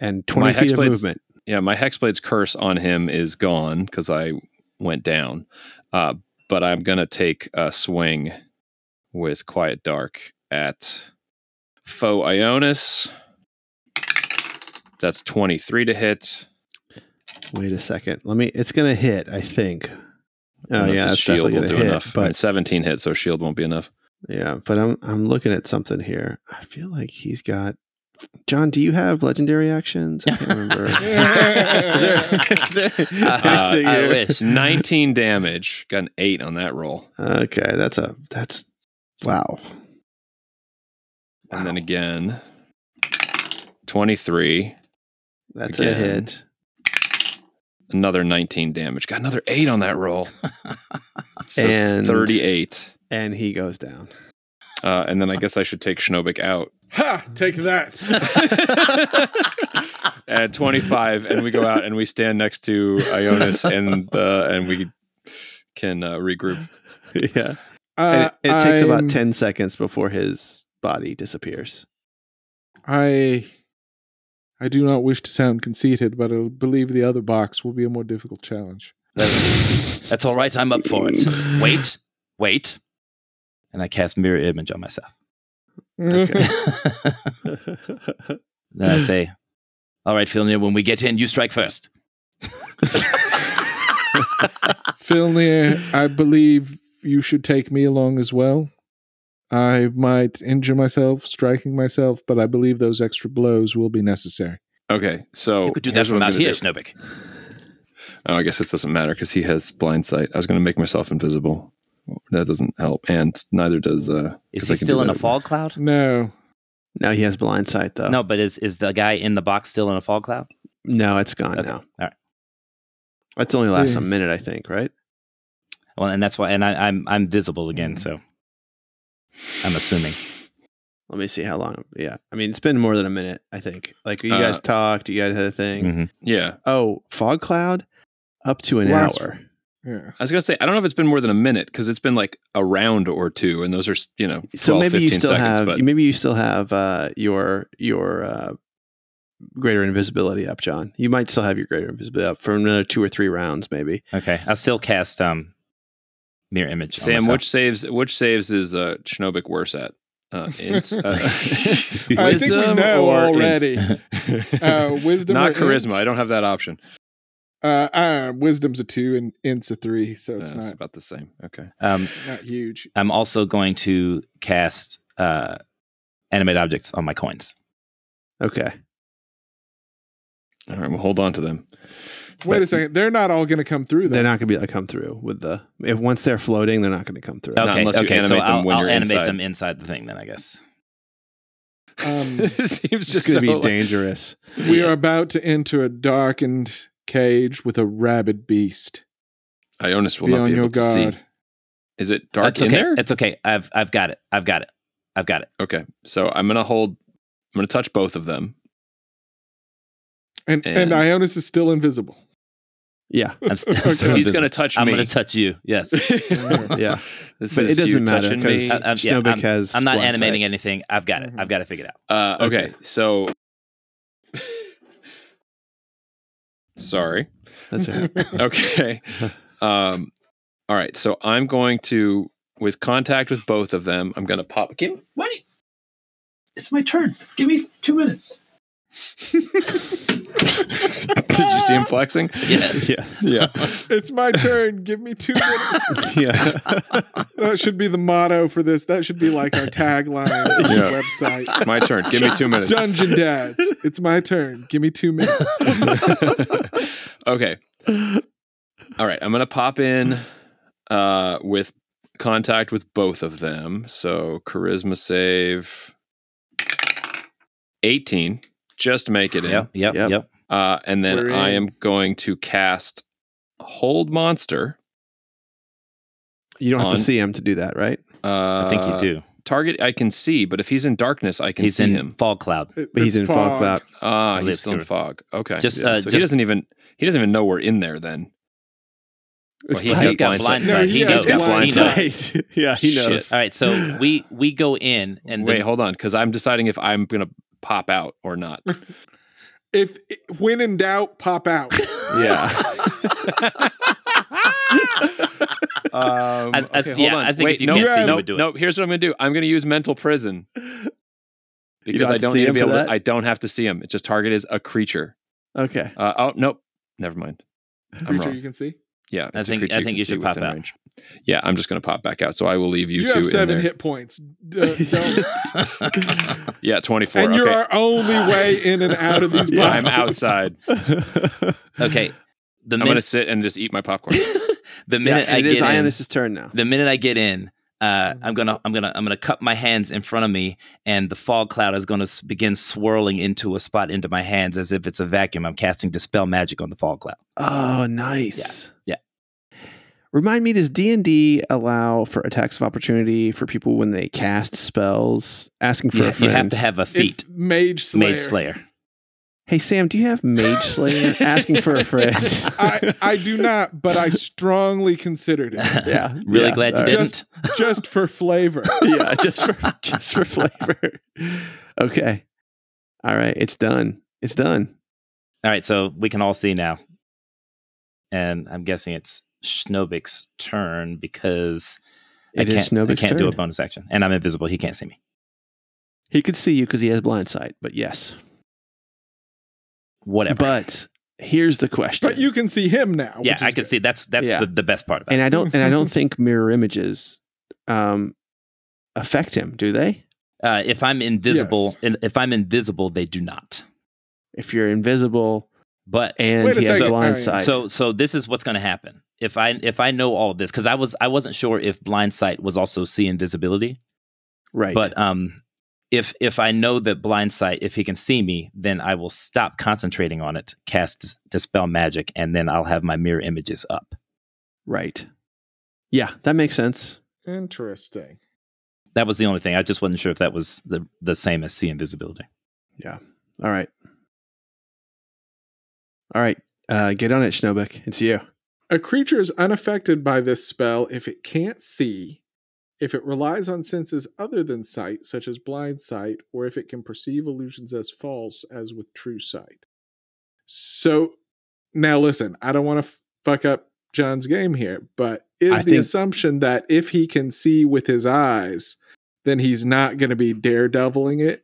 and
my
twenty feet of
Hexblade's-
movement.
yeah, my Hexblade's curse on him is gone because I went down. Uh, but I'm going to take a swing with Quiet Dark at Foe Ionis. That's 23 to hit.
Wait a second. Let me. It's gonna hit. I think.
I
Oh
don't know if
yeah,
his
it's
shield
definitely
E will
gonna
do
hit,
enough. I mean,
But
17 hits, so shield won't be enough.
yeah, but I'm I'm looking at something here. I feel like he's got. John, do you have legendary actions? I can't remember.
<laughs>
is
Uh,
there, <laughs> is there anything
Uh, I
here?
wish.
19 damage. Got an 8 on that roll.
Okay, that's a that's wow.
And then again, 23.
That's a
Again.
hit.
Another 19 damage. Got another 8 on
<laughs>
that roll. So
And-
38.
And he goes
<laughs>
down. <laughs>
Uh, and then I guess I should take Schnobik out
Ha! Take that.
at 25, and we go out and we stand next to Ionis, and uh, and we can uh, regroup.
yeah.
<laughs> Uh,
And it, it takes
I'm-
about 10 seconds before his body disappears.
I I do not wish to sound conceited, but I believe the other box will be a more difficult challenge.
<laughs> That's, that's all right. I'm up
<laughs>
for it. Wait, wait. And I cast mirror image on myself.
<laughs>
then
<laughs>
I say, "All right, Filnir. When we get in, you strike first.
Filnir, I believe you should take me along as well. I might injure myself striking myself, but I believe those extra blows will be necessary.
Okay, so
you could do
Oh,
that
here's what
from
I'm
out
gonna
here,
do.
Schnobik.
Oh, I guess this doesn't matter because he has blind sight. I was going to make myself invisible. That doesn't help, and neither does. Uh,
Is
'cause
he
I can
still
do
in a
that.
fog cloud?
No.
Now he has blind sight, though.
No, but is is the guy in the box still in a fog cloud?
No, it's gone
Okay.
now.
right.
That's only lasts a
Hmm.
minute, I think, right?
Well, and that's why, and I, I'm I'm visible
Mm.
again, so I'm assuming.
Let me see how long. Yeah. I mean, it's been more than a minute, I think. Like, you guys
Uh,
talked, you guys had a thing.
Mhm.
Yeah,
Oh, fog cloud? Up to an
Last-
hour.
Yeah.
I was gonna say I don't know if it's been more than a minute because it's been like a round or two, and those are you know 12,
So maybe
15
you still
seconds.
have
but
maybe you still have uh, your your uh, greater invisibility up, John. You might still have your greater invisibility up for another two or three rounds, maybe.
Okay, I'll still cast um mirror image. on
Sam,
myself.
which saves which saves is uh, Schnobik worse at?
<laughs>
Uh, int,
<laughs>
uh,
I think we
wisdom
know
or int? <laughs>
already. Uh, wisdom
Not
or
charisma.
int?
I don't have that option.
Uh, uh, wisdom's a two and int's a three, so
Uh,
it's
It's
not
about the same. Okay.
um,
not huge.
I'm also going to cast uh, animate objects on my coins.
Okay.
All right. Well, hold on to them.
Wait a second, they're not all going to come through.
They're
Though.
not going to be able to come through with the. If once they're floating, they're not going to come through.
Okay,
unless you
okay, so
animate them
I'll,
when
I'll
you're
animate
inside. <laughs>
them inside the thing. Then I guess.
Um,
it seems
It's
just
just going to
<laughs> so,
be
like-
dangerous.
we are about to enter a darkened cage with a rabid beast.
Ionis will
be
not
on
be able
your
to see.
guard.
Is it dark
That's
in
okay.
there?
It's okay. I've I've got it. I've got it. I've got it.
okay. So I'm gonna hold. I'm gonna touch both of them.
And, and
And-
Ionis is still invisible.
Yeah.
<laughs>
I'm still,
Okay.
So
still
he's
invisible.
gonna touch
I'm
me.
gonna touch you.
<laughs>
Yes.
Yeah.
This
but it
is you
doesn't matter
touching
because
me.
Uh, um, yeah,
Snowbik
I'm-
has.
I'm not
blind
animating
sight.
anything. I've got it.
Mm-hmm.
Mhm.
I've got it figured out.
Uh, okay.
Okay.
so sorry.
That's it.
<laughs> Okay. um, all right. So I'm going to, with contact with both of them, I'm going to pop. Give me money. It's my turn. Give me two minutes. <laughs> Did you see him flexing?
Yes.
Yes. Yeah.
It's my turn. Give me two minutes.
yeah.
<laughs> That should be the motto for this. That should be like our tagline on the
Yeah.
website.
It's my turn. Give me <laughs> two minutes.
Dungeon Dads. It's my turn. Give me two minutes.
okay. All right. I'm gonna pop in uh with contact with both of them. So charisma save 18. Just make it in.
Yep, yep,
Yep.
yep.
Uh, and then
We're
I
in.
am going to cast Hold Monster.
You don't have
On-
to see him to do that, right?
Uh,
I think you do.
Target I can see, but if he's in darkness, I can
He's
see
in
him.
fog cloud.
It-
But he's
it's
in fog cloud.
fogged.
Ah,
Live
he's still in
through.
fog. Okay.
Just,
Yeah.
uh,
so he
just-
doesn't even he doesn't even know we're in there then.
It's
Well,
tight.
He's got
blindsight.
blindsight.
No, he
he,
has
knows.
blindsight.
He knows.
yeah, he knows.
Shit.
All right, so we we go in and
Wait,
then,
hold on, because I'm deciding if I'm gonna pop out or
<laughs>
not. Um,
If when in doubt, pop out.
Yeah.
Um,
I- I- yeah, I think if you can't
see, you
nope,
would do it.
Nope, here's what I'm gonna do. I'm gonna use
<laughs>
mental prison because
have
I
to
don't
see
need to
him
be
for
able.
that?
To, I don't have to see him. It just target is a creature.
<laughs> okay.
Uh, oh nope, never mind. I'm
Creature
wrong.
you can see.
Yeah,
I
it's a
think-
creature
I think
can
you
see
should pop
within
out.
range. Yeah, I'm just gonna pop back out. So I will leave you,
You,
two
have
in
seven
there.
hit points. D- don't-
Yeah, 24.
and
okay.
you're our only way in and out of these boxes.
Yeah,
<laughs>
I'm outside.
<laughs> <laughs> okay. The
I'm
minute
gonna sit and just eat my popcorn.
<laughs> the minute I
it
get
is
in,
Ionis' turn now.
the minute I get in, uh,
Mm.
I'm gonna I'm gonna I'm gonna cup my hands in front of me, and the fog cloud is gonna s- begin swirling into a spot into my hands as if it's a vacuum. I'm casting dispel magic on the fog cloud.
Oh, nice.
Yeah.
Remind me, does D and D allow for attacks of opportunity for people when they cast spells? Asking for
You,
a
ha- you
friend.
have to have a feat,
If Mage Slayer.
mage slayer.
Hey Sam, do you have Mage Slayer?
<laughs>
asking for a <laughs> friend.
I, I do not, but I strongly considered it
yeah.
really
yeah,
glad you
all right.
didn't.
Just- just for flavor.
yeah,
<laughs>
just for just for flavor. Okay. All right, it's done. It's done.
All right, so we can all see now, and I'm guessing it's Schnobik's turn because I
It
can't,
is Snowbik's
I can't do a
turn.
bonus action, and I'm invisible. He can't see me.
He could see you because he has blind sight, but yes.
Whatever.
But here's the question.
But you can see him now.
yeah,
which is
I can
good.
see. That's that's
Yeah.
the, the best part about
and
it.
I don't and I
<laughs>
don't think mirror images um affect him, do they?
Uh, if I'm invisible, if I'm invisible, they do not.
If you're invisible
But
and
Wait a
he has
second.
blind
All
sight.
right.
so so this is what's going to happen if i if i know all of this because i was i wasn't sure if blind sight was also see invisibility
right.
but um if if i know that blind sight if he can see me then i will stop concentrating on it cast dis- dispel magic and then i'll have my mirror images up
right. Yeah, that makes sense.
Interesting.
that was the only thing i just wasn't sure if that was the the same as see invisibility
All right. All right. Uh, get on it, Schnobek. It's you.
A creature is unaffected by this spell if it can't see, if it relies on senses other than sight, such as blind sight, or if it can perceive illusions as false, as with true sight. So now listen, I don't want to fuck up John's game here, but is
I
the
think-
assumption that if he can see with his eyes, then he's not going to be daredeviling it?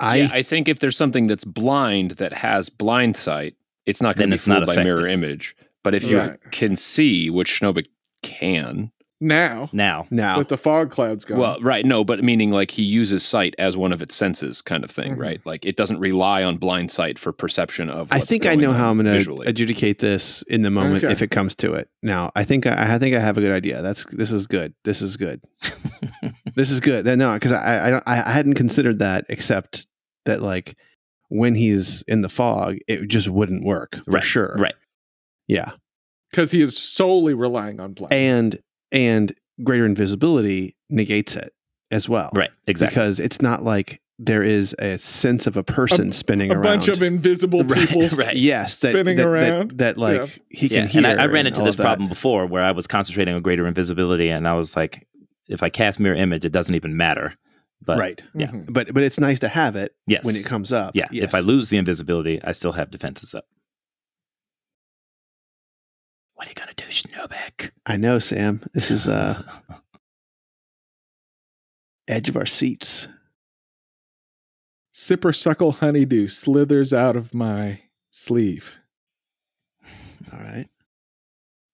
I
yeah, I think if there's something that's blind that has blind sight, it's not going
Then
to be
it's not
fooled by
affected.
mirror image. But if you
Right.
can see, which Schnobik can,
Now,
now
now.
with the fog clouds gone.
well, right, no, but meaning like he uses sight as one of its senses, kind of thing,
Mhm.
right? Like it doesn't rely on blind sight for perception of.
I
what's
think I
going
know
on
how I'm going to
visually.
adjudicate this in the moment
Okay.
if it comes to it. Now, I think I, I think I have a good idea. That's this is good. This is
<laughs>
good. this is good. No, because I I, don't- I I hadn't considered that except that like when he's in the fog, it just wouldn't work for
Right,
sure.
right.
Yeah,
because he is solely relying on blind.
and and greater invisibility negates it as well.
right exactly
Because it's not like there is a sense of a person spinning
a
around. <laughs>
bunch of invisible
Right,
people.
right.
yes, that,
spinning
that, that-
around.
That, like he can
yeah,
hear.
and I, I ran
and
into
all
this
of that.
problem before where I was concentrating on greater invisibility, and I was like, if I cast mirror image, it doesn't even matter. But
right,
Yeah.
Mhm.
but but it's nice to have it
yes,
when it comes up.
yeah,
Yes.
if I lose the invisibility, I still have defenses up. What are you gonna do, Snowback?
I know, Sam. This is uh
<laughs>
edge of our seats.
Sipper suckle honeydew slithers out of my sleeve
All right.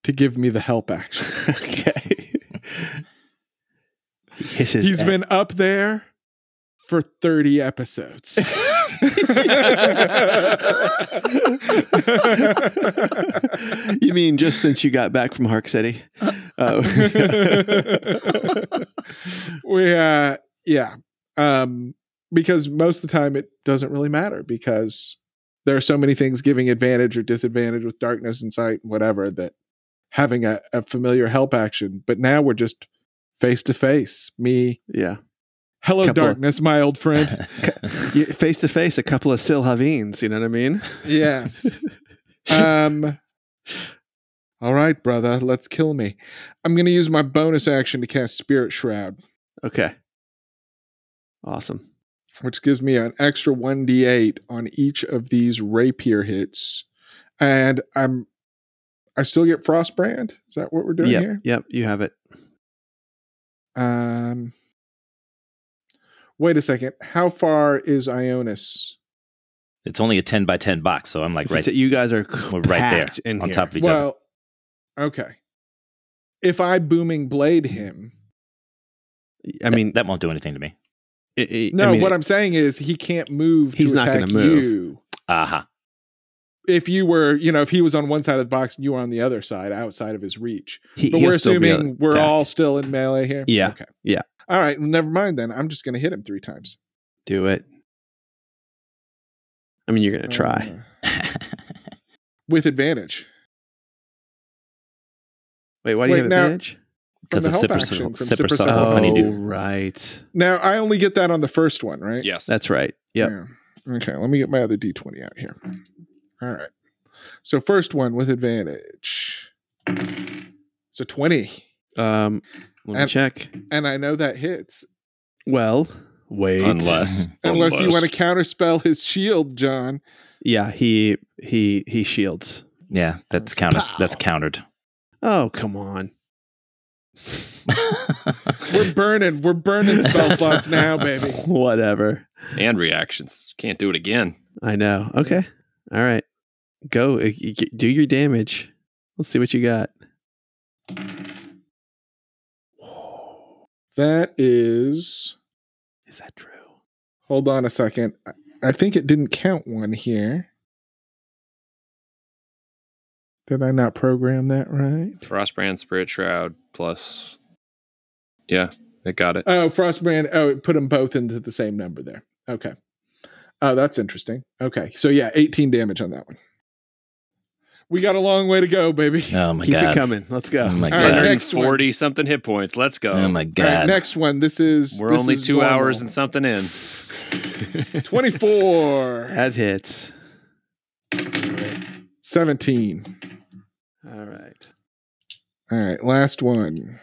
to give me the help action.
Okay. He Hisses.
He's
at-
been up there for 30 episodes. <laughs>
<laughs> you mean just since you got back from Hark City?
Uh.
Oh. <laughs>
we uh yeah um because most of the time it doesn't really matter because there are so many things giving advantage or disadvantage with darkness and sight and whatever that having a, a familiar help action but now we're just face to face me
yeah.
hello
Couple of-
darkness my old
<laughs>
friend
You- Face to face, a couple of Silhavines. You know what I mean?
yeah um all right brother let's kill me i'm gonna use my bonus action to cast spirit shroud
Okay. Awesome.
which gives me an extra 1d8 on each of these rapier hits. And I'm I still get frostbrand. Is that what we're doing
yep.
here?
Yep. You have it.
Um Wait a second. How far is Ionis?
It's only a 10 by 10 box, so I'm like
It's
right
that you guys are
We're right there,
packed in
on
here.
top of each other.
Well, okay. If I booming blade him,
I
That-
mean,
that, won't do anything to me.
it- it- I
no.
mean,
what
it-
I'm saying is he can't move.
He's
to
not
attack
gonna move.
You.
Aha.
If you were, you know, if he was on one side of the box and you were on the other side, outside of his reach,
he-
But
he'll
we're
still be able
assuming
to
we're
attack.
all still in melee here.
Yeah.
Okay.
Yeah.
All right. Well, never mind then. I'm just going to hit him three times.
do it. I mean, you're gonna try.
Uh, with advantage.
Wait, why do you
wait,
have
now-
advantage?
from
Because
the
of
help
Sipper
action from
Circle- Sipper
Sipper
Circle
Circle.
of Honeydew.
right.
Now I only get that on the first one, right?
Yes.
That's right. Yep.
Yeah. Okay. Let me get my other d20 out here. All right. So first one with advantage. It's a 20.
Um, let me
And-
check.
And I know that hits.
Well, wait.
unless <laughs>
Unless you want to counterspell his shield, John.
yeah, he he he shields.
Yeah, that's counter. That's countered. <laughs>
Oh, come on.
We're burning. We're burning spell slots now, Oh, baby.
<laughs> Whatever.
and reactions. Can't do it again.
I know. Okay. All right. Go Uh, y- y- do your damage. Let's see what you got.
That is
Is that true?
Hold on a second. I- I think it didn't count one here. Did I not program that right?
Frostbrand, Spirit Shroud, plus. Yeah, it got it.
Oh, Frostbrand. Oh, it put them both into the same number there. Okay. Oh, that's interesting. Okay. So, yeah, 18 damage on that one. We got a long way to
<laughs>
go, baby.
Oh my
Keep it
god.
coming. Let's go.
Oh my
All right,
god.
next one.
140 something hit points. Let's go.
oh my
All right,
god.
next one. This is.
We're
this
only
is
two
normal.
hours <laughs> and something in.
<laughs>
24.
That hits.
17.
All right.
All right. Last one.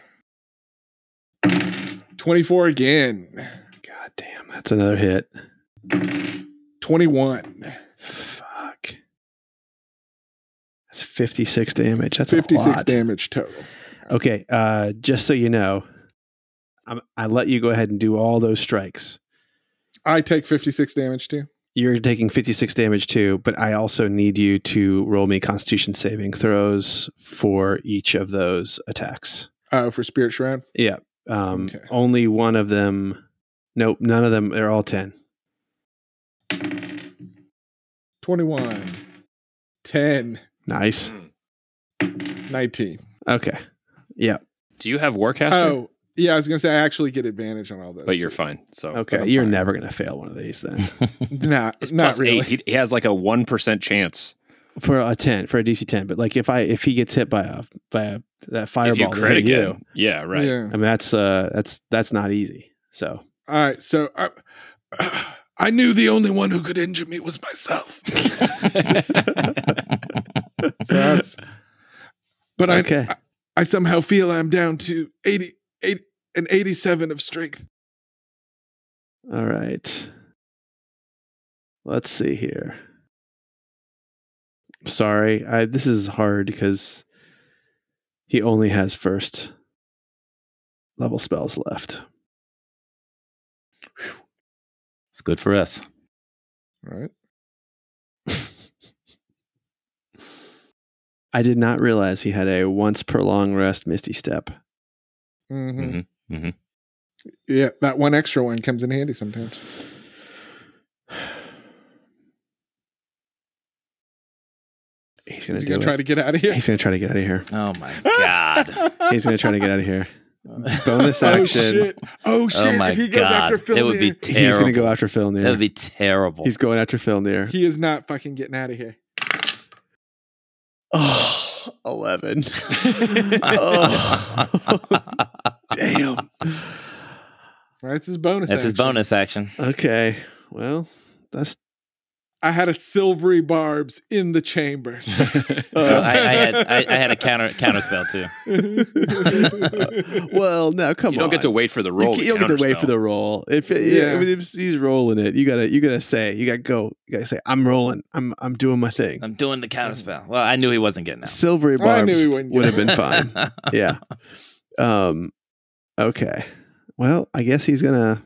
24 again.
God damn, that's another hit.
21.
Fuck. That's 56 damage. That's
56
56 damage.
damage total.
Okay, uh, just so you know, I'm, I let you go ahead and do all those strikes.
I take 56 damage too.
You're taking 56 damage too, but I also need you to roll me Constitution saving throws for each of those attacks.
Oh, for Spirit Shroud.
Yeah. Um,
Okay.
Only one of them. Nope, none of them. They're all 10.
21, 10,
Nice.
19.
Okay. Yeah.
Do you have Warcaster?
Oh, yeah. I was going to say, I actually get advantage on all those.
but you're
too.
fine. So
Okay. You're never going to fail one of these then.
<laughs> Nah,
It's
not
plus
really.
eight. He, he has like a one percent chance.
for a 10, for a DC 10. But like if I, if he gets hit by a, by a, that fireball,
if you
that
crit
hit you,
again, yeah, right.
Yeah.
I mean, that's, uh, that's, that's not easy. So
All right. So I, <sighs> I knew the only one who could injure me was myself.
<laughs>
<laughs>
So that's, <laughs> but I,
Okay.
I, I somehow feel I'm down to 80, 80 an 87 of strength.
All right. Let's see here. Sorry, I this is hard because he only has first level spells left.
it's good for us.
All right.
I did not realize he had a once per long rest misty step.
Mm-hmm.
Mhm, mhm.
Yeah, that one extra one comes in handy sometimes.
He's gonna
He's
do it.
gonna try to get out of here. <laughs>
He's gonna try to get out of here.
Oh my god.
He's gonna try to get out of
<laughs>
here. Bonus
Oh
action.
shit! Oh shit!
Oh my
if he goes
god.
after Phil,
It would be
Lear,
terrible.
He's gonna go after Phil
That
Near.
would be terrible.
He's going after Phil
<laughs>
Near.
he is not fucking getting out of here.
Oh, 11.
<laughs>
Oh, damn.
That's his bonus.
That's his
action.
<laughs>
bonus action.
Okay. Well,
<laughs>
that's
I had a silvery barbs in the
<laughs>
chamber. <laughs> Uh,
Well, I, I had I, I had a counter counter spell too.
well. Now, come on.
you don't get to wait for the
You
roll.
ca- You, don't get to wait for the roll. If it, yeah,
Yeah.
I mean, if he's rolling it, you gotta you gotta say you gotta go. You gotta say I'm rolling. I'm I'm doing my thing.
I'm doing the counter spell. Well, I knew he wasn't getting out. <laughs>
Silvery
I
barbs
knew he wouldn't.
would
Get
have
it.
been
<laughs>
fine. yeah. Um. Okay. Well, I guess he's gonna.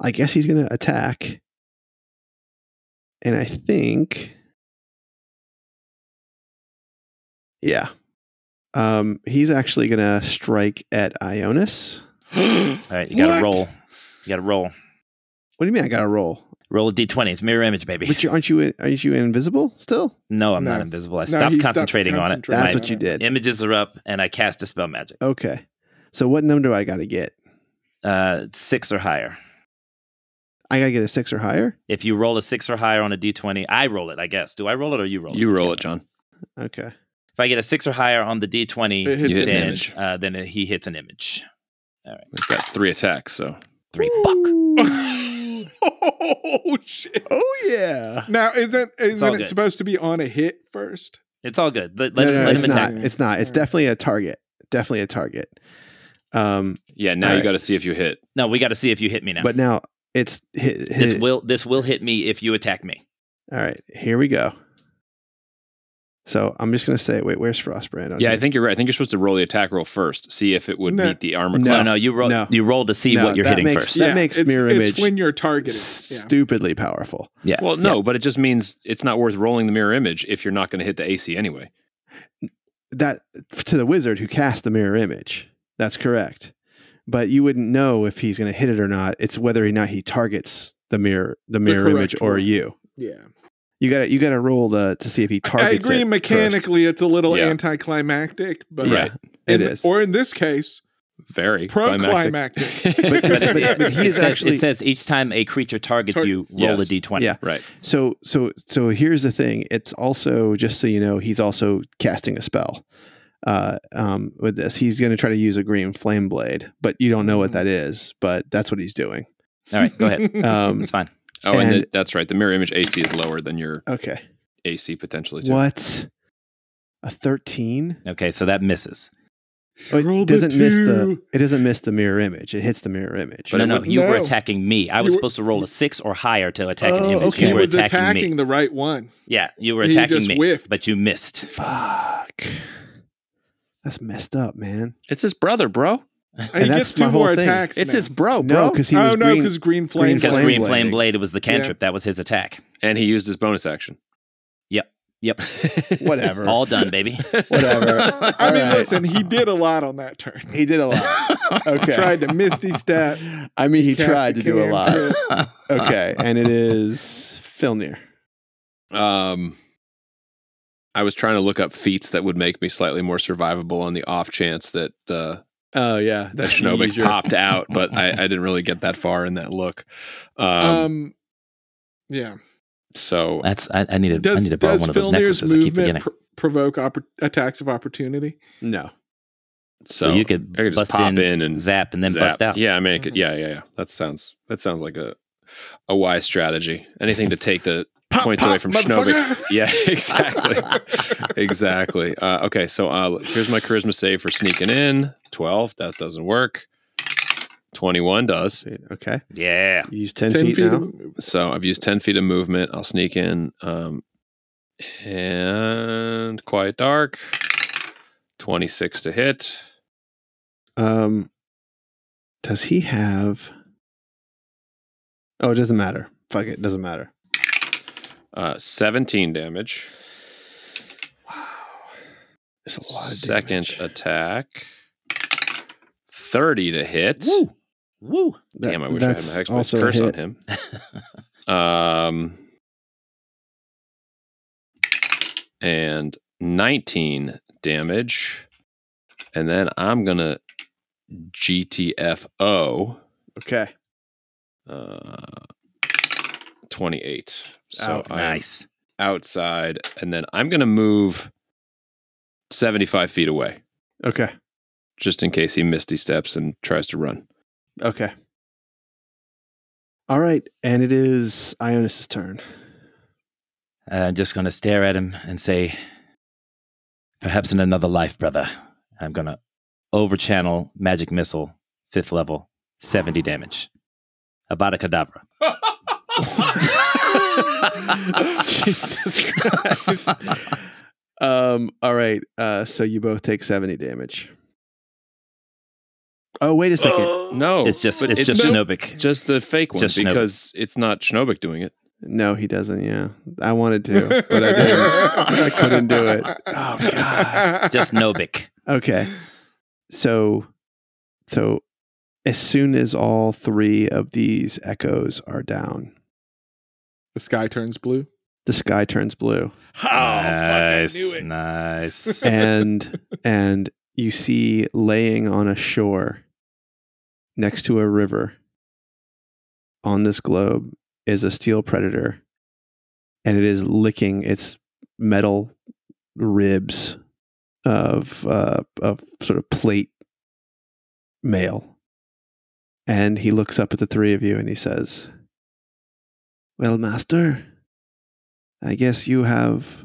I guess he's gonna attack. And I think. Yeah. Um. He's actually gonna strike at Ionis.
All right, you got
What?
to roll. You got to roll.
What do you mean? I gotta roll.
Roll a d20. It's mirror image, baby.
But you, aren't you aren't you invisible still?
<laughs> no, I'm
No.
not invisible. I
No,
stopped
he stopped
concentrating on it.
concentrating
That's
My
Right.
what you did.
images are up, and I cast a spell magic.
Okay. So what number do I got to get?
Uh, six or higher.
I got to get a six or higher.
If you roll a six or higher on a d20, I roll it. I guess. Do I roll it or you roll it?
You roll it, John.
Okay.
If I get a six or higher on the d20,
It hits
You hit
an
an
then,
image.
image.
Uh, then he hits an image.
He's got three attacks, so
Three. Fuck.
<laughs> oh shit!
Oh yeah.
Now isn't
all
isn't it
good.
supposed to be on a hit first?
It's all good. Let,
No,
let
no,
him,
no,
let
it's
him attack.
not. It's not. It's
Alright.
definitely a target. Definitely a target. Um,
yeah. Now
Alright.
you got to see if you hit.
No, we got to see if you hit me now.
but now it's hit,
this
hit-
will this will hit me if you attack me.
All right, here we go. So I'm just gonna say, wait, where's Frostbrand? on
Yeah, I
here?
think you're right. I think you're supposed to roll the attack roll first, see if it would
No.
meet the armor
No.
No,
class.
Oh, no, you roll
No.
you roll to see
No,
what you're
that
hitting
makes-
first.
That makes
it's,
mirror
it's
image
when you're targeting. Yeah.
stupidly powerful.
Yeah.
Well, no, but it just means it's not worth rolling the mirror image if you're not going to hit the AC anyway.
That to the wizard who cast the mirror image. That's correct. But you wouldn't know if he's gonna hit it or not. It's whether or not he targets the mirror, the mirror image,
correct
or
one.
you.
Yeah.
You gotta you gotta roll the to see if he
I
targets.
agree.
it
Mechanically, it's a little
Yeah.
anticlimactic, but
Yeah.
Right.
first.
in-
It is.
Or in this case,
Very
Proclimactic.
<laughs>
But- but- but- but he
it,
is
says,
actually-
it says each time a creature targets
Targets.
you, roll
Yes.
a d20.
Yeah.
right.
so so so here's the thing. It's also just so you know, he's also casting a spell. Uh, um, with this, he's gonna try to use a green flame blade, but you don't know
Mm.
what that is. But that's what he's
<laughs>
doing.
All right, go ahead.
Um,
It's fine.
Oh, and,
And-
the- that's right. The mirror image AC is lower than your
okay,
AC potentially. Too.
what? A thirteen?
Okay, so that misses.
Oh,
Rolled a
it doesn't miss the
two.
it doesn't miss the mirror image. It hits the mirror image.
But
no,
it
no,
would-
you were
No.
attacking me. I
You
was
were-
supposed to roll a six or higher to attack an
Oh,
image.
okay.
You
he
were
was
attacking,
attacking
me.
the right one.
Yeah, you were
He
attacking
just
me,
whiffed.
but you missed.
Fuck. That's messed up, man.
It's his brother, bro.
he
that's
gets two
my whole
more
thing.
attacks.
It's
now.
his bro, bro.
no, because he was
oh no,
green-
because green flame.
green
Because
flame
Green Flame
blading.
Blade was the cantrip. That was his attack.
and he used his bonus action.
Yep.
<laughs> whatever.
All done, baby. <laughs>
<laughs>
Whatever.
I mean,
<laughs> All right.
listen, he did a lot on that turn. <laughs>
He did a lot. Okay. <laughs>
Tried to misty step.
I mean, he
cast
tried to do a lot.
cantrip.
<laughs> Okay, and it is Filnir.
Um, I was trying to look up feats that would make me slightly more survivable on the off chance that uh,
Oh yeah,
that Shinobik popped out, but I, I didn't really get that far in that look. Um,
Um, yeah.
so
That's I, I need to I
Does
need to borrow
does
one of those
Filnir's
necklaces. I keep
movement
forgetting.
pr- provoke oppor- attacks of opportunity?
No,
so,
so, you could,
I could
bust
just pop in,
in,
and
zap, and then
zap.
bust out.
Yeah, I make it. Yeah, yeah, yeah. That sounds that sounds like a a wise strategy. Anything to take the <laughs>
Pop,
points away
pop,
from
motherfucker!
Schnobik.
<laughs>
Yeah, exactly, exactly. Uh, okay, so uh, here's my charisma save for sneaking in. Twelve. That doesn't work. Twenty-one does.
okay.
Yeah.
You use ten,
Ten
feet,
feet
now.
of-
So I've used 10 feet of movement. I'll sneak in. Um, and Quiet Dark, 26 to hit.
Um, does he have? Oh, it doesn't matter. Fuck it, doesn't matter.
Uh, 17 damage.
It's a lot of
Second Uh,
damage.
attack. 30 to hit.
Woo! Woo!
That-
Damn, I wish I had my
that's
Hexblade's
also a
curse
hit.
on him.
<laughs>
Um, and 19 damage. And then I'm going to GTFO
Okay.
uh, 28. So I'm
nice.
outside. And then I'm going to move 75 feet away
Okay.
just in case he misty steps and tries to run.
Okay. All right, and it is Ionis's turn.
Uh, I'm just going to stare at him and say, perhaps in another life, brother. I'm going to overchannel magic missile, fifth level, 70 damage. Avada Kedavra.
Jesus Christ. Um, all right, uh, so you both take 70 damage. Oh, wait a second.
No,
it's just,
but
it's, just Snowbik.
just the fake one
Just Snowbik.
because it's not Schnobik doing it.
No, he doesn't. Yeah, I wanted to, but
<laughs>
I didn't. I couldn't do it.
Oh, God. Just
<laughs>
Snowbik.
<laughs>
Okay. So, so as soon as all three of these echoes are down,
The sky turns blue.
the sky turns blue,
Oh,
nice,
<laughs>
nice.
and and you see laying on a shore next to a river on this globe is a steel predator, and it is licking its metal ribs of uh, of sort of plate mail. And he looks up at the three of you and he says, "Well, master, I guess you have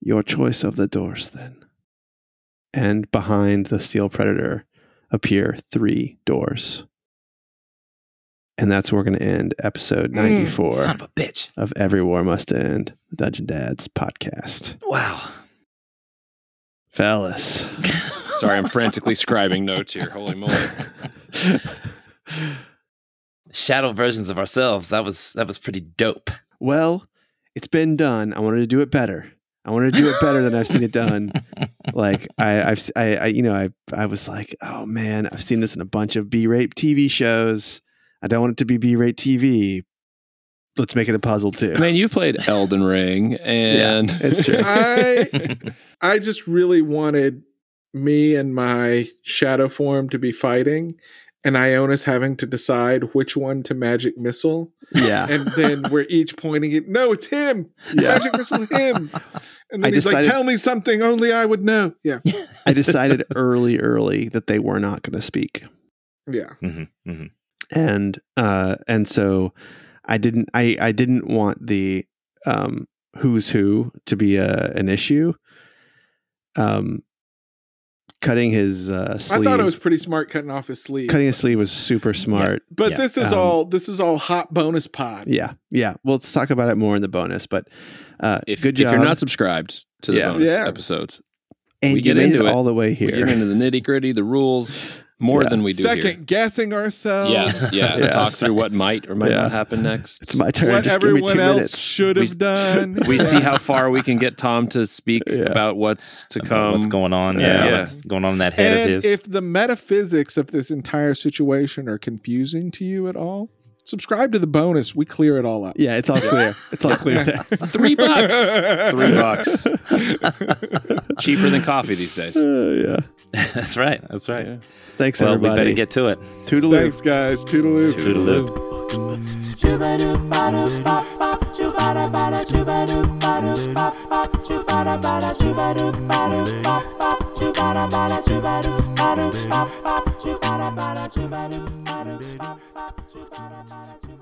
your choice of the doors then." And behind the steel predator appear three doors. And that's where we're going to end episode 94
Mm, Son of a bitch.
of Every War Must End, the Dungeon Dads podcast.
Wow.
Fellas. <laughs>
Sorry, I'm frantically scribing notes here. Holy moly!
Shadow versions of ourselves. That was that was pretty dope.
well, it's been done. I wanted to do it better. I wanted to do it better than I've seen it done. Like I, I've, s- I, I- you know, I, I was like, oh man, I've seen this in a bunch of B-rate TV shows. I don't want it to be B-rate TV. Let's make it a puzzle too.
I mean, you played Elden Ring, and
it's
<laughs>
true.
I I just really wanted me and my shadow form to be fighting, and Iona's having to decide which one to magic missile,
Yeah,
and then we're each pointing it. No, it's him.
<laughs> yeah.
Magic missile him. And then
I
he's like,
decided-
"Tell me something only I would know." Yeah,
I decided early, early that they were not going to speak.
yeah.
and uh and so i didn't i i didn't want the um who's who to be a an issue um cutting his uh sleeve
I thought it was pretty smart cutting off his sleeve.
cutting his sleeve was super smart
but
Yeah.
this is
Um,
all this is all hot bonus pod.
yeah yeah well let's talk about it more in the bonus but uh
if,
good
if
job
you're not subscribed to the
Yeah.
bonus
Yeah.
episodes,
and
we
you
get
made
into
it
it.
all the way
we get
here
into the nitty gritty, the rules more
Yeah.
than we do
Second
here.
guessing ourselves.
Yes,
<laughs>
yeah.
Yeah.
Talk through what might or might
Yeah.
not happen next.
<laughs> it's my turn
What
just give me
everyone
two
else
minutes
should
We-
have done.
<laughs>
we
<laughs>
see how far we can get Tom to speak
Yeah.
about what's to
About
come.
what's going on?
Mm. yeah.
Yeah,
Yeah.
what's going on in that head of
And
his?
if the metaphysics of this entire situation are confusing to you at all, subscribe to the bonus. We clear it all up.
yeah
<laughs>
it's all clear it's all clear there. <laughs>
Three bucks. <laughs> Three bucks. Cheaper than coffee these days.
Uh, yeah
that's right. That's right.
Yeah.
thanks
Well, we
everybody
better get to it.
toodaloo
Thanks, guys. Toodaloo.
Toodaloo.
Bye.